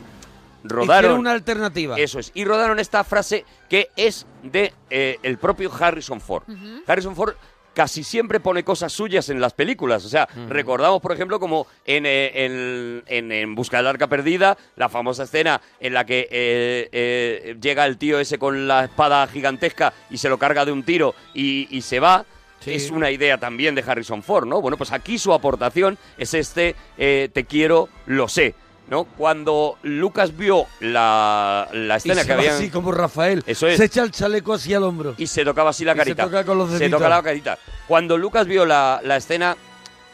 Hicieron Rodaron. una alternativa. Eso es. Y rodaron esta frase que es de eh, el propio Harrison Ford. Ujú. Harrison Ford casi siempre pone cosas suyas en las películas. O sea, recordamos, por ejemplo, como en, eh, en- en- en Busca del Arca Perdida, la famosa escena en la que eh, eh, llega el tío ese con la espada gigantesca y se lo carga de un tiro y, y se va. Es una idea también de Harrison Ford, ¿no? Bueno, pues aquí su aportación es este eh, te quiero, lo sé. ¿no? Cuando Lucas vio la, la Y escena se que va habían... así como Rafael. Eso es. Se echa el chaleco así al hombro. Y se tocaba así la Y se carita. toca con los Se deditos. toca la carita. Cuando Lucas vio la, la escena,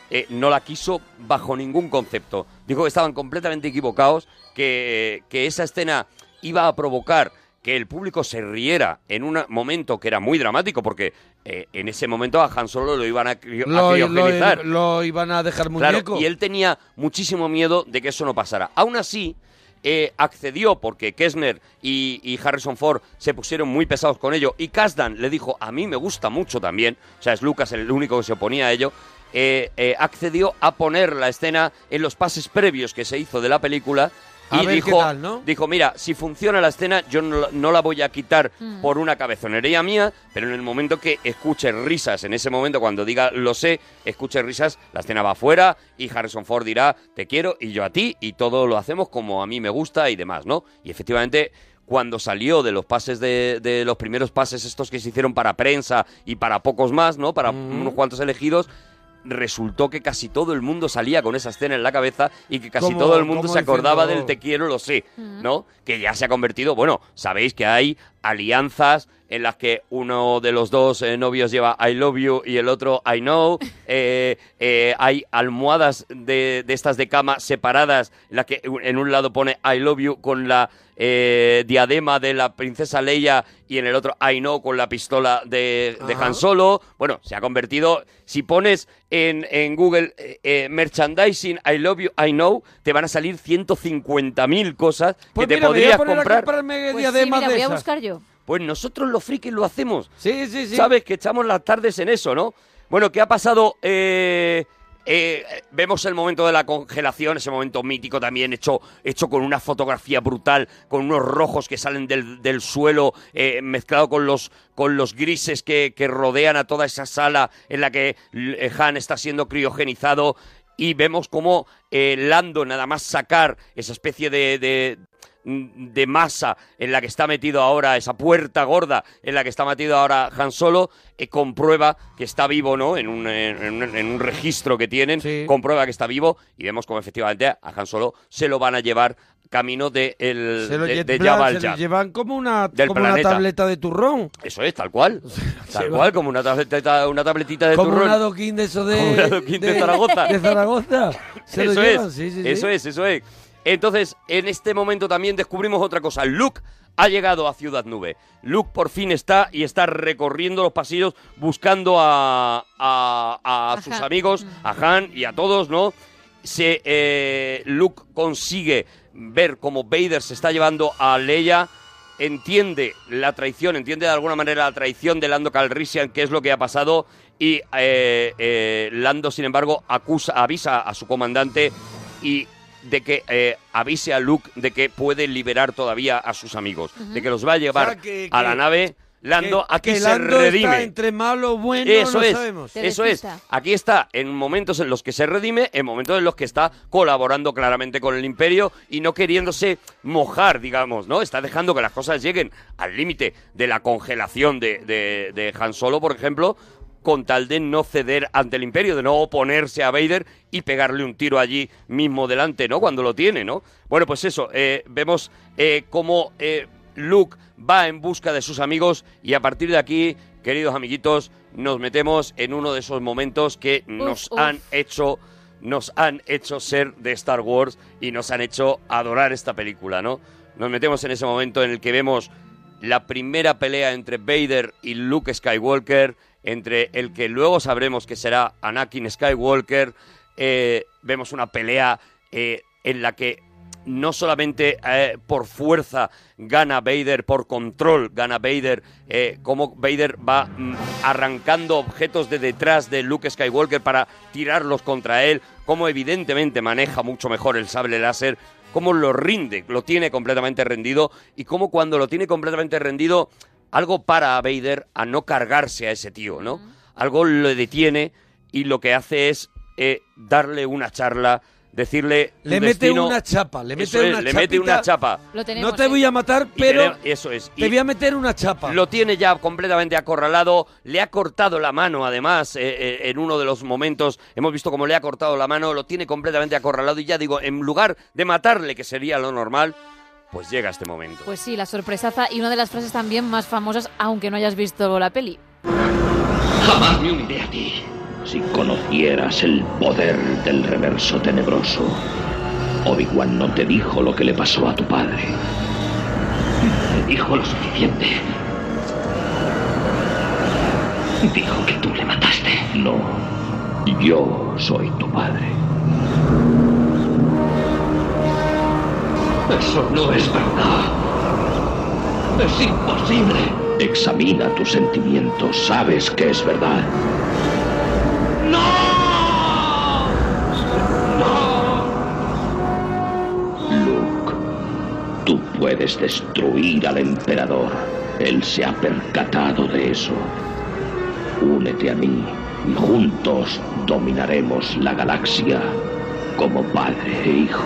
eh, no la quiso bajo ningún concepto. Dijo que estaban completamente equivocados, que, que esa escena iba a provocar que el público se riera en un momento que era muy dramático, porque eh, en ese momento a Han Solo lo iban a, cri- a Lo, criogenizar. lo- lo iban a dejar Claro, muñeco. y él tenía muchísimo miedo de que eso no pasara. Aún así, eh, accedió porque Kessner y, y Harrison Ford se pusieron muy pesados con ello. Y Kasdan le dijo, a mí me gusta mucho también. O sea, es Lucas el único que se oponía a ello. eh, eh, accedió a poner la escena en los pases previos que se hizo de la película. A y ver qué dijo, tal, ¿no? dijo, mira, si funciona la escena, yo no, la- no la voy a quitar Mm. por una cabezonería mía, pero en el momento que escuche risas, en ese momento cuando diga lo sé, escuche risas, la escena va afuera y Harrison Ford dirá te quiero y yo a ti y todo lo hacemos como a mí me gusta y demás, ¿no? Y efectivamente... Cuando salió de los pases de, de los primeros pases estos que se hicieron para prensa y para pocos más, ¿no? Para unos cuantos elegidos, resultó que casi todo el mundo salía con esa escena en la cabeza y que casi Como- todo el mundo como se acordaba diciendo- del te quiero, lo sé, ¿no? Que ya se ha convertido, bueno, sabéis que hay alianzas en las que uno de los dos eh, novios lleva I love you y el otro I know. Eh, eh, hay almohadas de, de estas de cama separadas, en las que en un lado pone I love you con la eh, diadema de la princesa Leia y en el otro I know con la pistola de, de Ajá. Han Solo. Bueno, se ha convertido. Si pones en, en Google eh, eh, merchandising I love you, I know, te van a salir 150.000 cosas Pues que mira, te me voy podrías a poner a comprar. comprarme Pues sí, mira, voy a buscar yo. Pues nosotros los frikis lo hacemos. Sí, sí, sí. Sabes que echamos las tardes en eso, ¿no? Bueno, ¿qué ha pasado? Eh, eh, vemos el momento de la congelación, ese momento mítico también hecho, hecho con una fotografía brutal, con unos rojos que salen del, del suelo, eh, mezclado con los, con los grises que, que rodean a toda esa sala en la que eh, Han está siendo criogenizado. Y vemos cómo eh, Lando, nada más sacar esa especie de- de, mm, de masa en la que está metido ahora, esa puerta gorda en la que está metido ahora Han Solo, eh, comprueba que está vivo, ¿no? En un, eh, en un- en un registro que tienen, comprueba que está vivo y vemos como efectivamente a Han Solo se lo van a llevar camino de, el, Se lo de, jet de plan, Jabba al se lo Jah. llevan como una, Del como una planeta. tableta de turrón. Eso es, tal cual. se Tal va. cual, como una tabletita, una tabletita de como turrón. un adoquín de eso de, Como un adoquín de Zaragoza. de Zaragoza. Se lo eso llevan, es, sí, sí, sí. eso es, eso es. Entonces, en este momento también descubrimos otra cosa. Luke ha llegado a Ciudad Nube. Luke por fin está y está recorriendo los pasillos buscando a, a- a sus Han. amigos, a Han y a todos, ¿no? Se, eh, Luke consigue ver cómo Vader se está llevando a Leia entiende la traición, entiende de alguna manera la traición de Lando Calrissian, que es lo que ha pasado, y eh, eh, Lando, sin embargo, acusa, avisa a su comandante y de que eh, avise a Luke de que puede liberar todavía a sus amigos, de que los va a llevar O sea, que- a la que- nave. Lando que, aquí que se Lando redime. está entre malo bueno, Eso no es, sabemos. eso es. Aquí está en momentos en los que se redime, en momentos en los que está colaborando claramente con el imperio y no queriéndose mojar, digamos, ¿no? Está dejando que las cosas lleguen al límite de la congelación de, de- de Han Solo, por ejemplo, con tal de no ceder ante el imperio, de no oponerse a Vader y pegarle un tiro allí mismo delante, ¿no? Cuando lo tiene, ¿no? Bueno, pues eso, eh, vemos eh, cómo eh, Luke va en busca de sus amigos y a partir de aquí, queridos amiguitos, nos metemos en uno de esos momentos que nos uf. han hecho nos han hecho ser de Star Wars y nos han hecho adorar esta película, ¿no? Nos metemos en ese momento en el que vemos la primera pelea entre Vader y Luke Skywalker, entre el que luego sabremos que será Anakin Skywalker. eh, vemos una pelea eh, en la que no solamente eh, por fuerza gana Vader, por control gana Vader, eh, cómo Vader va mm, arrancando objetos de detrás de Luke Skywalker para tirarlos contra él, cómo evidentemente maneja mucho mejor el sable láser, cómo lo rinde, lo tiene completamente rendido y cómo cuando lo tiene completamente rendido algo para a Vader a no cargarse a ese tío, ¿no? Algo le detiene y lo que hace es eh, darle una charla decirle... Le "Tu mete destino-". una chapa, le Eso mete es, una le mete chapita. una chapa. Lo tenemos, No te ¿eh? voy a matar, pero Y Eso es. te voy a meter una chapa. Lo tiene ya completamente acorralado, le ha cortado la mano además eh, eh, en uno de los momentos, hemos visto cómo le ha cortado la mano, lo tiene completamente acorralado y ya digo, en lugar de matarle, que sería lo normal, pues llega este momento. Pues sí, la sorpresaza y una de las frases también más famosas, aunque no hayas visto la peli. Jamás me uniré a ti. Si conocieras el poder del reverso tenebroso, Obi-Wan no te dijo lo que le pasó a tu padre. Te dijo lo suficiente. Dijo que tú le mataste. No, yo soy tu padre. Eso no es verdad. Es imposible. Examina tus sentimientos. Sabes que es verdad. Tú puedes destruir al emperador. Él se ha percatado de eso. Únete a mí y juntos dominaremos la galaxia como padre e hijo.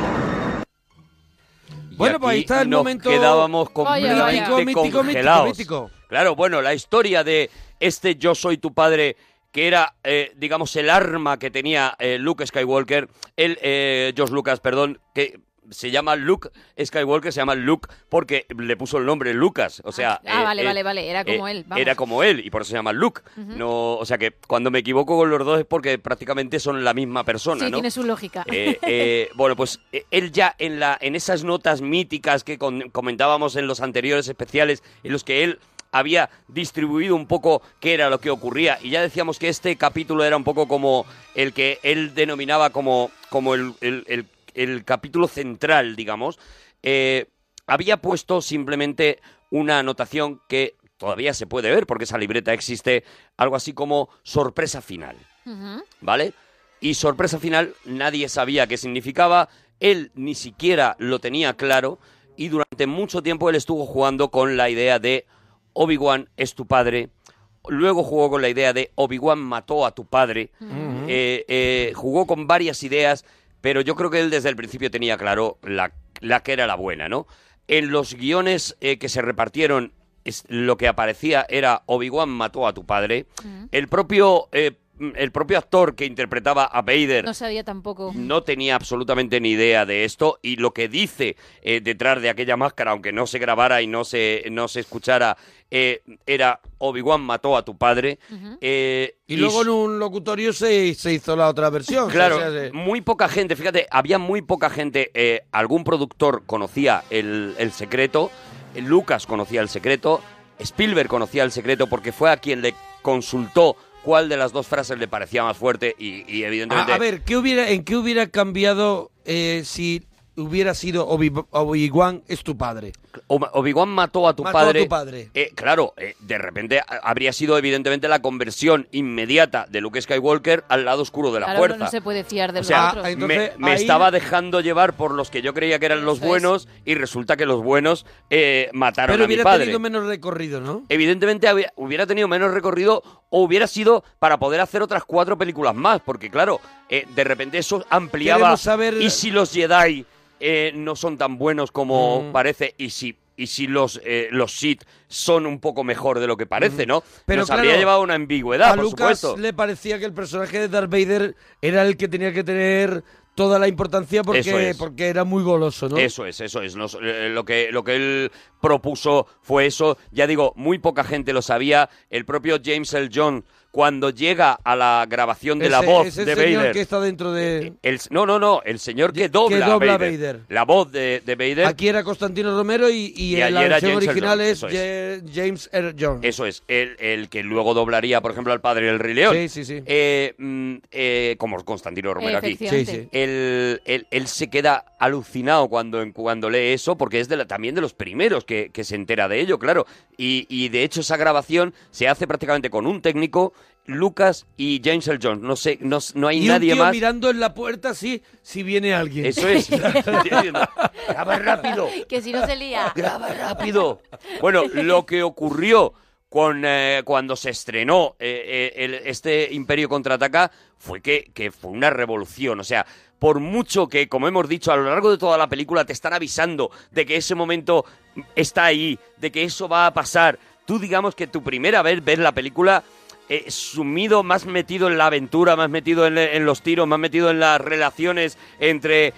Bueno, pues ahí está el nos momento quedábamos Vaya, completamente vaya. Mítico, mítico, congelados. mítico, Claro, bueno, la historia de este yo soy tu padre que era, eh, digamos, el arma que tenía eh, Luke Skywalker, el eh, George Lucas, perdón, que se llama Luke Skywalker, se llama Luke porque le puso el nombre Lucas, o sea... Ah, eh, vale, eh, vale, vale, era como eh, él. vamos. Era como él, y por eso se llama Luke. Ujú. no, o sea que cuando me equivoco con los dos es porque prácticamente son la misma persona, sí, ¿no? tiene su lógica. Eh, eh, bueno, pues eh, él ya en, la, en esas notas míticas que con- comentábamos en los anteriores especiales, en los que él había distribuido un poco qué era lo que ocurría, y ya decíamos que este capítulo era un poco como el que él denominaba como, como el, el- el- el capítulo central, digamos, Eh, había puesto simplemente una anotación que todavía se puede ver, porque esa libreta existe, algo así como sorpresa final. Ujú. ¿vale? Y sorpresa final, nadie sabía qué significaba, él ni siquiera lo tenía claro y durante mucho tiempo él estuvo jugando con la idea de Obi-Wan es tu padre, luego jugó con la idea de Obi-Wan mató a tu padre, Ujú. eh, eh, jugó con varias ideas, pero yo creo que él desde el principio tenía claro la, la que era la buena, ¿no? En los guiones eh, que se repartieron, es- lo que aparecía era Obi-Wan mató a tu padre, Mm. el propio, eh, el propio actor que interpretaba a Vader No sabía tampoco. no tenía absolutamente ni idea de esto y lo que dice eh, detrás de aquella máscara, aunque no se grabara y no se, no se escuchara, eh, era Obi-Wan mató a tu padre. eh, Y luego en un locutorio se, se hizo la otra versión. Claro, o sea, se- muy poca gente, fíjate, había muy poca gente, eh, algún productor conocía el, el secreto, eh, Lucas conocía el secreto, Spielberg conocía el secreto porque fue a quien le consultó cuál de las dos frases le parecía más fuerte y, y a, evidentemente... Ah, a ver, ¿qué hubiera, ¿en qué hubiera cambiado eh, si hubiera sido Obi- Obi-Wan es tu padre? Ob- Obi-Wan mató a tu Mató a padre. tu padre. Eh, claro, eh, de repente a- habría sido evidentemente la conversión inmediata de Luke Skywalker al lado oscuro de la Claro, uno fuerza. no se puede fiar del O sea, otro. me- me, estaba dejando llevar por los que yo creía que eran los Eso es. buenos y resulta que los buenos eh, mataron Pero a mi hubiera padre. tenido menos recorrido, ¿no? Evidentemente había- hubiera tenido menos recorrido o hubiera sido para poder hacer otras cuatro películas más, porque claro, eh, de repente eso ampliaba. Queremos saber- Y si los Jedi eh, no son tan buenos como Mm. parece, y si y si los eh, los Sith son un poco mejor de lo que parece, ¿no? Mm. Pero Nos claro, habría llevado una a ambigüedad, por Lucas supuesto. le parecía que el personaje de Darth Vader era el que tenía que tener toda la importancia Eso porque, es. porque era muy goloso, ¿no? Eso es, eso es. Nos- eh, lo, que, lo que él propuso fue eso. Ya digo, muy poca gente lo sabía. El propio James L. John, cuando llega a la grabación de la Ese- voz ese de señor Vader. Eh, que está dentro de... el- no, no, no. El señor que dobla, a dobla a Vader. Vader. La voz de, de Vader. Aquí era Constantino Romero y, Y y el allí era versión James Earl original Jones, es, eso Ja- James Earl Jones. Eso es, el, el que luego doblaría, por ejemplo, al padre del Rey León. Sí, sí, sí. Eh, mm, eh, como Constantino Romero aquí. Efectivamente. Sí, sí. Él, él- él se queda alucinado cuando, en- cuando lee eso, porque es de la- también de los primeros que, que se entera de ello, claro. Y, y de hecho, esa grabación se hace prácticamente con un técnico, Lucas y James L. Jones. No sé, no, no hay y nadie un tío más. mirando en la puerta así si viene alguien. Eso es. Graba rápido. que si no se lía. Graba rápido. Bueno, lo que ocurrió con eh, cuando se estrenó eh, eh, el- este Imperio contraataca fue que, que fue una revolución. O sea, por mucho que, como hemos dicho, a lo largo de toda la película te están avisando de que ese momento está ahí, de que eso va a pasar, tú digamos que tu primera vez ver la película eh, sumido, más metido en la aventura, más metido en, en los tiros, más metido en las relaciones entre,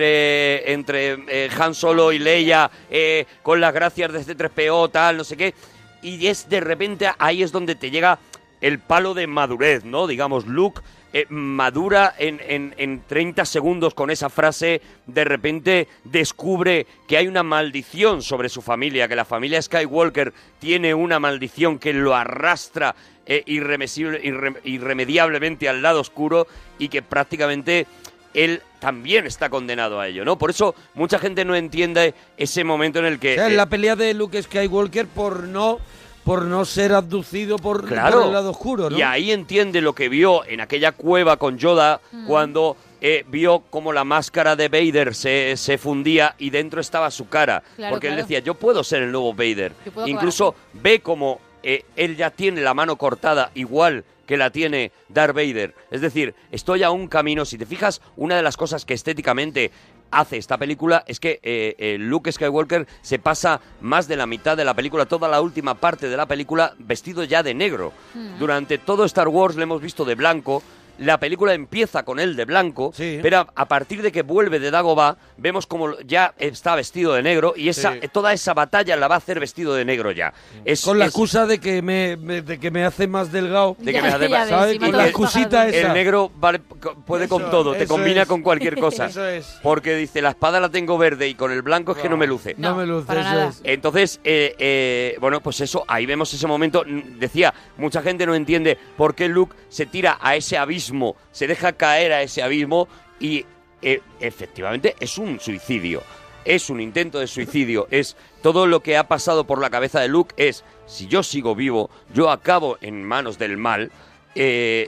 entre, entre eh, Han Solo y Leia, eh, con las gracias de este 3PO, tal, no sé qué. Y es de repente ahí es donde te llega el palo de madurez, ¿no? Digamos, Luke eh, madura en, en, en 30 segundos con esa frase, de repente descubre que hay una maldición sobre su familia, que la familia Skywalker tiene una maldición que lo arrastra eh, irremesible- irre- irremediablemente al lado oscuro y que prácticamente él también está condenado a ello, ¿no? Por eso mucha gente no entiende ese momento en el que... O sea, es eh, la pelea de Luke Skywalker por no, por no ser abducido por, Claro. por el lado oscuro, ¿no? Y ahí entiende lo que vio en aquella cueva con Yoda Mm. cuando eh, vio como la máscara de Vader se, se fundía y dentro estaba su cara. Claro, porque él claro. decía, yo puedo ser el nuevo Vader. Yo puedo Incluso ve como eh, él ya tiene la mano cortada igual que la tiene Darth Vader. Es decir, estoy a un camino. Si te fijas, una de las cosas que estéticamente hace esta película es que eh, eh, Luke Skywalker se pasa más de la mitad de la película, toda la última parte de la película, vestido ya de negro. Mm. Durante todo Star Wars le hemos visto de blanco. La película empieza con él de blanco, pero a, a partir de que vuelve de Dagobah, vemos como ya está vestido de negro y esa, Sí. toda esa batalla la va a hacer vestido de negro ya. Es, Con la es- excusa de que me, me- de que me hace más delgado. de que me hace- ¿Sabes? Con la excusita esa. El negro vale- co- puede con Eso, todo, te eso combina es. con cualquier cosa. Eso es. Porque dice, la espada la tengo verde y con el blanco es que no me luce. No, me luce, eso es. Entonces, eh, eh, bueno, pues eso, ahí vemos ese momento. N- Decía, mucha gente no entiende por qué Luke se tira a ese abismo, se deja caer a ese abismo y eh, efectivamente es un suicidio. Es un intento de suicidio. Es todo lo que ha pasado por la cabeza de Luke es, si yo sigo vivo, yo acabo en manos del mal eh,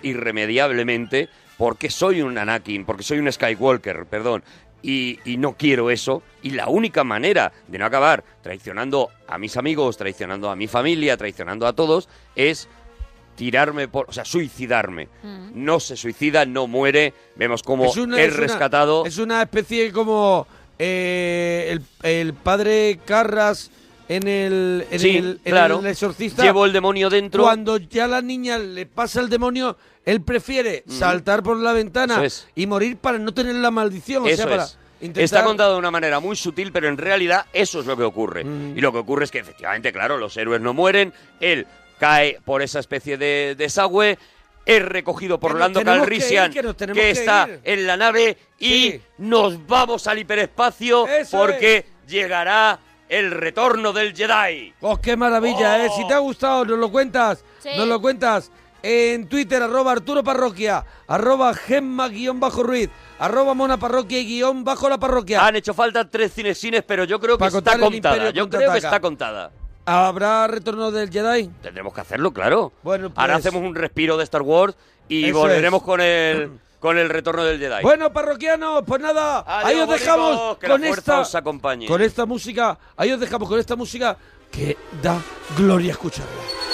irremediablemente porque soy un Anakin, porque soy un Skywalker, perdón, y, y no quiero eso. Y la única manera de no acabar traicionando a mis amigos, traicionando a mi familia, traicionando a todos, es tirarme por, o sea, suicidarme. No se suicida, no muere, vemos como es, Es una- es una- rescatado. es una especie como eh, el, el padre Carras en el, en Sí, el, en claro. el exorcista. Llevo el demonio dentro. Cuando ya la niña le pasa el demonio, él prefiere saltar por la ventana Eso es. y morir para no tener la maldición. o Eso sea, para es. intentar- Está contado de una manera muy sutil, pero en realidad eso es lo que ocurre. Y lo que ocurre es que efectivamente, claro, los héroes no mueren, él cae por esa especie de desagüe, es recogido por Que nos Lando tenemos que Calrissian, ir, que nos tenemos que que está ir. en la nave, y nos vamos al hiperespacio Eso porque llegará el retorno del Jedi. Oh, qué maravilla, ¿eh? Si te ha gustado, nos lo cuentas. Sí. Nos lo cuentas en Twitter, arroba Arturo Parroquia, arroba Gemma guión bajo Ruiz, arroba Mona Parroquia y guión bajo la parroquia. Han hecho falta tres cinesines, pero yo creo que Pa' está contar el contada. Imperio Yo creo que contraataca. está contada. ¿Habrá retorno del Jedi? Tendremos que hacerlo, claro. Bueno, pues- Ahora hacemos un respiro de Star Wars y Eso volveremos es. con el con el retorno del Jedi. Bueno, parroquianos, pues nada, ahí os Adiós, dejamos bonitos, que con la fuerza esta, os acompañe. con esta música, ahí os dejamos con esta música que da gloria escucharla.